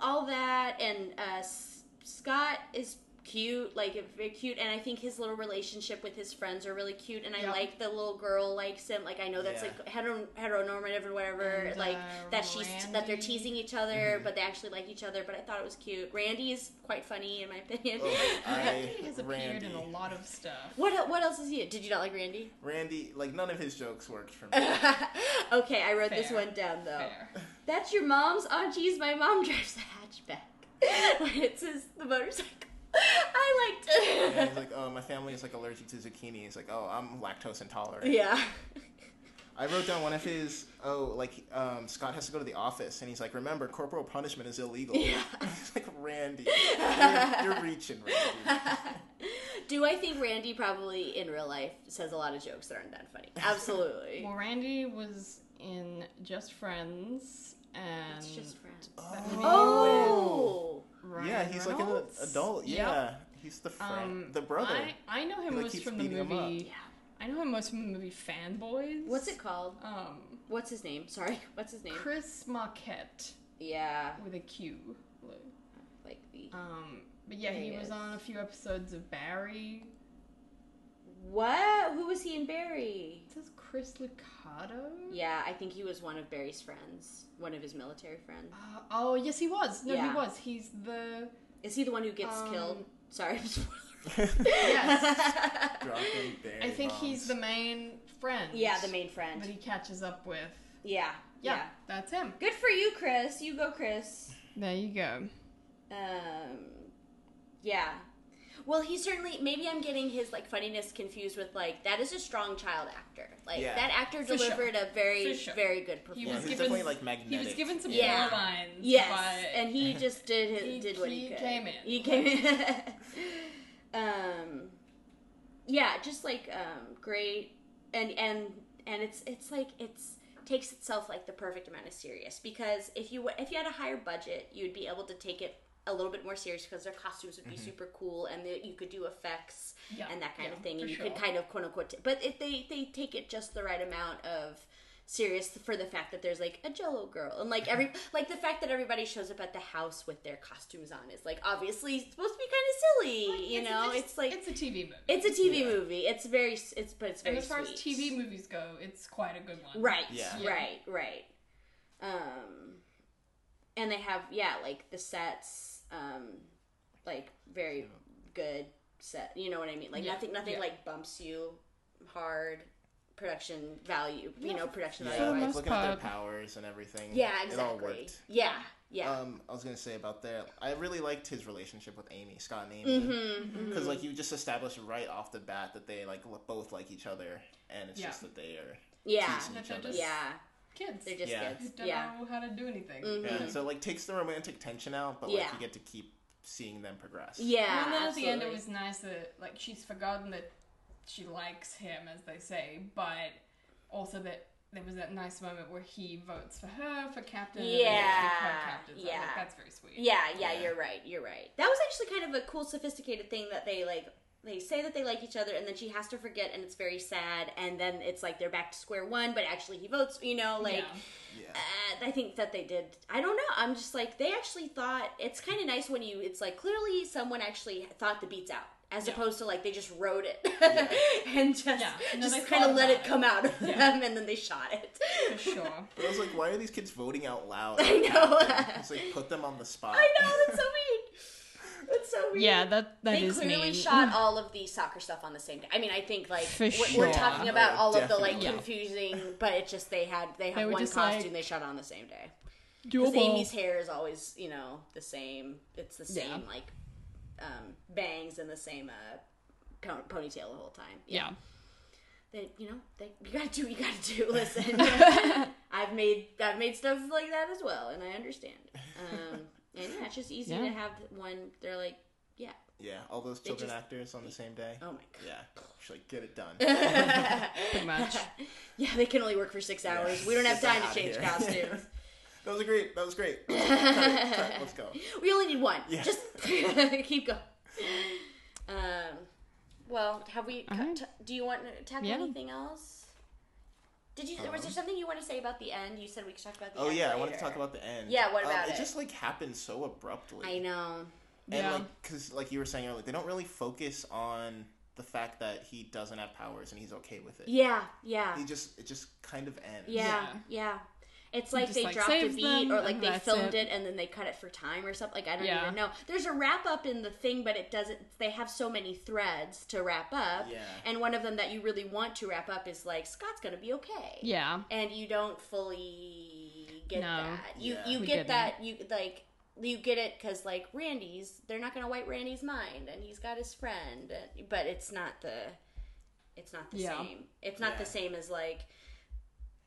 [SPEAKER 3] all that and uh, S- Scott is cute, like a- very cute, and I think his little relationship with his friends are really cute, and I
[SPEAKER 2] Yeah.
[SPEAKER 3] like the little girl likes him. Like I know that's
[SPEAKER 4] Yeah.
[SPEAKER 3] like hetero, heteronormative or whatever,
[SPEAKER 2] And,
[SPEAKER 3] like
[SPEAKER 2] uh,
[SPEAKER 3] that she's that they're
[SPEAKER 2] Randy.
[SPEAKER 3] teasing each other,
[SPEAKER 4] Mm-hmm.
[SPEAKER 3] but they actually like each other. But I thought it was cute. Randy is quite funny in my opinion.
[SPEAKER 4] Oh, I,
[SPEAKER 2] He has appeared
[SPEAKER 4] Randy,
[SPEAKER 2] in a lot of stuff.
[SPEAKER 3] What el- what else is he? in? Did you not like Randy?
[SPEAKER 4] Randy, like none of his jokes worked for me.
[SPEAKER 3] okay, I wrote this
[SPEAKER 2] Fair.
[SPEAKER 3] one down though.
[SPEAKER 2] Fair.
[SPEAKER 3] That's your mom's. Oh, geez, my mom drives a hatchback. when it says the motorcycle, I liked it.
[SPEAKER 4] And he's like, oh, my family is like allergic to zucchini. He's like, oh, I'm lactose intolerant.
[SPEAKER 3] yeah.
[SPEAKER 4] I wrote down one of his. Oh, like um, Scott has to go to the office, and he's like, "Remember, corporal punishment is illegal."
[SPEAKER 3] Yeah.
[SPEAKER 4] It's like Randy, you're, you're reaching, Randy.
[SPEAKER 3] Do I think Randy probably in real life says a lot of jokes that aren't that funny? Absolutely.
[SPEAKER 2] Well, Randy was in Just Friends, and
[SPEAKER 3] it's just friends.
[SPEAKER 2] that movie
[SPEAKER 3] Oh.
[SPEAKER 2] with Ryan
[SPEAKER 4] yeah, he's like an
[SPEAKER 2] Reynolds.
[SPEAKER 4] adult.
[SPEAKER 2] Yep.
[SPEAKER 4] Yeah, he's the friend,
[SPEAKER 2] Um,
[SPEAKER 4] the brother.
[SPEAKER 2] I, I know him
[SPEAKER 4] He, like,
[SPEAKER 2] most
[SPEAKER 4] keeps
[SPEAKER 2] from the
[SPEAKER 4] beating him up.
[SPEAKER 2] movie.
[SPEAKER 3] Yeah.
[SPEAKER 2] I know him most from the movie Fanboys.
[SPEAKER 3] What's it called?
[SPEAKER 2] Um,
[SPEAKER 3] What's his name? Sorry. What's his name?
[SPEAKER 2] Chris Marquette
[SPEAKER 3] Yeah.
[SPEAKER 2] with a Q. Lou.
[SPEAKER 3] Like the
[SPEAKER 2] Um, but yeah,
[SPEAKER 3] There
[SPEAKER 2] he
[SPEAKER 3] he
[SPEAKER 2] was
[SPEAKER 3] is.
[SPEAKER 2] on a few episodes of Barry.
[SPEAKER 3] What? Who was he in Barry?
[SPEAKER 2] It says Chris Lucado.
[SPEAKER 3] Yeah, I think he was one of Barry's friends, one of his military friends.
[SPEAKER 2] Uh, oh yes, he was. No,
[SPEAKER 3] Yeah.
[SPEAKER 2] he was. He's the
[SPEAKER 3] Is he the one who gets
[SPEAKER 2] Um,
[SPEAKER 3] killed? Sorry.
[SPEAKER 2] Yes.
[SPEAKER 4] Dropping Barry
[SPEAKER 2] I think
[SPEAKER 4] bombs.
[SPEAKER 2] he's the main friend.
[SPEAKER 3] yeah, the main
[SPEAKER 2] that
[SPEAKER 3] friend.
[SPEAKER 2] he catches up with.
[SPEAKER 3] Yeah,
[SPEAKER 2] Yeah,
[SPEAKER 3] yeah.
[SPEAKER 2] that's him.
[SPEAKER 3] Good for you, Chris. You go, Chris.
[SPEAKER 2] There you go.
[SPEAKER 3] Um, yeah. Well, he certainly. Maybe I'm getting his like funniness confused with like that is a strong child actor. Like
[SPEAKER 4] Yeah.
[SPEAKER 3] that actor
[SPEAKER 2] For sure.
[SPEAKER 3] delivered a very,
[SPEAKER 2] For sure.
[SPEAKER 3] very good
[SPEAKER 2] He
[SPEAKER 3] performance.
[SPEAKER 4] Yeah,
[SPEAKER 2] was
[SPEAKER 4] he's
[SPEAKER 2] given.
[SPEAKER 4] definitely like
[SPEAKER 2] he
[SPEAKER 4] magnetic.
[SPEAKER 2] was given some
[SPEAKER 3] Yeah.
[SPEAKER 2] poor lines.
[SPEAKER 3] Yes,
[SPEAKER 2] but-
[SPEAKER 3] and he just did his,
[SPEAKER 2] He-
[SPEAKER 3] did what he,
[SPEAKER 2] he
[SPEAKER 3] could.
[SPEAKER 2] came in.
[SPEAKER 3] He came in. um, yeah, just like um, great, and and and it's it's like it's takes itself like the perfect amount of serious because if you if you had a higher budget, you'd be able to take it a little bit more serious because their costumes would be super cool and the, you could do effects
[SPEAKER 2] Mm-hmm. Yeah,
[SPEAKER 3] and that kind
[SPEAKER 2] yeah,
[SPEAKER 3] of thing,
[SPEAKER 2] for
[SPEAKER 3] and you could
[SPEAKER 2] sure.
[SPEAKER 3] kind of quote unquote. T- but if they they take it just the right amount of serious for the fact that there's like a Jello girl and like every like the fact that everybody shows up at the house with their costumes on is like obviously supposed to be kind of silly,
[SPEAKER 2] Like,
[SPEAKER 3] you
[SPEAKER 2] it's
[SPEAKER 3] know?
[SPEAKER 2] just-
[SPEAKER 3] it's like
[SPEAKER 2] it's a TV movie.
[SPEAKER 3] it's a TV movie. It's very s- it's but it's very
[SPEAKER 2] and as far
[SPEAKER 3] sweet.
[SPEAKER 2] as TV movies go, it's quite a good one.
[SPEAKER 3] Right.
[SPEAKER 4] Yeah.
[SPEAKER 2] Yeah.
[SPEAKER 3] Right. Right. Um, and they have yeah, like the sets, um, like very good set. You know what I mean? Like
[SPEAKER 2] Yeah,
[SPEAKER 3] nothing, nothing
[SPEAKER 2] yeah.
[SPEAKER 3] like bumps you hard. Production value, you
[SPEAKER 2] Yeah,
[SPEAKER 3] know, production
[SPEAKER 4] yeah,
[SPEAKER 2] For the
[SPEAKER 3] value.
[SPEAKER 4] like,
[SPEAKER 2] most
[SPEAKER 4] looking at
[SPEAKER 2] part.
[SPEAKER 4] their powers and everything.
[SPEAKER 3] Yeah,
[SPEAKER 4] It all
[SPEAKER 3] exactly.
[SPEAKER 4] worked.
[SPEAKER 3] Yeah, yeah.
[SPEAKER 2] Uh,
[SPEAKER 4] Um, I was gonna say about that. I really liked his relationship with Amy, Scott and Amy,
[SPEAKER 3] hmm
[SPEAKER 4] because like you just established right off the bat that they like lo- both like each other, and it's
[SPEAKER 2] Yeah.
[SPEAKER 4] just that they are
[SPEAKER 3] Yeah,
[SPEAKER 4] teasing
[SPEAKER 2] That
[SPEAKER 4] each
[SPEAKER 2] they're
[SPEAKER 4] other.
[SPEAKER 2] just-
[SPEAKER 3] yeah.
[SPEAKER 2] Kids
[SPEAKER 3] They're just
[SPEAKER 4] Yeah.
[SPEAKER 2] who
[SPEAKER 3] kids.
[SPEAKER 2] don't
[SPEAKER 3] Yeah,
[SPEAKER 2] know how to do anything.
[SPEAKER 3] Mhm.
[SPEAKER 4] Yeah, so like takes the romantic tension out, but like
[SPEAKER 3] Yeah.
[SPEAKER 4] you get to keep seeing them progress.
[SPEAKER 3] yeah.
[SPEAKER 2] and then at the end, it
[SPEAKER 3] absolutely.
[SPEAKER 2] was nice that like she's forgotten that she likes him, as they say, but also that there was that nice moment where he votes for her for captain. and they get to be
[SPEAKER 3] Yeah,
[SPEAKER 2] co-captains. I was
[SPEAKER 3] yeah.
[SPEAKER 2] like, that's very sweet.
[SPEAKER 3] Yeah, yeah,
[SPEAKER 4] Yeah.
[SPEAKER 3] you're right. You're right. That was actually kind of a cool, sophisticated thing that they like. They say that they like each other, and then she has to forget, and it's very sad. And then it's like they're back to square one, but actually he votes. You know, like
[SPEAKER 2] Yeah.
[SPEAKER 4] Yeah.
[SPEAKER 3] uh, I think that they did. I don't know. I'm just like they actually thought it's kind of nice when you. It's like clearly someone actually thought the beats out. as
[SPEAKER 2] Yeah.
[SPEAKER 3] opposed to like they just wrote it
[SPEAKER 4] Yeah.
[SPEAKER 3] and just
[SPEAKER 2] Yeah. No, they
[SPEAKER 3] just kind of
[SPEAKER 2] thought about
[SPEAKER 3] let it
[SPEAKER 2] it.
[SPEAKER 3] come out of
[SPEAKER 2] Yeah.
[SPEAKER 3] them and then they shot it.
[SPEAKER 2] for sure.
[SPEAKER 4] But I was like, why are these kids voting out loud?
[SPEAKER 3] I know.
[SPEAKER 4] It's like put them on the spot.
[SPEAKER 3] I know that's so weird. That's so weird.
[SPEAKER 2] Yeah, that that is
[SPEAKER 3] they clearly
[SPEAKER 2] mean.
[SPEAKER 3] shot all of the soccer stuff on the same day. I mean, I think like
[SPEAKER 2] For
[SPEAKER 3] we're,
[SPEAKER 2] sure.
[SPEAKER 3] we're talking about
[SPEAKER 4] Oh,
[SPEAKER 3] all of the like
[SPEAKER 4] definitely.
[SPEAKER 2] Yeah.
[SPEAKER 3] confusing, but it's just they had they
[SPEAKER 2] They
[SPEAKER 3] had
[SPEAKER 2] were
[SPEAKER 3] one
[SPEAKER 2] just
[SPEAKER 3] costume
[SPEAKER 2] like-
[SPEAKER 3] they shot on the same day. Because
[SPEAKER 2] Doable.
[SPEAKER 3] Amy's hair is always you know the same. It's the same
[SPEAKER 2] Yeah.
[SPEAKER 3] like um, bangs and the same uh, po- ponytail the whole time.
[SPEAKER 2] yeah.
[SPEAKER 3] They, you know, they, you gotta do what you gotta do. Listen, I've made I've made stuff like that as well, and I understand. Um, and yeah, it's just easy
[SPEAKER 2] Yeah.
[SPEAKER 3] to have one. They're like, yeah,
[SPEAKER 4] Yeah, all those children
[SPEAKER 3] just-
[SPEAKER 4] actors on the same day.
[SPEAKER 3] oh my god.
[SPEAKER 4] Yeah, she's like, get it done.
[SPEAKER 2] Pretty much.
[SPEAKER 3] Yeah, they can only work for six hours. We don't have
[SPEAKER 4] Get
[SPEAKER 3] time
[SPEAKER 4] outta
[SPEAKER 3] to change
[SPEAKER 4] here.
[SPEAKER 3] costumes.
[SPEAKER 4] that was great. That was great. Cut it, cut it, Let's go.
[SPEAKER 3] we only need one.
[SPEAKER 4] Yeah.
[SPEAKER 3] Just keep going. Um, well, have we?
[SPEAKER 2] All right.
[SPEAKER 3] do you want to tackle
[SPEAKER 2] Yeah.
[SPEAKER 3] anything else? Did you? was there something you want to say about the end? You said we could talk about the
[SPEAKER 4] Um. Oh
[SPEAKER 3] end.
[SPEAKER 4] yeah, I wanted to
[SPEAKER 3] later.
[SPEAKER 4] talk about the end. Um,
[SPEAKER 3] Yeah, what about
[SPEAKER 4] it?
[SPEAKER 3] it?
[SPEAKER 4] just like happened so abruptly.
[SPEAKER 3] I know.
[SPEAKER 4] And
[SPEAKER 2] Yeah.
[SPEAKER 4] like 'cause like, cause like you were saying earlier, they don't really focus on the fact that he doesn't have powers and he's okay with it.
[SPEAKER 3] Yeah, yeah,
[SPEAKER 4] He just it just kind of ends.
[SPEAKER 3] yeah,
[SPEAKER 2] Yeah.
[SPEAKER 3] yeah. It's like
[SPEAKER 2] just,
[SPEAKER 3] they
[SPEAKER 2] like,
[SPEAKER 3] dropped a
[SPEAKER 2] saves
[SPEAKER 3] beat,
[SPEAKER 2] them,
[SPEAKER 3] or
[SPEAKER 2] and
[SPEAKER 3] like they
[SPEAKER 2] that's
[SPEAKER 3] filmed
[SPEAKER 2] it.
[SPEAKER 3] it. and then they cut it for time or something. Like I don't
[SPEAKER 2] Yeah.
[SPEAKER 3] even know. There's a wrap up in the thing, but it doesn't. They have so many threads to wrap up,
[SPEAKER 4] Yeah.
[SPEAKER 3] and one of them that you really want to wrap up is like Scott's gonna be okay.
[SPEAKER 2] Yeah.
[SPEAKER 3] and you don't fully get
[SPEAKER 2] No.
[SPEAKER 3] that. You
[SPEAKER 4] Yeah.
[SPEAKER 3] you
[SPEAKER 2] We
[SPEAKER 3] get
[SPEAKER 2] didn't.
[SPEAKER 3] that you like you get it because like Randy's they're not gonna wipe Randy's mind, and he's got his friend, and, but it's not the it's not the
[SPEAKER 2] Yeah.
[SPEAKER 3] same. It's not
[SPEAKER 4] Yeah.
[SPEAKER 3] the same as like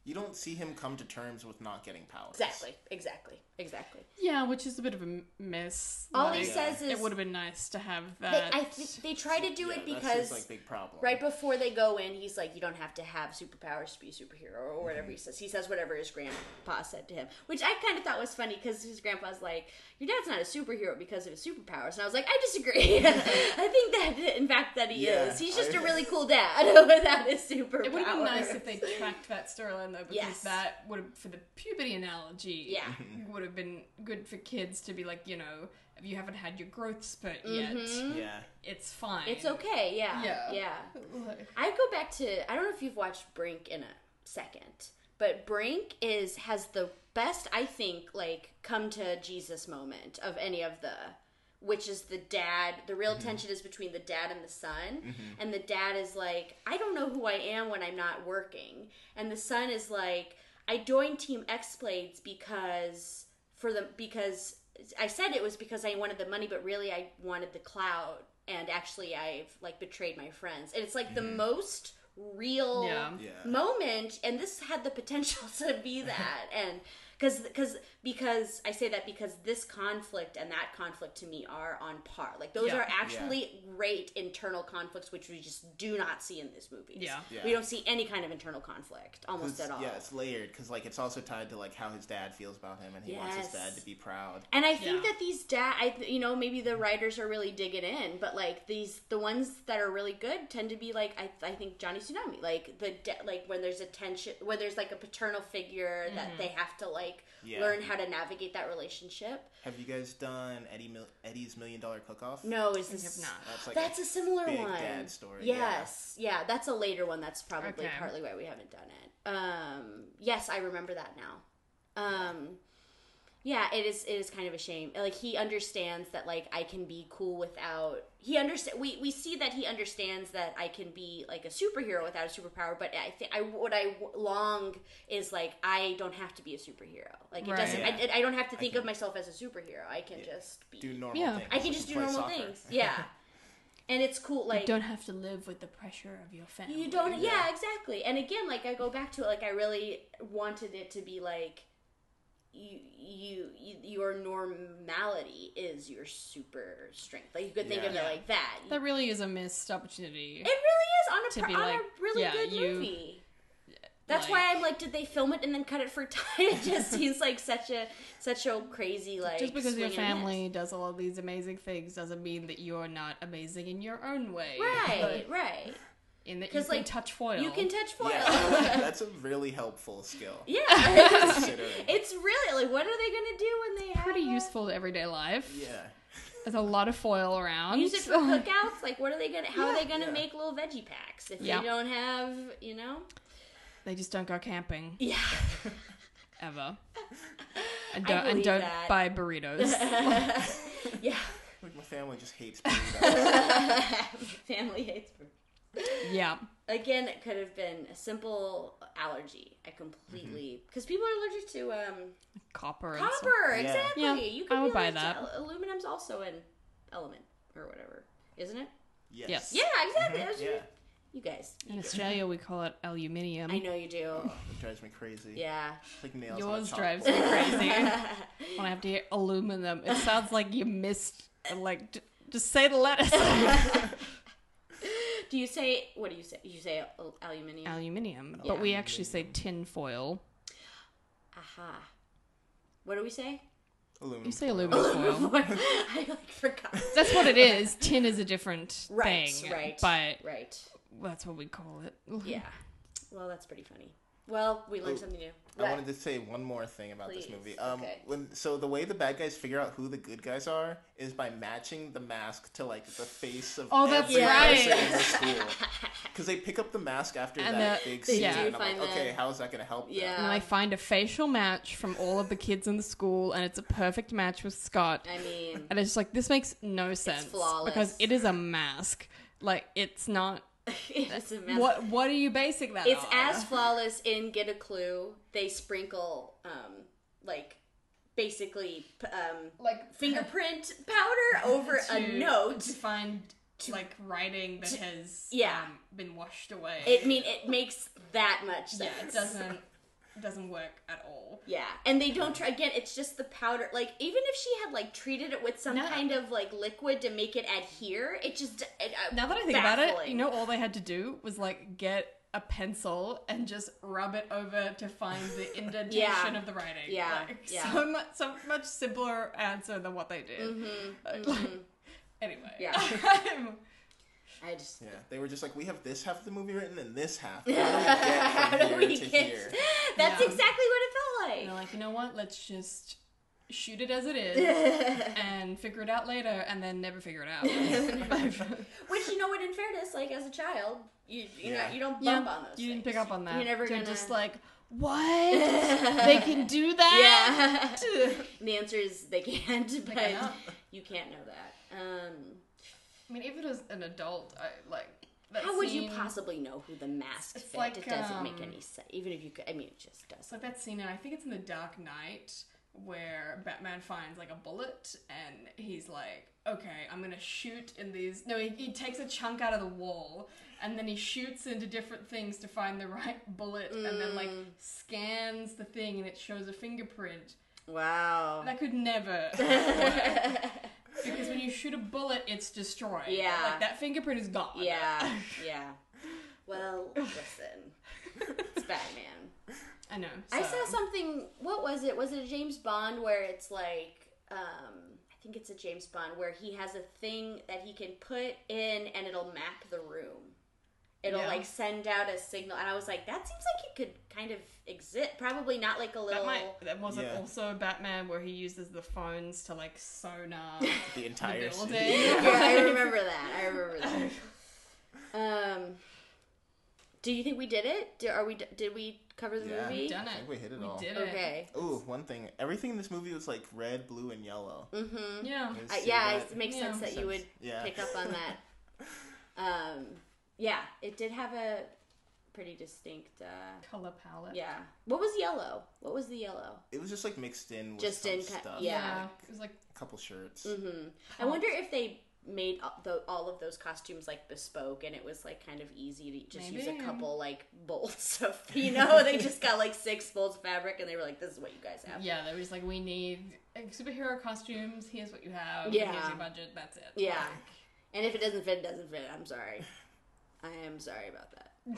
[SPEAKER 4] You don't see him come to terms with not getting powers.
[SPEAKER 3] exactly exactly exactly.
[SPEAKER 2] Yeah, which is a bit of a m- miss.
[SPEAKER 3] All
[SPEAKER 2] like,
[SPEAKER 3] he says is
[SPEAKER 2] it would have been nice to have
[SPEAKER 3] they,
[SPEAKER 2] that.
[SPEAKER 3] I think they try to do
[SPEAKER 4] Yeah,
[SPEAKER 3] it
[SPEAKER 4] that's his,
[SPEAKER 3] because
[SPEAKER 4] like big problem.
[SPEAKER 3] right before they go in, he's like, "You don't have to have superpowers to be a superhero,"
[SPEAKER 2] Mm-hmm.
[SPEAKER 3] or whatever he says. He says whatever his grandpa said to him, which I kind of thought was funny because his grandpa's like, "Your dad's not a superhero because of his superpowers," and I was like, "I disagree. I think that, in fact, that he
[SPEAKER 4] Yeah,
[SPEAKER 3] is. He's just a
[SPEAKER 4] I-
[SPEAKER 3] really cool dad without his superpowers."
[SPEAKER 2] it would have been nice if they tracked that storyline though, because
[SPEAKER 3] Yes.
[SPEAKER 2] that would have, for the puberty analogy,
[SPEAKER 3] Yeah.
[SPEAKER 2] would have been good for kids to be like, you know, if you haven't had your growth spurt yet,
[SPEAKER 3] Mhm.
[SPEAKER 4] Yeah.
[SPEAKER 2] it's fine.
[SPEAKER 3] It's okay. Yeah.
[SPEAKER 2] Yeah.
[SPEAKER 3] Yeah.
[SPEAKER 2] Like,
[SPEAKER 3] I go back to I don't know if you've watched Brink in a second, but Brink is has the best I think like come to Jesus moment of any of the which is the dad the real tension is between the dad and the son and the dad is like I don't know who I am when I'm not working and the son is like I joined team X Blades because for the because I said it was because I wanted the money, but really I wanted the cloud, and actually I've like betrayed my friends, and it's like the most real
[SPEAKER 2] Yeah.
[SPEAKER 4] Mm-hmm. Yeah.
[SPEAKER 3] moment, and this had the potential to be that, and because because because I say that because this conflict and that conflict to me are on par, like those
[SPEAKER 2] Yeah.
[SPEAKER 3] are actually great internal conflicts which we just do not see in this movie.
[SPEAKER 2] Yeah.
[SPEAKER 4] Yeah.
[SPEAKER 3] we don't see any kind of internal conflict almost
[SPEAKER 4] It's-
[SPEAKER 3] at all.
[SPEAKER 4] Yeah, it's layered because like it's also tied to like how his dad feels about him, and he wants his
[SPEAKER 3] Yes.
[SPEAKER 4] dad to be proud.
[SPEAKER 3] And I think
[SPEAKER 2] Yeah.
[SPEAKER 3] that these dad, I th- you know, maybe the writers are really digging in, but like these, the ones that are really good tend to be like I, I think Johnny Tsunami, like the de- like when there's a tension, when there's like a paternal figure that
[SPEAKER 2] Mm-hmm.
[SPEAKER 3] they have to like
[SPEAKER 4] Yeah.
[SPEAKER 3] learn how to navigate that relationship.
[SPEAKER 4] Have you guys done Eddie Mil- Eddie's Million Dollar Cook Off?
[SPEAKER 3] No, is
[SPEAKER 2] we
[SPEAKER 3] this
[SPEAKER 2] have not.
[SPEAKER 4] That's like
[SPEAKER 3] That's a similar
[SPEAKER 4] big
[SPEAKER 3] one.
[SPEAKER 4] dad story, yeah.
[SPEAKER 3] Yes, yeah. that's a later one. That's probably
[SPEAKER 2] Okay.
[SPEAKER 3] partly why we haven't done it. Um, yes, I remember that now. Um, yeah, it is. It is kind of a shame. Like he understands that, like I can be cool without. He understand. We we see that he understands that I can be like a superhero without a superpower. But I think I what I w- long is like I don't have to be a superhero. Like it
[SPEAKER 2] Right.
[SPEAKER 3] doesn't.
[SPEAKER 4] Yeah.
[SPEAKER 3] I, I don't have to think of
[SPEAKER 4] can-
[SPEAKER 3] myself as a superhero. I can just be.
[SPEAKER 4] do normal
[SPEAKER 2] Yeah.
[SPEAKER 4] things.
[SPEAKER 3] I can
[SPEAKER 4] like
[SPEAKER 3] just do
[SPEAKER 4] play
[SPEAKER 3] normal
[SPEAKER 4] soccer.
[SPEAKER 3] things. Yeah. and it's cool. Like,
[SPEAKER 2] you don't have to live with the pressure of your family.
[SPEAKER 3] you don't, yeah, exactly. And again, like, I go back to it. Like, I really wanted it to be like, you, you, you your normality is your super strength. Like, you could think of
[SPEAKER 4] Yeah.
[SPEAKER 3] it like that.
[SPEAKER 2] That really is a missed opportunity.
[SPEAKER 3] it really is
[SPEAKER 2] To
[SPEAKER 3] on a,
[SPEAKER 2] be
[SPEAKER 3] pro- on
[SPEAKER 2] like,
[SPEAKER 3] a really
[SPEAKER 2] yeah,
[SPEAKER 3] good
[SPEAKER 2] you- uh,
[SPEAKER 3] movie. That's
[SPEAKER 2] like-
[SPEAKER 3] why I'm like, did they film it and then cut it for time? It just seems like such a such a crazy like.
[SPEAKER 2] just because your
[SPEAKER 3] swing and a miss.
[SPEAKER 2] family does all of these amazing things doesn't mean that you're not amazing in your own way.
[SPEAKER 3] right, right.
[SPEAKER 2] In that you
[SPEAKER 3] 'Cause,
[SPEAKER 2] can
[SPEAKER 3] like,
[SPEAKER 2] touch foil.
[SPEAKER 3] You can touch foil.
[SPEAKER 4] Yeah, that's a really helpful skill.
[SPEAKER 3] yeah.
[SPEAKER 4] Considering.
[SPEAKER 3] It's really like, what are they gonna do when they have
[SPEAKER 2] pretty
[SPEAKER 3] a-
[SPEAKER 2] useful to everyday life.
[SPEAKER 4] Yeah.
[SPEAKER 2] There's a lot of foil around.
[SPEAKER 3] Use it for cookouts. Like, what are they gonna? How are they gonna
[SPEAKER 4] Yeah.
[SPEAKER 3] make little veggie packs if
[SPEAKER 2] Yeah.
[SPEAKER 3] they don't have, you know?
[SPEAKER 2] they just don't go camping
[SPEAKER 3] Yeah.
[SPEAKER 2] ever. And don't, and
[SPEAKER 3] believe
[SPEAKER 2] don't
[SPEAKER 3] that.
[SPEAKER 2] buy burritos.
[SPEAKER 3] yeah.
[SPEAKER 4] Like my family just hates burritos.
[SPEAKER 3] Family hates. Burritos.
[SPEAKER 2] yeah.
[SPEAKER 3] Again, it could have been a simple allergy. I completely because people are allergic to um,
[SPEAKER 2] Copper. and stuff.
[SPEAKER 3] copper.
[SPEAKER 4] Yeah.
[SPEAKER 3] Exactly.
[SPEAKER 2] Yeah,
[SPEAKER 3] You can
[SPEAKER 2] I would buy
[SPEAKER 3] allergic to
[SPEAKER 2] that.
[SPEAKER 3] al- aluminum's also an element or whatever, isn't it?
[SPEAKER 4] yes.
[SPEAKER 2] Yes.
[SPEAKER 3] Yeah, exactly.
[SPEAKER 4] Mhm,
[SPEAKER 3] That's
[SPEAKER 4] Yeah.
[SPEAKER 3] what- You guys,
[SPEAKER 2] In Australia, we call it aluminium.
[SPEAKER 3] I know you do.
[SPEAKER 4] It drives me crazy.
[SPEAKER 3] Yeah.
[SPEAKER 4] It's like nails.
[SPEAKER 2] Yours
[SPEAKER 4] on a
[SPEAKER 2] drives me
[SPEAKER 4] chalkboard.
[SPEAKER 2] crazy. when I have to hear aluminum, it sounds like you missed, like, j- just say the letters.
[SPEAKER 3] Do you say what do you say? You say al- aluminium.
[SPEAKER 2] aluminium. But we actually say tin foil.
[SPEAKER 3] Aha. What do we say?
[SPEAKER 4] Aluminum.
[SPEAKER 2] You say aluminum foil.
[SPEAKER 3] I like forgot.
[SPEAKER 2] That's what it is. Tin is a different
[SPEAKER 3] Right,
[SPEAKER 2] thing.
[SPEAKER 3] right,
[SPEAKER 2] But
[SPEAKER 3] right.
[SPEAKER 2] that's what we call it.
[SPEAKER 3] Yeah. Well, that's pretty funny. Well, we learned something new.
[SPEAKER 4] I wanted to say one more thing about this
[SPEAKER 3] Please,
[SPEAKER 4] movie. Um,
[SPEAKER 3] okay.
[SPEAKER 4] when so the way the bad guys figure out who the good guys are is by matching the mask to like the face of
[SPEAKER 2] Oh, that's
[SPEAKER 4] every
[SPEAKER 2] right.
[SPEAKER 4] person in the school. Because they pick up the mask after
[SPEAKER 2] And
[SPEAKER 4] that
[SPEAKER 2] the-
[SPEAKER 4] big
[SPEAKER 2] they
[SPEAKER 4] scene,
[SPEAKER 2] do
[SPEAKER 4] and I'm
[SPEAKER 3] find
[SPEAKER 4] like, okay,
[SPEAKER 3] the-
[SPEAKER 4] how is that going to help? them?
[SPEAKER 3] Yeah.
[SPEAKER 2] And I find a facial match from all of the kids in the school, and it's a perfect match with Scott.
[SPEAKER 3] I mean,
[SPEAKER 2] And it's just like, this makes no sense.
[SPEAKER 3] flawless.
[SPEAKER 2] Because it is a mask. Like, it's not.
[SPEAKER 3] it's a mess.
[SPEAKER 2] What What are you basing that
[SPEAKER 3] It's
[SPEAKER 2] on?
[SPEAKER 3] as flawless in Get a Clue. They sprinkle, um, like, basically, p- um,
[SPEAKER 2] Like,
[SPEAKER 3] fingerprint powder over a note.
[SPEAKER 2] find like writing that has um,
[SPEAKER 3] yeah.
[SPEAKER 2] been washed away.
[SPEAKER 3] It mean it makes that much sense.
[SPEAKER 2] doesn't doesn't work at all.
[SPEAKER 3] Yeah, and they don't try again. It's just the powder. Like even if she had like treated it with some
[SPEAKER 2] No.
[SPEAKER 3] kind of like liquid to make it adhere, it just it, uh,
[SPEAKER 2] Now that I think about it, you
[SPEAKER 3] baffling.
[SPEAKER 2] know, all they had to do was like get a pencil and just rub it over to find the indentation
[SPEAKER 3] Yeah.
[SPEAKER 2] of the writing.
[SPEAKER 3] Yeah,
[SPEAKER 2] Like,
[SPEAKER 3] yeah.
[SPEAKER 2] so much, so much simpler answer than what they did. Like, anyway,
[SPEAKER 3] Mm-hmm, Yeah. I just
[SPEAKER 4] Yeah, they were just like, we have this half of the movie written and this half. How do we get from
[SPEAKER 3] How do
[SPEAKER 4] here
[SPEAKER 3] we
[SPEAKER 4] to
[SPEAKER 3] get-
[SPEAKER 4] here?
[SPEAKER 3] that's
[SPEAKER 2] Yeah.
[SPEAKER 3] exactly what it
[SPEAKER 2] and
[SPEAKER 3] felt
[SPEAKER 2] they're
[SPEAKER 3] like.
[SPEAKER 2] like, you know what? Let's just shoot it as it is and figure it out later, and then never figure it out.
[SPEAKER 3] Which you know what, in fairness, like as a child, you you
[SPEAKER 4] Yeah.
[SPEAKER 3] know you don't
[SPEAKER 2] Yeah,
[SPEAKER 3] bump on those.
[SPEAKER 2] you didn't
[SPEAKER 3] things.
[SPEAKER 2] pick up on that.
[SPEAKER 3] You're never
[SPEAKER 2] They're
[SPEAKER 3] gonna-
[SPEAKER 2] just like, what? they can do that?
[SPEAKER 3] Yeah. And the answer is they can't, but
[SPEAKER 2] cannot.
[SPEAKER 3] you can't know that. Um,
[SPEAKER 2] I mean, if it was an adult, I like. That
[SPEAKER 3] how would you
[SPEAKER 2] scene-
[SPEAKER 3] possibly know who the mask
[SPEAKER 2] It's
[SPEAKER 3] fit?
[SPEAKER 2] like,
[SPEAKER 3] it doesn't make
[SPEAKER 2] um,
[SPEAKER 3] any sense. Even if you could, I mean, it just doesn't.
[SPEAKER 2] It's like that scene, and I think it's in The Dark Knight where Batman finds like a bullet, and he's like, "Okay, I'm gonna shoot in these." No, he, he takes a chunk out of the wall, and then he shoots into different things to find the right bullet, and then like
[SPEAKER 3] Mm.
[SPEAKER 2] scans the thing, and it shows a fingerprint.
[SPEAKER 3] Wow.
[SPEAKER 2] That could never. Because when you shoot a bullet, it's destroyed.
[SPEAKER 3] Yeah.
[SPEAKER 2] Like that fingerprint is gone.
[SPEAKER 3] yeah, yeah. Well, listen, it's Batman.
[SPEAKER 2] I know.
[SPEAKER 3] I
[SPEAKER 2] so-
[SPEAKER 3] saw something. What was it? Was it a James Bond where it's like, um, I think it's a James Bond where he has a thing that he can put in and it'll map the room. It'll
[SPEAKER 2] Yeah.
[SPEAKER 3] like send out a signal, and I was like, that seems like it could kind of exist. Probably not like a little.
[SPEAKER 2] That might. That wasn't
[SPEAKER 4] Yeah.
[SPEAKER 2] also Batman where he uses the phones to like sonar
[SPEAKER 4] The
[SPEAKER 2] the
[SPEAKER 4] entire
[SPEAKER 2] building.
[SPEAKER 4] scene.
[SPEAKER 3] yeah, I remember that. I remember that. Um, do you think we did it? Do, are we? Did we cover the
[SPEAKER 4] Yeah.
[SPEAKER 3] movie?
[SPEAKER 2] Done
[SPEAKER 4] I
[SPEAKER 2] it.
[SPEAKER 4] think we hit it
[SPEAKER 2] We
[SPEAKER 4] all.
[SPEAKER 2] did it.
[SPEAKER 3] Okay.
[SPEAKER 4] Ooh, one thing. Everything in this movie was like red, blue, and yellow.
[SPEAKER 2] Yeah.
[SPEAKER 4] Let's
[SPEAKER 3] Uh,
[SPEAKER 4] see
[SPEAKER 3] yeah,
[SPEAKER 4] that.
[SPEAKER 3] it makes sense that
[SPEAKER 2] Yeah.
[SPEAKER 3] you would
[SPEAKER 4] Yeah.
[SPEAKER 3] pick up on that. Um, yeah, it did have a pretty distinct. Uh,
[SPEAKER 2] Color palette.
[SPEAKER 3] yeah, what was yellow? What was the yellow?
[SPEAKER 4] It was just like mixed in with
[SPEAKER 3] Just
[SPEAKER 4] some
[SPEAKER 3] in ki-
[SPEAKER 4] stuff.
[SPEAKER 2] Yeah.
[SPEAKER 3] yeah.
[SPEAKER 2] It was like
[SPEAKER 4] A couple shirts.
[SPEAKER 3] Mm-hmm. I wonder if they made all, the, all of those costumes like bespoke, and it was like kind of easy to just use
[SPEAKER 2] Maybe.
[SPEAKER 3] a couple like bolts of you know they just got like six bolts of fabric, and they were like, "This is what you guys have."
[SPEAKER 2] yeah. They were just like, we need like, superhero costumes. Here's what you have.
[SPEAKER 3] Yeah.
[SPEAKER 2] Here's your budget. That's it.
[SPEAKER 3] Yeah. And if it doesn't fit, it doesn't fit. I'm sorry. I am sorry about that. Um,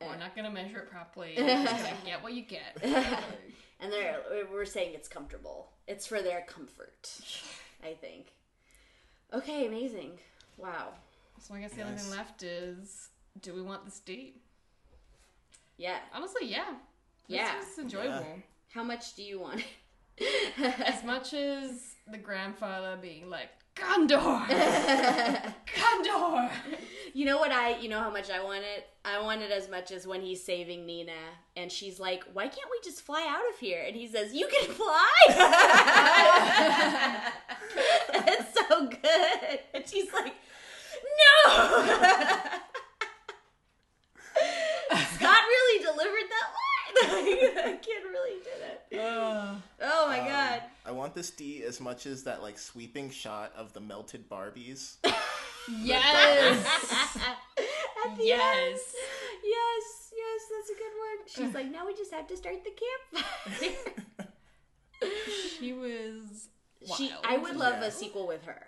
[SPEAKER 2] We're not gonna measure it properly. We're just gonna get what you get.
[SPEAKER 3] and they're we're saying it's comfortable. It's for their comfort, I think. Okay, amazing. Wow.
[SPEAKER 2] so I guess the only thing
[SPEAKER 4] Yes.
[SPEAKER 2] left is, do we want this deep?
[SPEAKER 3] Yeah.
[SPEAKER 2] Honestly, yeah. This
[SPEAKER 3] Yeah.
[SPEAKER 2] was enjoyable.
[SPEAKER 3] How much do you want?
[SPEAKER 2] As much as the grandfather being like, Gondor! Gondor!
[SPEAKER 3] You know what I? You know how much I want it. I want it as much as when he's saving Nina, and she's like, "Why can't we just fly out of here?" And he says, "You can fly." it's so good, and she's like, "No." Scott really delivered that line. that kid really did it. Oh my god.
[SPEAKER 4] Um, I want this D as much as that like sweeping shot of the melted Barbies.
[SPEAKER 2] yes!
[SPEAKER 3] At the end.
[SPEAKER 2] yes!
[SPEAKER 3] Yes, yes, that's a good one. She's like, now we just have to start the campfire.
[SPEAKER 2] She was.
[SPEAKER 3] she,
[SPEAKER 2] wild.
[SPEAKER 3] I would love
[SPEAKER 4] Yeah.
[SPEAKER 3] a sequel with her.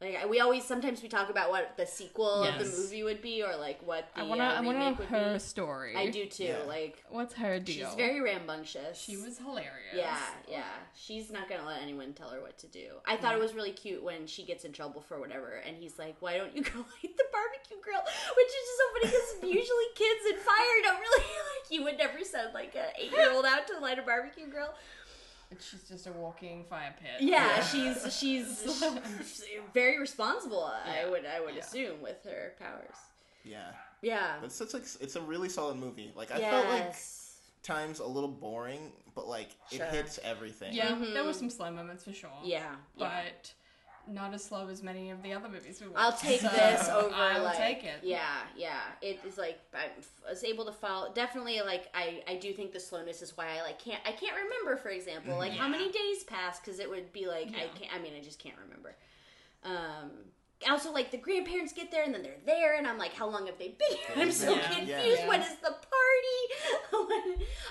[SPEAKER 3] Like I- we always, sometimes we talk about what the sequel of
[SPEAKER 2] Yes.
[SPEAKER 3] the movie would be, or like what the
[SPEAKER 2] I wanna,
[SPEAKER 3] uh,
[SPEAKER 2] I wanna know
[SPEAKER 3] remake would
[SPEAKER 2] her
[SPEAKER 3] be.
[SPEAKER 2] story.
[SPEAKER 3] I do too.
[SPEAKER 4] Yeah.
[SPEAKER 3] Like
[SPEAKER 2] What's her deal?
[SPEAKER 3] she's very rambunctious.
[SPEAKER 2] She was hilarious.
[SPEAKER 3] Yeah, yeah. She's not gonna let anyone tell her what to do. I thought it was really cute when she gets in trouble for whatever, and he's like, "Why don't you go light the barbecue grill?" Which is just so funny because usually kids in fire don't really like. You would never send like an eight year old out to light a barbecue grill.
[SPEAKER 2] She's just a walking fire pit.
[SPEAKER 3] Yeah, she's she's she's very responsible. I
[SPEAKER 2] Yeah,
[SPEAKER 3] would I would
[SPEAKER 2] yeah.
[SPEAKER 3] assume with her powers.
[SPEAKER 4] yeah,
[SPEAKER 3] Yeah.
[SPEAKER 4] that's such like it's a really solid movie. Like I felt like
[SPEAKER 3] Yes.
[SPEAKER 4] times a little boring, but like
[SPEAKER 3] Sure.
[SPEAKER 4] it hits everything.
[SPEAKER 2] Yeah, there were some slow moments for sure.
[SPEAKER 3] Mm-hmm. yeah. Yeah.
[SPEAKER 2] But not as slow as many of the other movies we watched.
[SPEAKER 3] I'll take
[SPEAKER 2] so
[SPEAKER 3] this over.
[SPEAKER 2] I'll
[SPEAKER 3] like,
[SPEAKER 2] take it.
[SPEAKER 3] Yeah, yeah. It is like I was able to follow. Definitely, like I, I do think the slowness is why I like can't. I can't remember, for example, like how many days passed because it would be like I can't. I mean, I just can't remember. Um. Also, like the grandparents get there and then they're there, and I'm like, how long have they been here? I'm so
[SPEAKER 2] Yeah.
[SPEAKER 3] confused.
[SPEAKER 4] Yeah.
[SPEAKER 3] When is the party? When-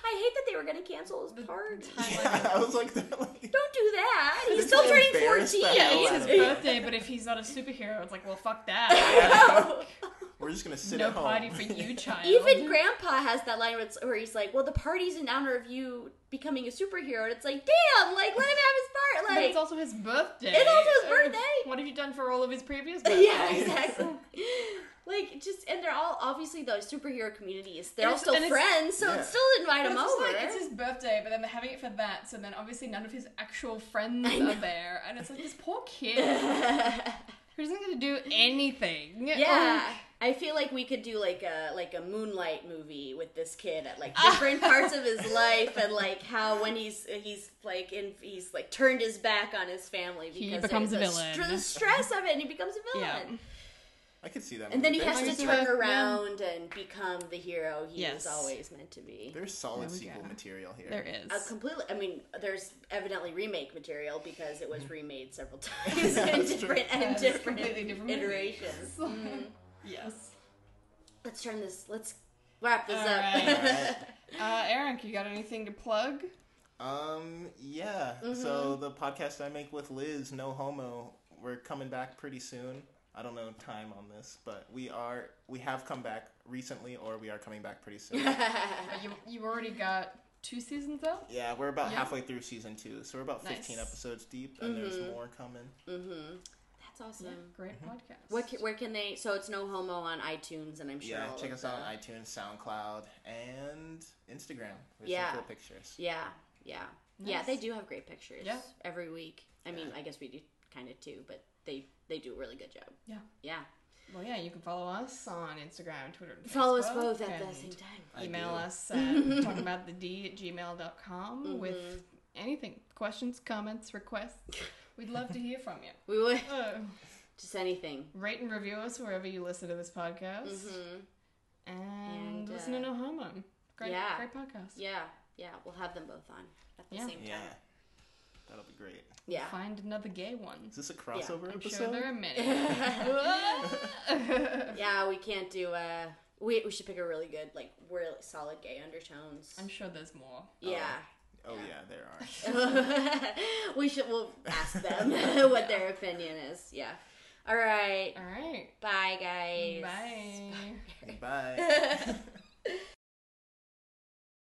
[SPEAKER 3] I hate that they were gonna cancel his party.
[SPEAKER 4] Yeah, I was like, that, like
[SPEAKER 3] Don't do that. He's
[SPEAKER 4] It's
[SPEAKER 3] still
[SPEAKER 4] so
[SPEAKER 3] turning
[SPEAKER 4] embarrassed
[SPEAKER 3] 14.
[SPEAKER 4] that
[SPEAKER 2] Yeah,
[SPEAKER 4] Yeah.
[SPEAKER 2] it's his birthday, but if he's not a superhero, it's like, well, fuck that.
[SPEAKER 4] we're just gonna sit
[SPEAKER 2] no
[SPEAKER 4] at home.
[SPEAKER 2] party for you, child.
[SPEAKER 3] Even Grandpa has that line where, it's, where he's like, "Well, the party's in honor of you becoming a superhero," and it's like, "Damn! Like, let him have his part!"
[SPEAKER 2] But
[SPEAKER 3] Like,
[SPEAKER 2] it's also his birthday.
[SPEAKER 3] It's also his
[SPEAKER 2] Uh,
[SPEAKER 3] birthday.
[SPEAKER 2] What have you done for all of his previous birthdays?
[SPEAKER 3] yeah, exactly. like, just and they're all obviously the superhero communities. They're
[SPEAKER 2] And
[SPEAKER 3] all
[SPEAKER 2] it's-
[SPEAKER 3] still
[SPEAKER 2] and it's-
[SPEAKER 3] friends, so
[SPEAKER 4] Yeah.
[SPEAKER 3] it's still invite him
[SPEAKER 2] It's just
[SPEAKER 3] over.
[SPEAKER 2] like, it's his birthday, but then they're having it for that, so then obviously none of his actual friends are there, and it's like this poor kid who isn't going to do anything. Oh,
[SPEAKER 3] yeah. I feel like we could do like a like a moonlight movie with this kid at like different parts of his life and like how when he's he's like in he's like turned his back on his family because
[SPEAKER 2] becomes
[SPEAKER 3] of
[SPEAKER 2] a
[SPEAKER 3] the
[SPEAKER 2] villain.
[SPEAKER 3] str- the stress of it and he becomes a
[SPEAKER 2] Yeah.
[SPEAKER 3] villain.
[SPEAKER 4] I could see that.
[SPEAKER 3] And then he
[SPEAKER 4] movie.
[SPEAKER 3] has
[SPEAKER 4] There's,
[SPEAKER 3] to
[SPEAKER 4] like,
[SPEAKER 3] turn
[SPEAKER 2] yeah.
[SPEAKER 3] around and become the hero he was
[SPEAKER 2] Yes.
[SPEAKER 3] always meant to be.
[SPEAKER 4] There's solid
[SPEAKER 2] we
[SPEAKER 4] sequel
[SPEAKER 2] go.
[SPEAKER 4] material here.
[SPEAKER 2] there is.
[SPEAKER 3] Uh, completely. I mean, there's evidently remake material because it was remade several times in different and
[SPEAKER 2] it's
[SPEAKER 3] different,
[SPEAKER 2] completely different movie.
[SPEAKER 3] iterations.
[SPEAKER 2] Yes.
[SPEAKER 3] Let's turn this. Let's wrap this
[SPEAKER 2] All
[SPEAKER 3] up.
[SPEAKER 2] right. Uh, Aaron, you got anything to plug?
[SPEAKER 4] Um, yeah.
[SPEAKER 2] Mm-hmm.
[SPEAKER 4] So the podcast I make with Liz, No Homo, we're coming back pretty soon. I don't know time on this, but we are we have come back recently, or we are coming back pretty soon.
[SPEAKER 2] Uh, you you already got two seasons out.
[SPEAKER 4] yeah, we're about halfway through season two, so we're about fifteen
[SPEAKER 2] Nice. Mm-hmm.
[SPEAKER 4] episodes deep, and there's more coming.
[SPEAKER 3] That's awesome.
[SPEAKER 2] Great podcast.
[SPEAKER 3] Mm-hmm. What ca- where can they? So it's no homo on iTunes, and I'm sure.
[SPEAKER 4] Yeah,
[SPEAKER 3] all
[SPEAKER 4] check
[SPEAKER 3] of
[SPEAKER 4] us out on
[SPEAKER 3] the-
[SPEAKER 4] iTunes, SoundCloud, and Instagram. There's
[SPEAKER 3] Yeah.
[SPEAKER 4] some cool pictures.
[SPEAKER 3] Yeah, yeah, yeah.
[SPEAKER 2] Nice.
[SPEAKER 3] They do have great pictures.
[SPEAKER 2] Yeah.
[SPEAKER 3] every week. I mean, I guess we do kind of too, but they they do a really good job.
[SPEAKER 2] Yeah.
[SPEAKER 3] Yeah.
[SPEAKER 2] Well, yeah, you can follow us on Instagram, Twitter, and
[SPEAKER 3] Follow us
[SPEAKER 2] Facebook,
[SPEAKER 3] both at the
[SPEAKER 2] and
[SPEAKER 3] same time.
[SPEAKER 4] I
[SPEAKER 2] Email
[SPEAKER 4] do.
[SPEAKER 2] us at talking about the D at gmail.com
[SPEAKER 3] Mm-hmm.
[SPEAKER 2] with anything questions, comments, requests. We'd love to hear from you.
[SPEAKER 3] We would
[SPEAKER 2] Uh,
[SPEAKER 3] just anything.
[SPEAKER 2] rate and review us wherever you listen to this podcast.
[SPEAKER 4] Mm-hmm.
[SPEAKER 2] And,
[SPEAKER 3] Mm-hmm. And,
[SPEAKER 2] listen to
[SPEAKER 3] uh,
[SPEAKER 2] No Homo. Great,
[SPEAKER 3] yeah.
[SPEAKER 2] great podcast.
[SPEAKER 3] Yeah, yeah. We'll have them both on at the
[SPEAKER 2] Yeah.
[SPEAKER 3] same
[SPEAKER 4] Yeah,
[SPEAKER 3] time.
[SPEAKER 4] that'll be great.
[SPEAKER 3] Yeah.
[SPEAKER 2] Find another gay one.
[SPEAKER 4] Is this a crossover
[SPEAKER 2] I'm
[SPEAKER 4] episode?
[SPEAKER 2] sure there are many.
[SPEAKER 3] Yeah, we can't do. uh We we should pick a really good, like, really solid gay undertones.
[SPEAKER 2] I'm sure there's more.
[SPEAKER 3] yeah.
[SPEAKER 4] Oh yeah, there are.
[SPEAKER 3] we should. We'll ask them what their opinion is. Yeah. All right.
[SPEAKER 2] All right.
[SPEAKER 3] Bye, guys.
[SPEAKER 2] Bye.
[SPEAKER 4] Bye.